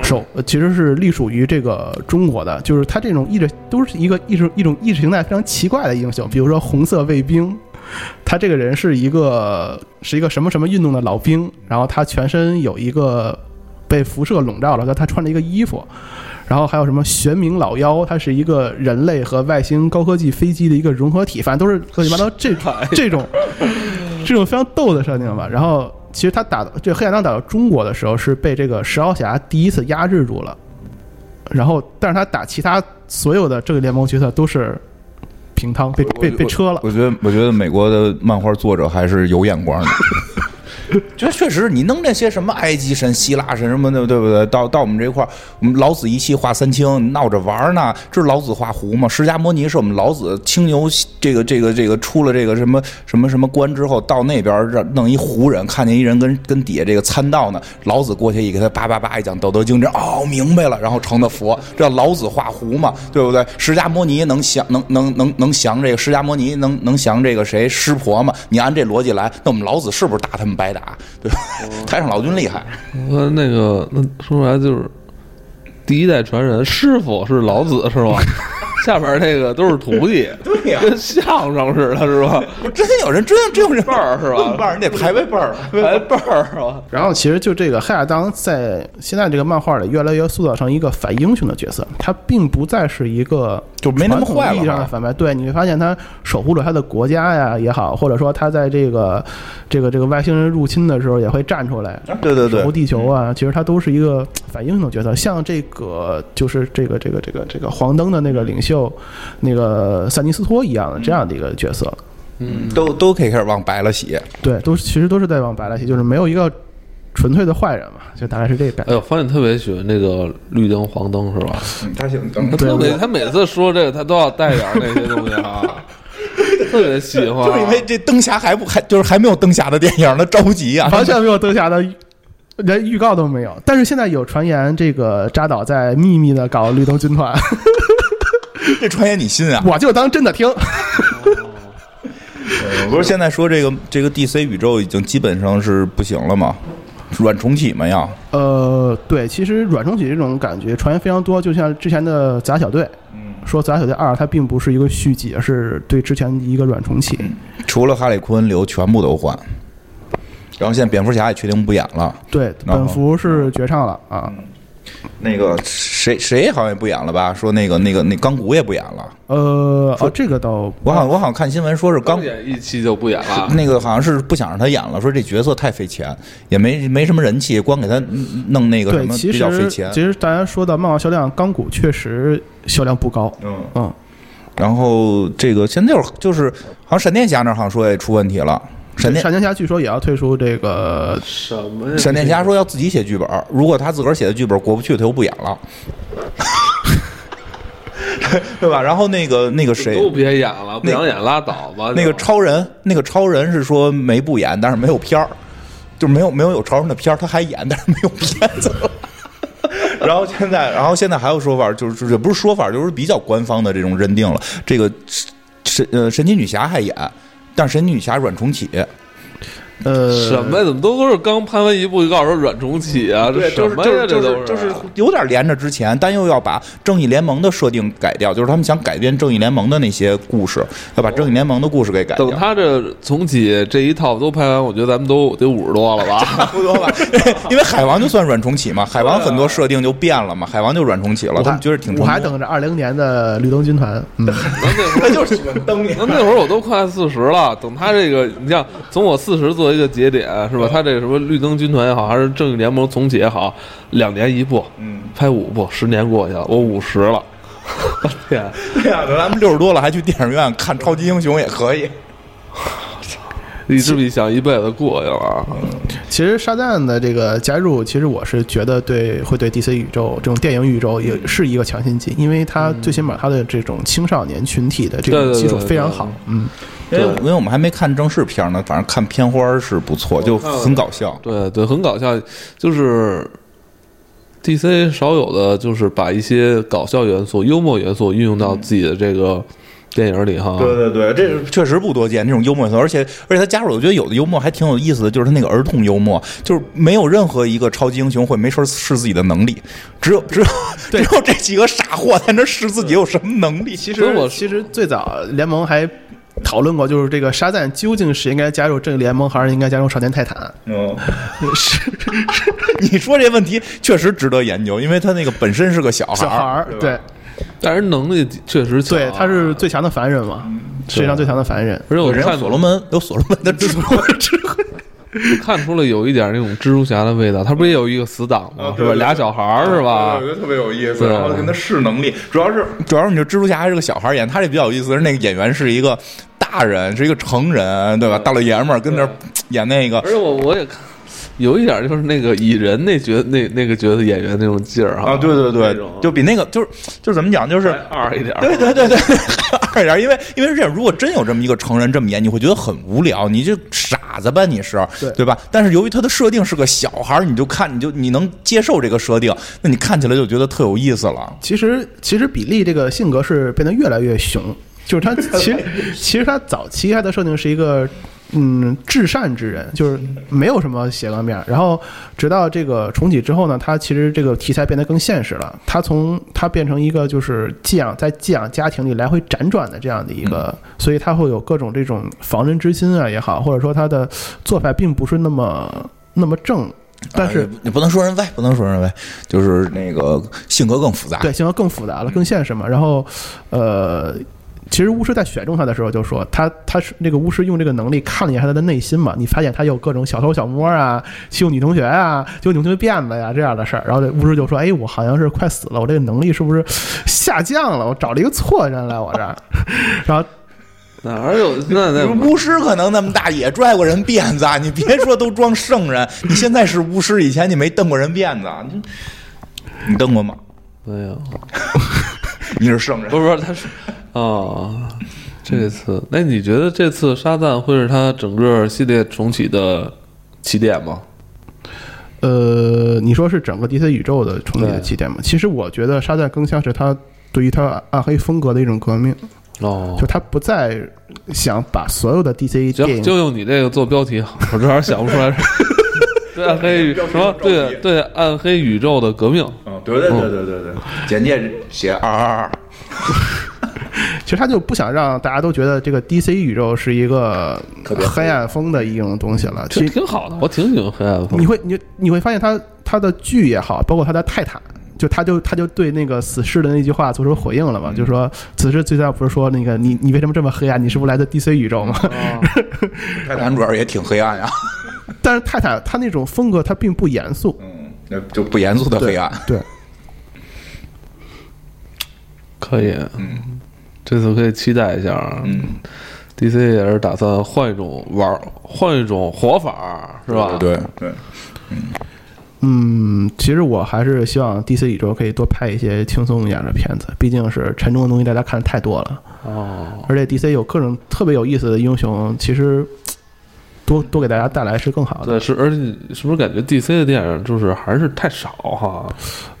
Speaker 3: 首呃其实是隶属于这个中国的，就是他这种意识都是一个意识一种意识形态非常奇怪的英雄，比如说红色卫兵，他这个人是一个是一个什么什么运动的老兵，然后他全身有一个被辐射笼罩了，但他穿着一个衣服，然后还有什么玄冥老妖，它是一个人类和外星高科技飞机的一个融合体，反正都是乱七八糟这这种这种非常逗的设定吧。然后其实他打到这黑亚当打到中国的时候，是被这个十号侠第一次压制住了，然后但是他打其他所有的这个联盟角色都是平汤，被被被车了。
Speaker 2: *laughs* 我觉得，我觉得美国的漫画作者还是有眼光的。就确实，你弄这些什么埃及神、希腊神什么的，对不对？到到我们这块儿，我们老子一气化三清，闹着玩儿呢。这是老子画胡吗？释迦摩尼是我们老子青牛这个这个这个出了这个什么什么什么关之后，到那边儿让弄一胡人，看见一人跟跟底下这个参道呢，老子过去一给他叭叭叭一讲《道德经》，这哦明白了，然后成的佛，这叫老子画胡嘛，对不对？释迦摩尼能降能能能能降这个释迦摩尼能能降这个谁湿婆嘛？你按这逻辑来，那我们老子是不是打他们白打？对吧？太上老君厉害，
Speaker 1: 那那个那说出来就是第一代传人，师傅是老子是吧？下边这个都是徒弟，
Speaker 2: 对呀
Speaker 1: 跟相声似的，是吧？
Speaker 2: 不是真有人真真有人
Speaker 1: 辈儿是吧
Speaker 2: 论辈儿你得排位辈儿，
Speaker 1: 还辈儿啊是吧？
Speaker 3: 然后其实就这个黑亚当在现在这个漫画里越来越塑造成一个反英雄的角色，他并不再是一个
Speaker 2: 就没那么坏了
Speaker 3: 传统意义上的反派。对，你会发现他守护了他的国家呀也好，或者说他在这个这个这个外星人入侵的时候也会站出来。
Speaker 2: 对对
Speaker 3: 守护
Speaker 2: 对。
Speaker 3: 地球啊，其实他都是一个反英雄的角色，像这个就是这个这个这个这个黄灯的那个领袖，那个塞尼斯托一样的这样的一个角色，
Speaker 2: 都都可以开始往白了写，
Speaker 3: 对，都是其实都是在往白了写，就是没有一个纯粹的坏人嘛，就大概是这个感觉
Speaker 1: 哎。呦，发现特别喜欢那个绿灯黄灯是吧？
Speaker 2: 他行，
Speaker 1: 他
Speaker 3: 对
Speaker 1: 特别，
Speaker 3: 我
Speaker 1: 他每次说这个，他都要带点儿那些东西啊，特别喜欢。啊
Speaker 2: 就是因为这灯侠还不还就是还没有灯侠的电影呢，着急啊！
Speaker 3: *laughs* 完全没有灯侠的，连预告都没有。但是现在有传言，这个扎导在秘密的搞绿灯军团， *laughs*
Speaker 2: 这传言你信啊？
Speaker 3: 我就当真的听。 *laughs*
Speaker 2: 不是现在说这个这个 DC 宇宙已经基本上是不行了吗？软重启嘛要，
Speaker 3: 呃，对，其实软重启这种感觉传言非常多，就像之前的《杂小队》，
Speaker 2: 嗯
Speaker 3: 说《杂小队二》它并不是一个续集，而是对之前一个软重启。
Speaker 2: 嗯除了哈利昆留全部都换，然后现在蝙蝠侠也确定不演了，
Speaker 3: 对，
Speaker 2: 然后
Speaker 3: 本福是绝唱了啊，
Speaker 2: 嗯那个谁谁好像也不演了吧？说那个那个那钢骨也不演了，
Speaker 3: 呃，哦，这个倒
Speaker 2: 我好像我好像看新闻说是
Speaker 1: 刚
Speaker 2: 钢
Speaker 1: 演一期就不演了，
Speaker 2: 那个好像是不想让他演了，说这角色太费钱，也没没什么人气，光给他嗯弄那个什
Speaker 3: 对，
Speaker 2: 么
Speaker 3: 其
Speaker 2: 比较费
Speaker 3: 实
Speaker 2: 钱。
Speaker 3: 其实大家说到漫画销量，钢骨确实销量不高，
Speaker 2: 嗯，
Speaker 3: 嗯，
Speaker 2: 然后这个现在就是就是，好像闪电侠那儿好像说也出问题了，闪电
Speaker 3: 闪电侠据说也要推出这个
Speaker 1: 什么呀？
Speaker 2: 闪电侠说要自己写剧本儿，如果他自个儿写的剧本儿过不去，他又不演了， *laughs* 对吧？然后那个那个谁
Speaker 1: 都，别演了，不想演拉倒吧。
Speaker 2: 那个
Speaker 1: 就
Speaker 2: 超人，那个超人是说没不演，但是没有片儿，就是没有没有有超人的片儿，他还演，但是没有片子 *laughs* 了。然后现在，然后现在还有说法，就是就是也不是说法，就是比较官方的这种认定了。这个神呃神奇女侠还演，但是神奇女侠软重启，
Speaker 3: 呃
Speaker 1: 什么呀？怎么都都是刚拍完一部预告说软重启啊？这什
Speaker 2: 就是
Speaker 1: 么
Speaker 2: 就
Speaker 1: 呀？
Speaker 2: 是
Speaker 1: 这
Speaker 2: 就
Speaker 1: 都啊
Speaker 2: 是就是有点连着之前，但又要把正义联盟的设定改掉，就是他们想改变正义联盟的那些故事，要把正义联盟的故事给改掉
Speaker 1: 等。他这重启这一套都拍完，我觉得咱们都得五十多了吧？
Speaker 2: 不多吧， *laughs* 因为海王就算软重启嘛，海王很多设定就变了嘛，海王就软重启了，
Speaker 3: 我
Speaker 2: 他
Speaker 3: 还
Speaker 2: 们觉得挺
Speaker 3: 我
Speaker 2: 成
Speaker 3: 还
Speaker 2: 功。
Speaker 3: 等着二零年的绿灯军团，嗯，
Speaker 1: 那那会儿
Speaker 2: 他就是喜欢灯
Speaker 1: 那那会儿我都快四十了，等他这个，你像从我四十做一个节点，是吧？他这个什么绿灯军团也好，还是正义联盟重启也好，两年一部，嗯，拍五部，十年过去了，我五十了， *laughs* 我天，
Speaker 2: 对呀、咱们六十多了还去电影院看超级英雄也可以。
Speaker 1: 你是不是想一辈子过去了啊？
Speaker 3: *laughs* 其实沙赞的这个加入，其实我是觉得对会对 DC 宇宙这种电影宇宙也是一个强心剂，因为它最起码它的这种青少年群体的这
Speaker 1: 对对
Speaker 3: 种
Speaker 1: 对
Speaker 3: 基础
Speaker 1: 对
Speaker 3: 非常
Speaker 1: 对
Speaker 3: 好，嗯，
Speaker 2: 因为因为我们还没看正式片呢，反正看片花是不错，就很搞笑。
Speaker 1: 对对，很搞笑，就是 DC 少有的就是把一些搞笑元素、幽默元素运用到自己的这个电影里哈。
Speaker 2: 对对，这是啊确实不多见这种幽默元素，而且而且他加入，我觉得有的幽默还挺有意思的，就是他那个儿童幽默，就是没有任何一个超级英雄会没事儿试自己的能力，只有只有只有这几个傻货在那试自己有什么 *laughs* 能力。
Speaker 3: 其
Speaker 1: 实所以我
Speaker 3: 其实最早联盟还讨论过，就是这个沙赞究竟是应该加入正义联盟，还是应该加入少年泰坦？
Speaker 2: 嗯，是， *laughs* 你说这问题确实值得研究，因为他那个本身是个小孩
Speaker 3: 小孩
Speaker 2: 儿
Speaker 3: 儿，，对
Speaker 1: 但是能力确实强，
Speaker 3: 对，他是最强的凡人嘛，世界上最强的凡人。
Speaker 1: 而且我
Speaker 2: 人有
Speaker 1: 看
Speaker 2: 所罗门有所罗门 *laughs* 的智慧，智慧
Speaker 1: 看出了有一点那种蜘蛛侠的味道。他不也有一个死党吗？是
Speaker 2: 啊对啊
Speaker 1: 吧？
Speaker 2: 对
Speaker 1: 俩小孩儿是吧
Speaker 2: 我？觉得特别有意思，
Speaker 1: 对
Speaker 2: 然后跟他试能力，主要是主要是你这蜘蛛侠还是个小孩儿演，他这比较有意思，是那个演员是一个大人，是一个成人，对吧？大老爷们儿跟那儿演那个
Speaker 1: 而且我我也看，有一点就是那个蚁人那角那那个角色演员那种劲儿哈
Speaker 2: 啊，对对
Speaker 1: 那
Speaker 2: 对
Speaker 1: 种，
Speaker 2: 就比那个就是就是怎么讲，就是
Speaker 1: 还二一点儿，
Speaker 2: 对对 *laughs* 对对，二点，因为因为是这样，如果真有这么一个成人这么演，你会觉得很无聊，你就傻子吧，你是
Speaker 3: 对
Speaker 2: 对吧？但是由于他的设定是个小孩儿，你就看你就你能接受这个设定，那你看起来就觉得特有意思了。
Speaker 3: 其实其实比利这个性格是变得越来越熊，就是他其实其实他早期他的设定是一个。嗯，至善之人就是没有什么邪恶面儿。然后，直到这个重启之后呢，他其实这个题材变得更现实了。他从他变成一个就是寄养在寄养家庭里来回辗转的这样的一个，所以他会有各种这种防人之心啊也好，或者说他的做法并不是那么那么正，但是
Speaker 2: 啊你你不能说人歪，不能说人歪，就是那个性格更复杂。
Speaker 3: 对，性格更复杂
Speaker 1: 嗯
Speaker 3: 了，更现实嘛。然后，呃，其实巫师在选中他的时候就说，他他是那个巫师用这个能力看了一下他的内心嘛，你发现他有各种小偷小摸啊，欺负女同学啊，欺负女同学辫子呀这样的事儿。然后这巫师就说，哎，我好像是快死了，我这个能力是不是下降了？我找了一个错人来我这儿， *laughs* 然后
Speaker 1: 哪有那那
Speaker 2: 巫师可能那么大也拽过人辫
Speaker 3: *laughs*
Speaker 2: 子啊，你别说都装圣人，你现在是巫师，以前你没蹬过人辫子啊，你你蹬过吗？
Speaker 1: 没有，
Speaker 2: 你是圣人
Speaker 1: 不。是不是，他是哦，这次那你觉得这次沙赞会是他整个系列重启的起点吗？
Speaker 3: 呃，你说是整个 DC 宇宙的重启的
Speaker 1: 对
Speaker 3: 起点嘛？其实我觉得沙赞更像是他对于他暗黑风格的一种革命，
Speaker 1: 哦
Speaker 3: 就他不再想把所有的 DC 电
Speaker 1: 行，
Speaker 3: 影
Speaker 1: 就用你这个做标题，我这还想不出
Speaker 2: *laughs*
Speaker 1: 来是。对暗黑宇什么？对对，暗黑宇宙的革命。
Speaker 2: 嗯，对对对对对对，简介写二二二。
Speaker 3: 其实他就不想让大家都觉得这个 DC 宇宙是一个
Speaker 2: 特别黑
Speaker 3: 黑暗风的一种东西了。
Speaker 1: 这
Speaker 3: 其实
Speaker 1: 挺好的，我挺喜欢黑暗风
Speaker 3: 你。会你你会发现他他的剧也好，包括他的泰坦，就他就他就对那个死侍的那句话做出回应
Speaker 2: 嗯
Speaker 3: 了嘛，就说死侍最早不是说那个你你为什么这么黑暗？你是不是来自 DC 宇宙吗？
Speaker 2: 嗯泰坦主要也挺黑暗呀、
Speaker 3: *laughs* 但是泰坦他那种风格他并不严肃，
Speaker 2: 嗯，那就不严肃的黑暗。
Speaker 3: 对，
Speaker 1: 可以，嗯，这次可以期待一下啊。
Speaker 2: 嗯，
Speaker 1: DC 也是打算换一种玩儿，换一种活法儿，是吧？
Speaker 2: 对对，
Speaker 3: 嗯，其实我还是希望 DC 宇宙可以多拍一些轻松一点的片子，毕竟是沉重的东西大家看的太多了。
Speaker 1: 哦，
Speaker 3: 而且 DC 有各种特别有意思的英雄，其实多多给大家带来是更好的。
Speaker 1: 对，是，而且你是不是感觉 DC 的电影就是还是太少哈？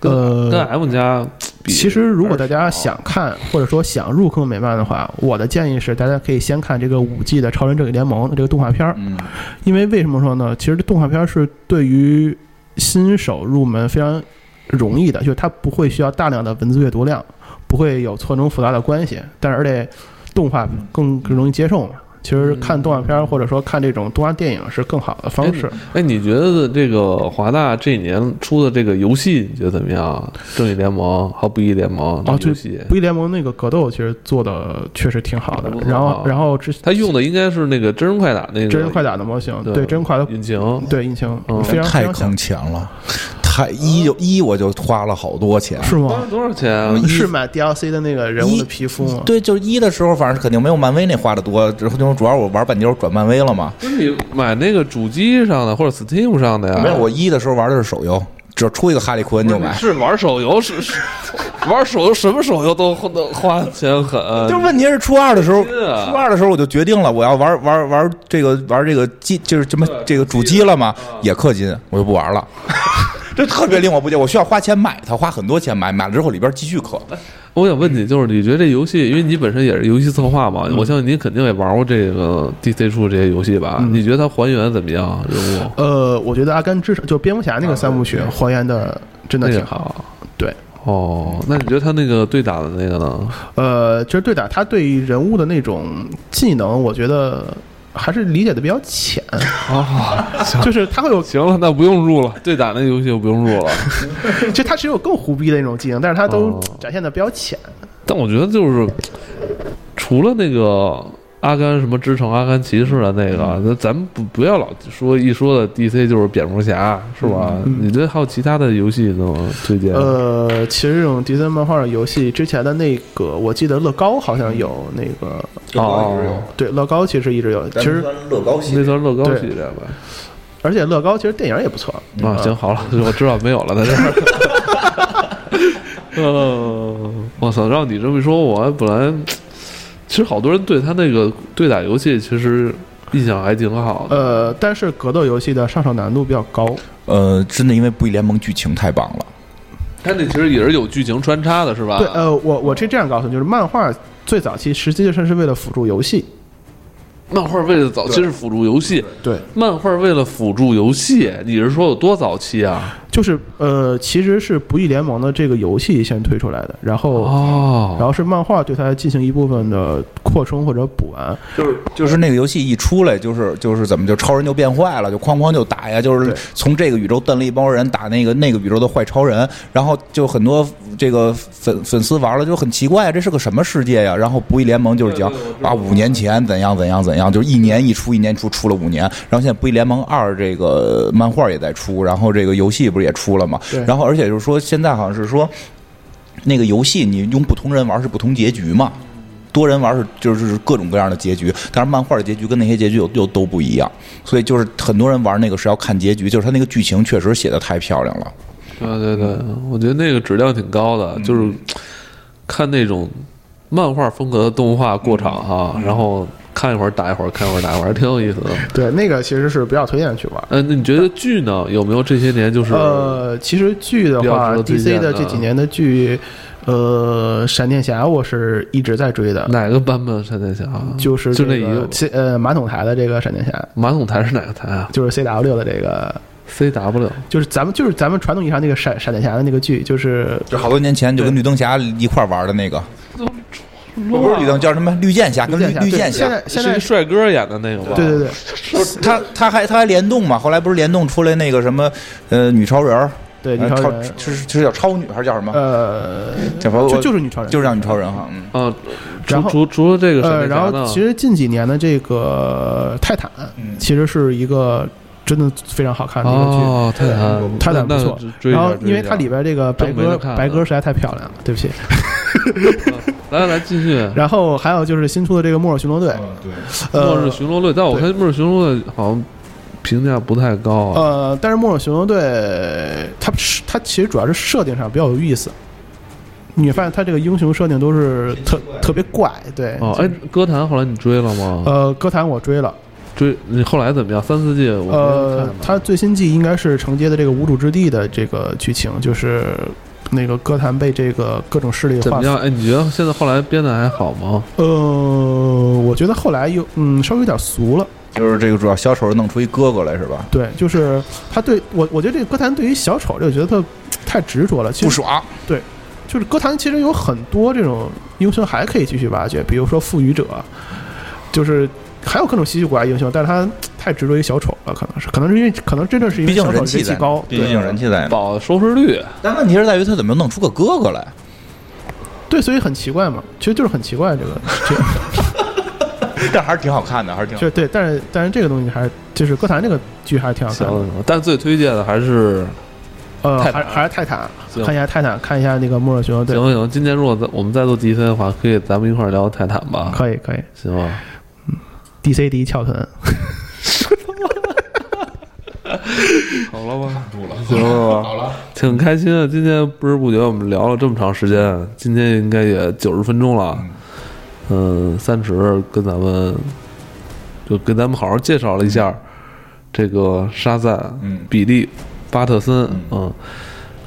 Speaker 1: 跟、
Speaker 3: 呃
Speaker 1: 跟 M 家比，
Speaker 3: 其实，如果大家想看或者说想入坑美漫的话，我的建议是大家可以先看这个五 G 的《超人正义联盟》这个动画片儿，
Speaker 2: 嗯，
Speaker 3: 因为为什么说呢？其实这动画片儿是对于新手入门非常容易的，就是它不会需要大量的文字阅读量，不会有错综复杂的关系，但是而且动画更更容易接受嘛。其实
Speaker 1: 嗯
Speaker 3: 看动画片儿或者说看这种动画电影是更好的方式。
Speaker 1: 哎，你觉得这个华纳这几年出的这个游戏，你觉得怎么样？啊正义联盟和不义联盟
Speaker 3: 啊，
Speaker 1: 这
Speaker 3: 对
Speaker 1: 游戏，，
Speaker 3: 不义联盟那个格斗其实做的确实挺好的
Speaker 1: 不。错
Speaker 3: 然
Speaker 1: 啊
Speaker 3: 后，然后之
Speaker 1: 他用的应该是那个真人快打那个
Speaker 3: 真人快打的模型，
Speaker 1: 对
Speaker 3: 对真人快打，
Speaker 1: 引擎，
Speaker 3: 对引擎
Speaker 1: 嗯
Speaker 3: 非常非
Speaker 2: 太
Speaker 3: 常呃像
Speaker 2: 坑钱了，太一就一我就花了好多钱。
Speaker 3: 是
Speaker 1: 花
Speaker 3: 吗
Speaker 1: 了？多少钱啊？
Speaker 2: 一
Speaker 3: 是买 DLC 的那个人物
Speaker 2: 一
Speaker 3: 的皮肤吗？
Speaker 2: 对，就是一的时候，反正肯定没有漫威那花的多。之后就主要我玩半截儿转漫威了嘛。
Speaker 1: 不是你买那个主机上的或者 Steam 上的呀？
Speaker 2: 没有，我一的时候玩的是手游，只要出一个哈利奎恩就买。
Speaker 1: 是玩手游是是玩手游，什么手游都都花钱狠。
Speaker 2: 就是问题是初二的时候，
Speaker 1: 是啊
Speaker 2: 初二的时候我就决定了，我要玩玩玩这个玩这个机，就是什么
Speaker 1: 对
Speaker 2: 这个主机了嘛，也氪金，我就不玩了。这特别令我不解，我需要花钱买它，花很多钱买，买了之后里边继续氪。
Speaker 1: 我想问你，就是你觉得这游戏，因为你本身也是游戏策划嘛，我相信你肯定也玩过这个 DC 出的这些游戏吧？你觉得它还原怎么样？人物
Speaker 3: 呃，我觉得《阿甘之手》就蝙蝠侠那个三部曲还原的真的
Speaker 1: 啊那
Speaker 3: 挺
Speaker 1: 个
Speaker 3: 好。对，
Speaker 1: 哦，那你觉得他那个对打的那个呢？
Speaker 3: 呃，就是对打，他对于人物的那种技能，我觉得还是理解的比较浅，
Speaker 1: 啊，行
Speaker 3: 就是他会有，
Speaker 1: 行了，那不用入了，对打那游戏我不用入了。
Speaker 3: 其实他只有更胡逼的那种技能，但是他都
Speaker 1: 哦
Speaker 3: 展现的比较浅。
Speaker 1: 但我觉得就是除了那个阿甘什么之城、阿甘骑士啊，那个，那咱们不不要老说一说的 DC 就是蝙蝠侠，是吧？你这还有其他的游戏能推荐？
Speaker 3: 呃，其实这种迪森漫画游戏之前的那个，我记得乐高好像有啊那个，
Speaker 2: 啊
Speaker 1: 哦，
Speaker 3: 对，乐高其实一直有。其实，
Speaker 2: 乐高
Speaker 1: 那算乐高
Speaker 3: 对
Speaker 1: 系列吧？
Speaker 3: 而且乐高其实电影也不错。
Speaker 1: 啊，行，好了，我知道没有了，在这儿。嗯，我操！让你这么一说，我还本来其实好多人对他那个对打游戏其实印象还挺好的。
Speaker 3: 呃，但是格斗游戏的上手难度比较高。
Speaker 2: 呃，真的因为不义联盟剧情太棒了，
Speaker 1: 他那其实也是有剧情穿插的，是吧？
Speaker 3: 对，呃，我我是这样告诉你，就是漫画最早期实际上是为了辅助游戏。
Speaker 1: 漫画为了早期是辅助游戏，
Speaker 3: 对，
Speaker 1: 漫画为了辅助游戏，你是说有多早期啊？
Speaker 3: 就是呃，其实是《不义联盟》的这个游戏先推出来的，然后、然
Speaker 1: 哦，
Speaker 3: 后是漫画对它进行一部分的扩充或者补完。
Speaker 2: 就是那个游戏一出来，就是就是怎么就超人就变坏了，就哐哐就打呀，就是
Speaker 3: 对
Speaker 2: 从这个宇宙蹬了一帮人打那个那个宇宙的坏超人，然后就很多这个粉粉丝玩了就很奇怪呀，这是个什么世界呀？然后不义联盟就是讲
Speaker 1: 对对我知道
Speaker 2: 啊五年前怎样怎样怎样，就是一年一出一年一出出了五年，然后现在不义联盟二这个漫画也在出，然后这个游戏不是也出了嘛
Speaker 3: 对，
Speaker 2: 然后而且就是说现在好像是说那个游戏你用不同人玩是不同结局嘛。多人玩是就是各种各样的结局，但是漫画的结局跟那些结局又又都不一样，所以就是很多人玩那个是要看结局，就是他那个剧情确实写的太漂亮了。
Speaker 1: 对对对，我觉得那个质量挺高
Speaker 3: 嗯
Speaker 1: 的，就是看那种漫画风格的动画过场哈、
Speaker 3: 嗯
Speaker 1: 然后看一会儿打一会儿，看一会儿打一会儿，还挺有意
Speaker 3: *laughs*
Speaker 1: 思的。
Speaker 3: 对，那个其实是比较推荐去玩。
Speaker 1: 呃，那你觉得剧呢？有没有这些年就是
Speaker 3: 呃，其实剧的
Speaker 1: 比较值
Speaker 3: 话
Speaker 1: 得推
Speaker 3: ，DC
Speaker 1: 荐嗯
Speaker 3: 的
Speaker 1: 的
Speaker 3: 这几年的剧，呃，闪电侠我是一直在追的，
Speaker 1: 哪个版本闪电侠？
Speaker 3: 就是
Speaker 1: 就那
Speaker 3: 这
Speaker 1: 一个
Speaker 3: 个 C 呃马桶台的这个闪电侠，
Speaker 1: 马桶台是哪个台啊
Speaker 3: 就是 CW 的这个，
Speaker 1: ？CW
Speaker 3: 就是咱们就是咱们传统意义上那个闪闪电侠的那个剧，就是
Speaker 2: 就好多年前就跟绿灯侠一块玩的那个，不是绿灯叫什么绿箭侠，跟绿
Speaker 3: 哦绿
Speaker 2: 绿箭
Speaker 3: 箭
Speaker 2: 侠
Speaker 3: 侠对。现在
Speaker 1: 是一
Speaker 3: 现在
Speaker 1: 帅哥演的那个吧？
Speaker 3: 对对对，
Speaker 2: 不是他，他还他还联动嘛？后来不是联动出来那个什么，呃，女超人儿，
Speaker 3: 对
Speaker 2: 呃
Speaker 3: 女超
Speaker 2: 超
Speaker 3: 人，
Speaker 2: 是是是叫超女还是叫什么？
Speaker 3: 呃，
Speaker 2: 叫什么
Speaker 3: 就就是女超人，
Speaker 2: 就是叫女超人哈。嗯，
Speaker 1: 啊，除
Speaker 3: 然后
Speaker 1: 除除了这个
Speaker 3: 呃，
Speaker 1: 闪电
Speaker 3: 然
Speaker 1: 侠呢
Speaker 3: 后？其实近几年的这个泰坦，
Speaker 2: 嗯
Speaker 3: 其实是一个真的非常好看的一个剧。呃
Speaker 1: 哦，泰坦，
Speaker 3: 泰坦不
Speaker 1: 那
Speaker 3: 错，
Speaker 1: 追一
Speaker 3: 然
Speaker 1: 下
Speaker 3: 后因
Speaker 1: 追
Speaker 3: 为
Speaker 1: 一下
Speaker 3: 它里边这个白
Speaker 1: 真没得
Speaker 3: 鸽
Speaker 1: 看了啊嗯
Speaker 3: 白鸽实在太漂亮了，对不起。
Speaker 1: 来来来继续。
Speaker 3: 然后还有就是新出的这个《末日巡逻队》，
Speaker 2: 对，
Speaker 1: 嗯末日
Speaker 3: 呃
Speaker 1: 巡逻队，但我看末日巡逻队好像评价不太高啊。
Speaker 3: 呃，但是《末日巡逻队》它是它其实主要是设定上比较有意思，你发现它这个英雄设定都是特特别怪，对。
Speaker 1: 哦，哎，歌坛后来你追了吗？
Speaker 3: 呃，歌坛我追了，
Speaker 1: 追你后来怎么样？三四季我没有
Speaker 3: 呃
Speaker 1: 看，
Speaker 3: 它最新季应该是承接的这个无主之地的这个剧情，就是那个歌坛被这个各种势力
Speaker 1: 怎
Speaker 3: 划
Speaker 1: 么
Speaker 3: 分
Speaker 1: 样？哎，你觉得现在后来编的还好吗？
Speaker 3: 呃，我觉得后来又嗯稍微有点俗了，
Speaker 2: 就是这个主要小丑弄出一哥哥来是吧？
Speaker 3: 对，就是他对我，我觉得这个歌坛对于小丑这个角色太执着了，其
Speaker 2: 不
Speaker 3: 实
Speaker 2: 爽，
Speaker 3: 就是歌坛其实有很多这种英雄还可以继续挖掘，比如说赋予者，就是。还有各种稀奇古怪英雄，但是他太执着于小丑了，可能是，可能是因为，可能真正是因为
Speaker 2: 毕
Speaker 3: 小
Speaker 2: 竟
Speaker 3: 丑
Speaker 2: 人
Speaker 3: 人
Speaker 2: 气在
Speaker 3: 气
Speaker 2: 那
Speaker 3: 高，
Speaker 2: 毕竟人气在那。
Speaker 1: 保收视率，
Speaker 2: 但问题是在于他怎么弄出个哥 *laughs* 哥来？
Speaker 3: 对，所以很奇怪嘛，其实就是很奇怪这个，这
Speaker 2: *laughs*
Speaker 3: 个
Speaker 2: 但还是挺好看的，还是挺好看的
Speaker 3: 就对，但是但是这个东西还是就是歌坛这个剧还是挺好
Speaker 1: 行
Speaker 3: 看的，
Speaker 1: 了，但最推荐的还是
Speaker 3: 呃，
Speaker 1: 泰
Speaker 3: 还
Speaker 1: 坦
Speaker 3: 还是泰坦，
Speaker 1: 行
Speaker 3: 看一下泰坦，看一下那个末日巡逻队
Speaker 1: 行，行。今年如果再我们再做 DC 的话，可以咱们一块儿聊泰坦吧，
Speaker 3: 可以可以
Speaker 1: 行啊吗？
Speaker 3: ，DC 第一翘臀，
Speaker 1: 好了吧，住了。
Speaker 2: 行了，好了，
Speaker 1: *laughs* 挺开心的，今天不知不觉我们聊了这么长时间，今天应该也九十分钟了。嗯，三十跟咱们就跟咱们好好介绍了一下这个沙赞、
Speaker 2: 嗯
Speaker 1: 比利、巴特森，嗯，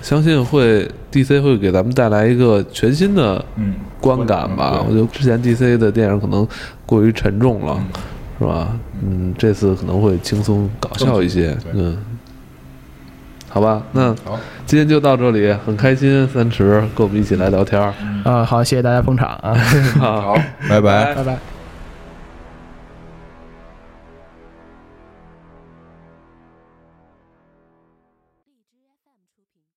Speaker 1: 相信会 DC 会给咱们带来一个全新的
Speaker 2: 嗯，
Speaker 1: 观感吧。我觉得之前 DC 的电影可能过于沉重了，是吧？嗯，这次可能会轻松搞笑一些。嗯，好吧，那
Speaker 2: 好
Speaker 1: 今天就到这里，很开心，三 *laughs* 池跟我们一起来聊天儿。
Speaker 3: 啊、好，谢谢大家捧场啊，
Speaker 1: 好
Speaker 2: 拜拜。
Speaker 3: 拜拜。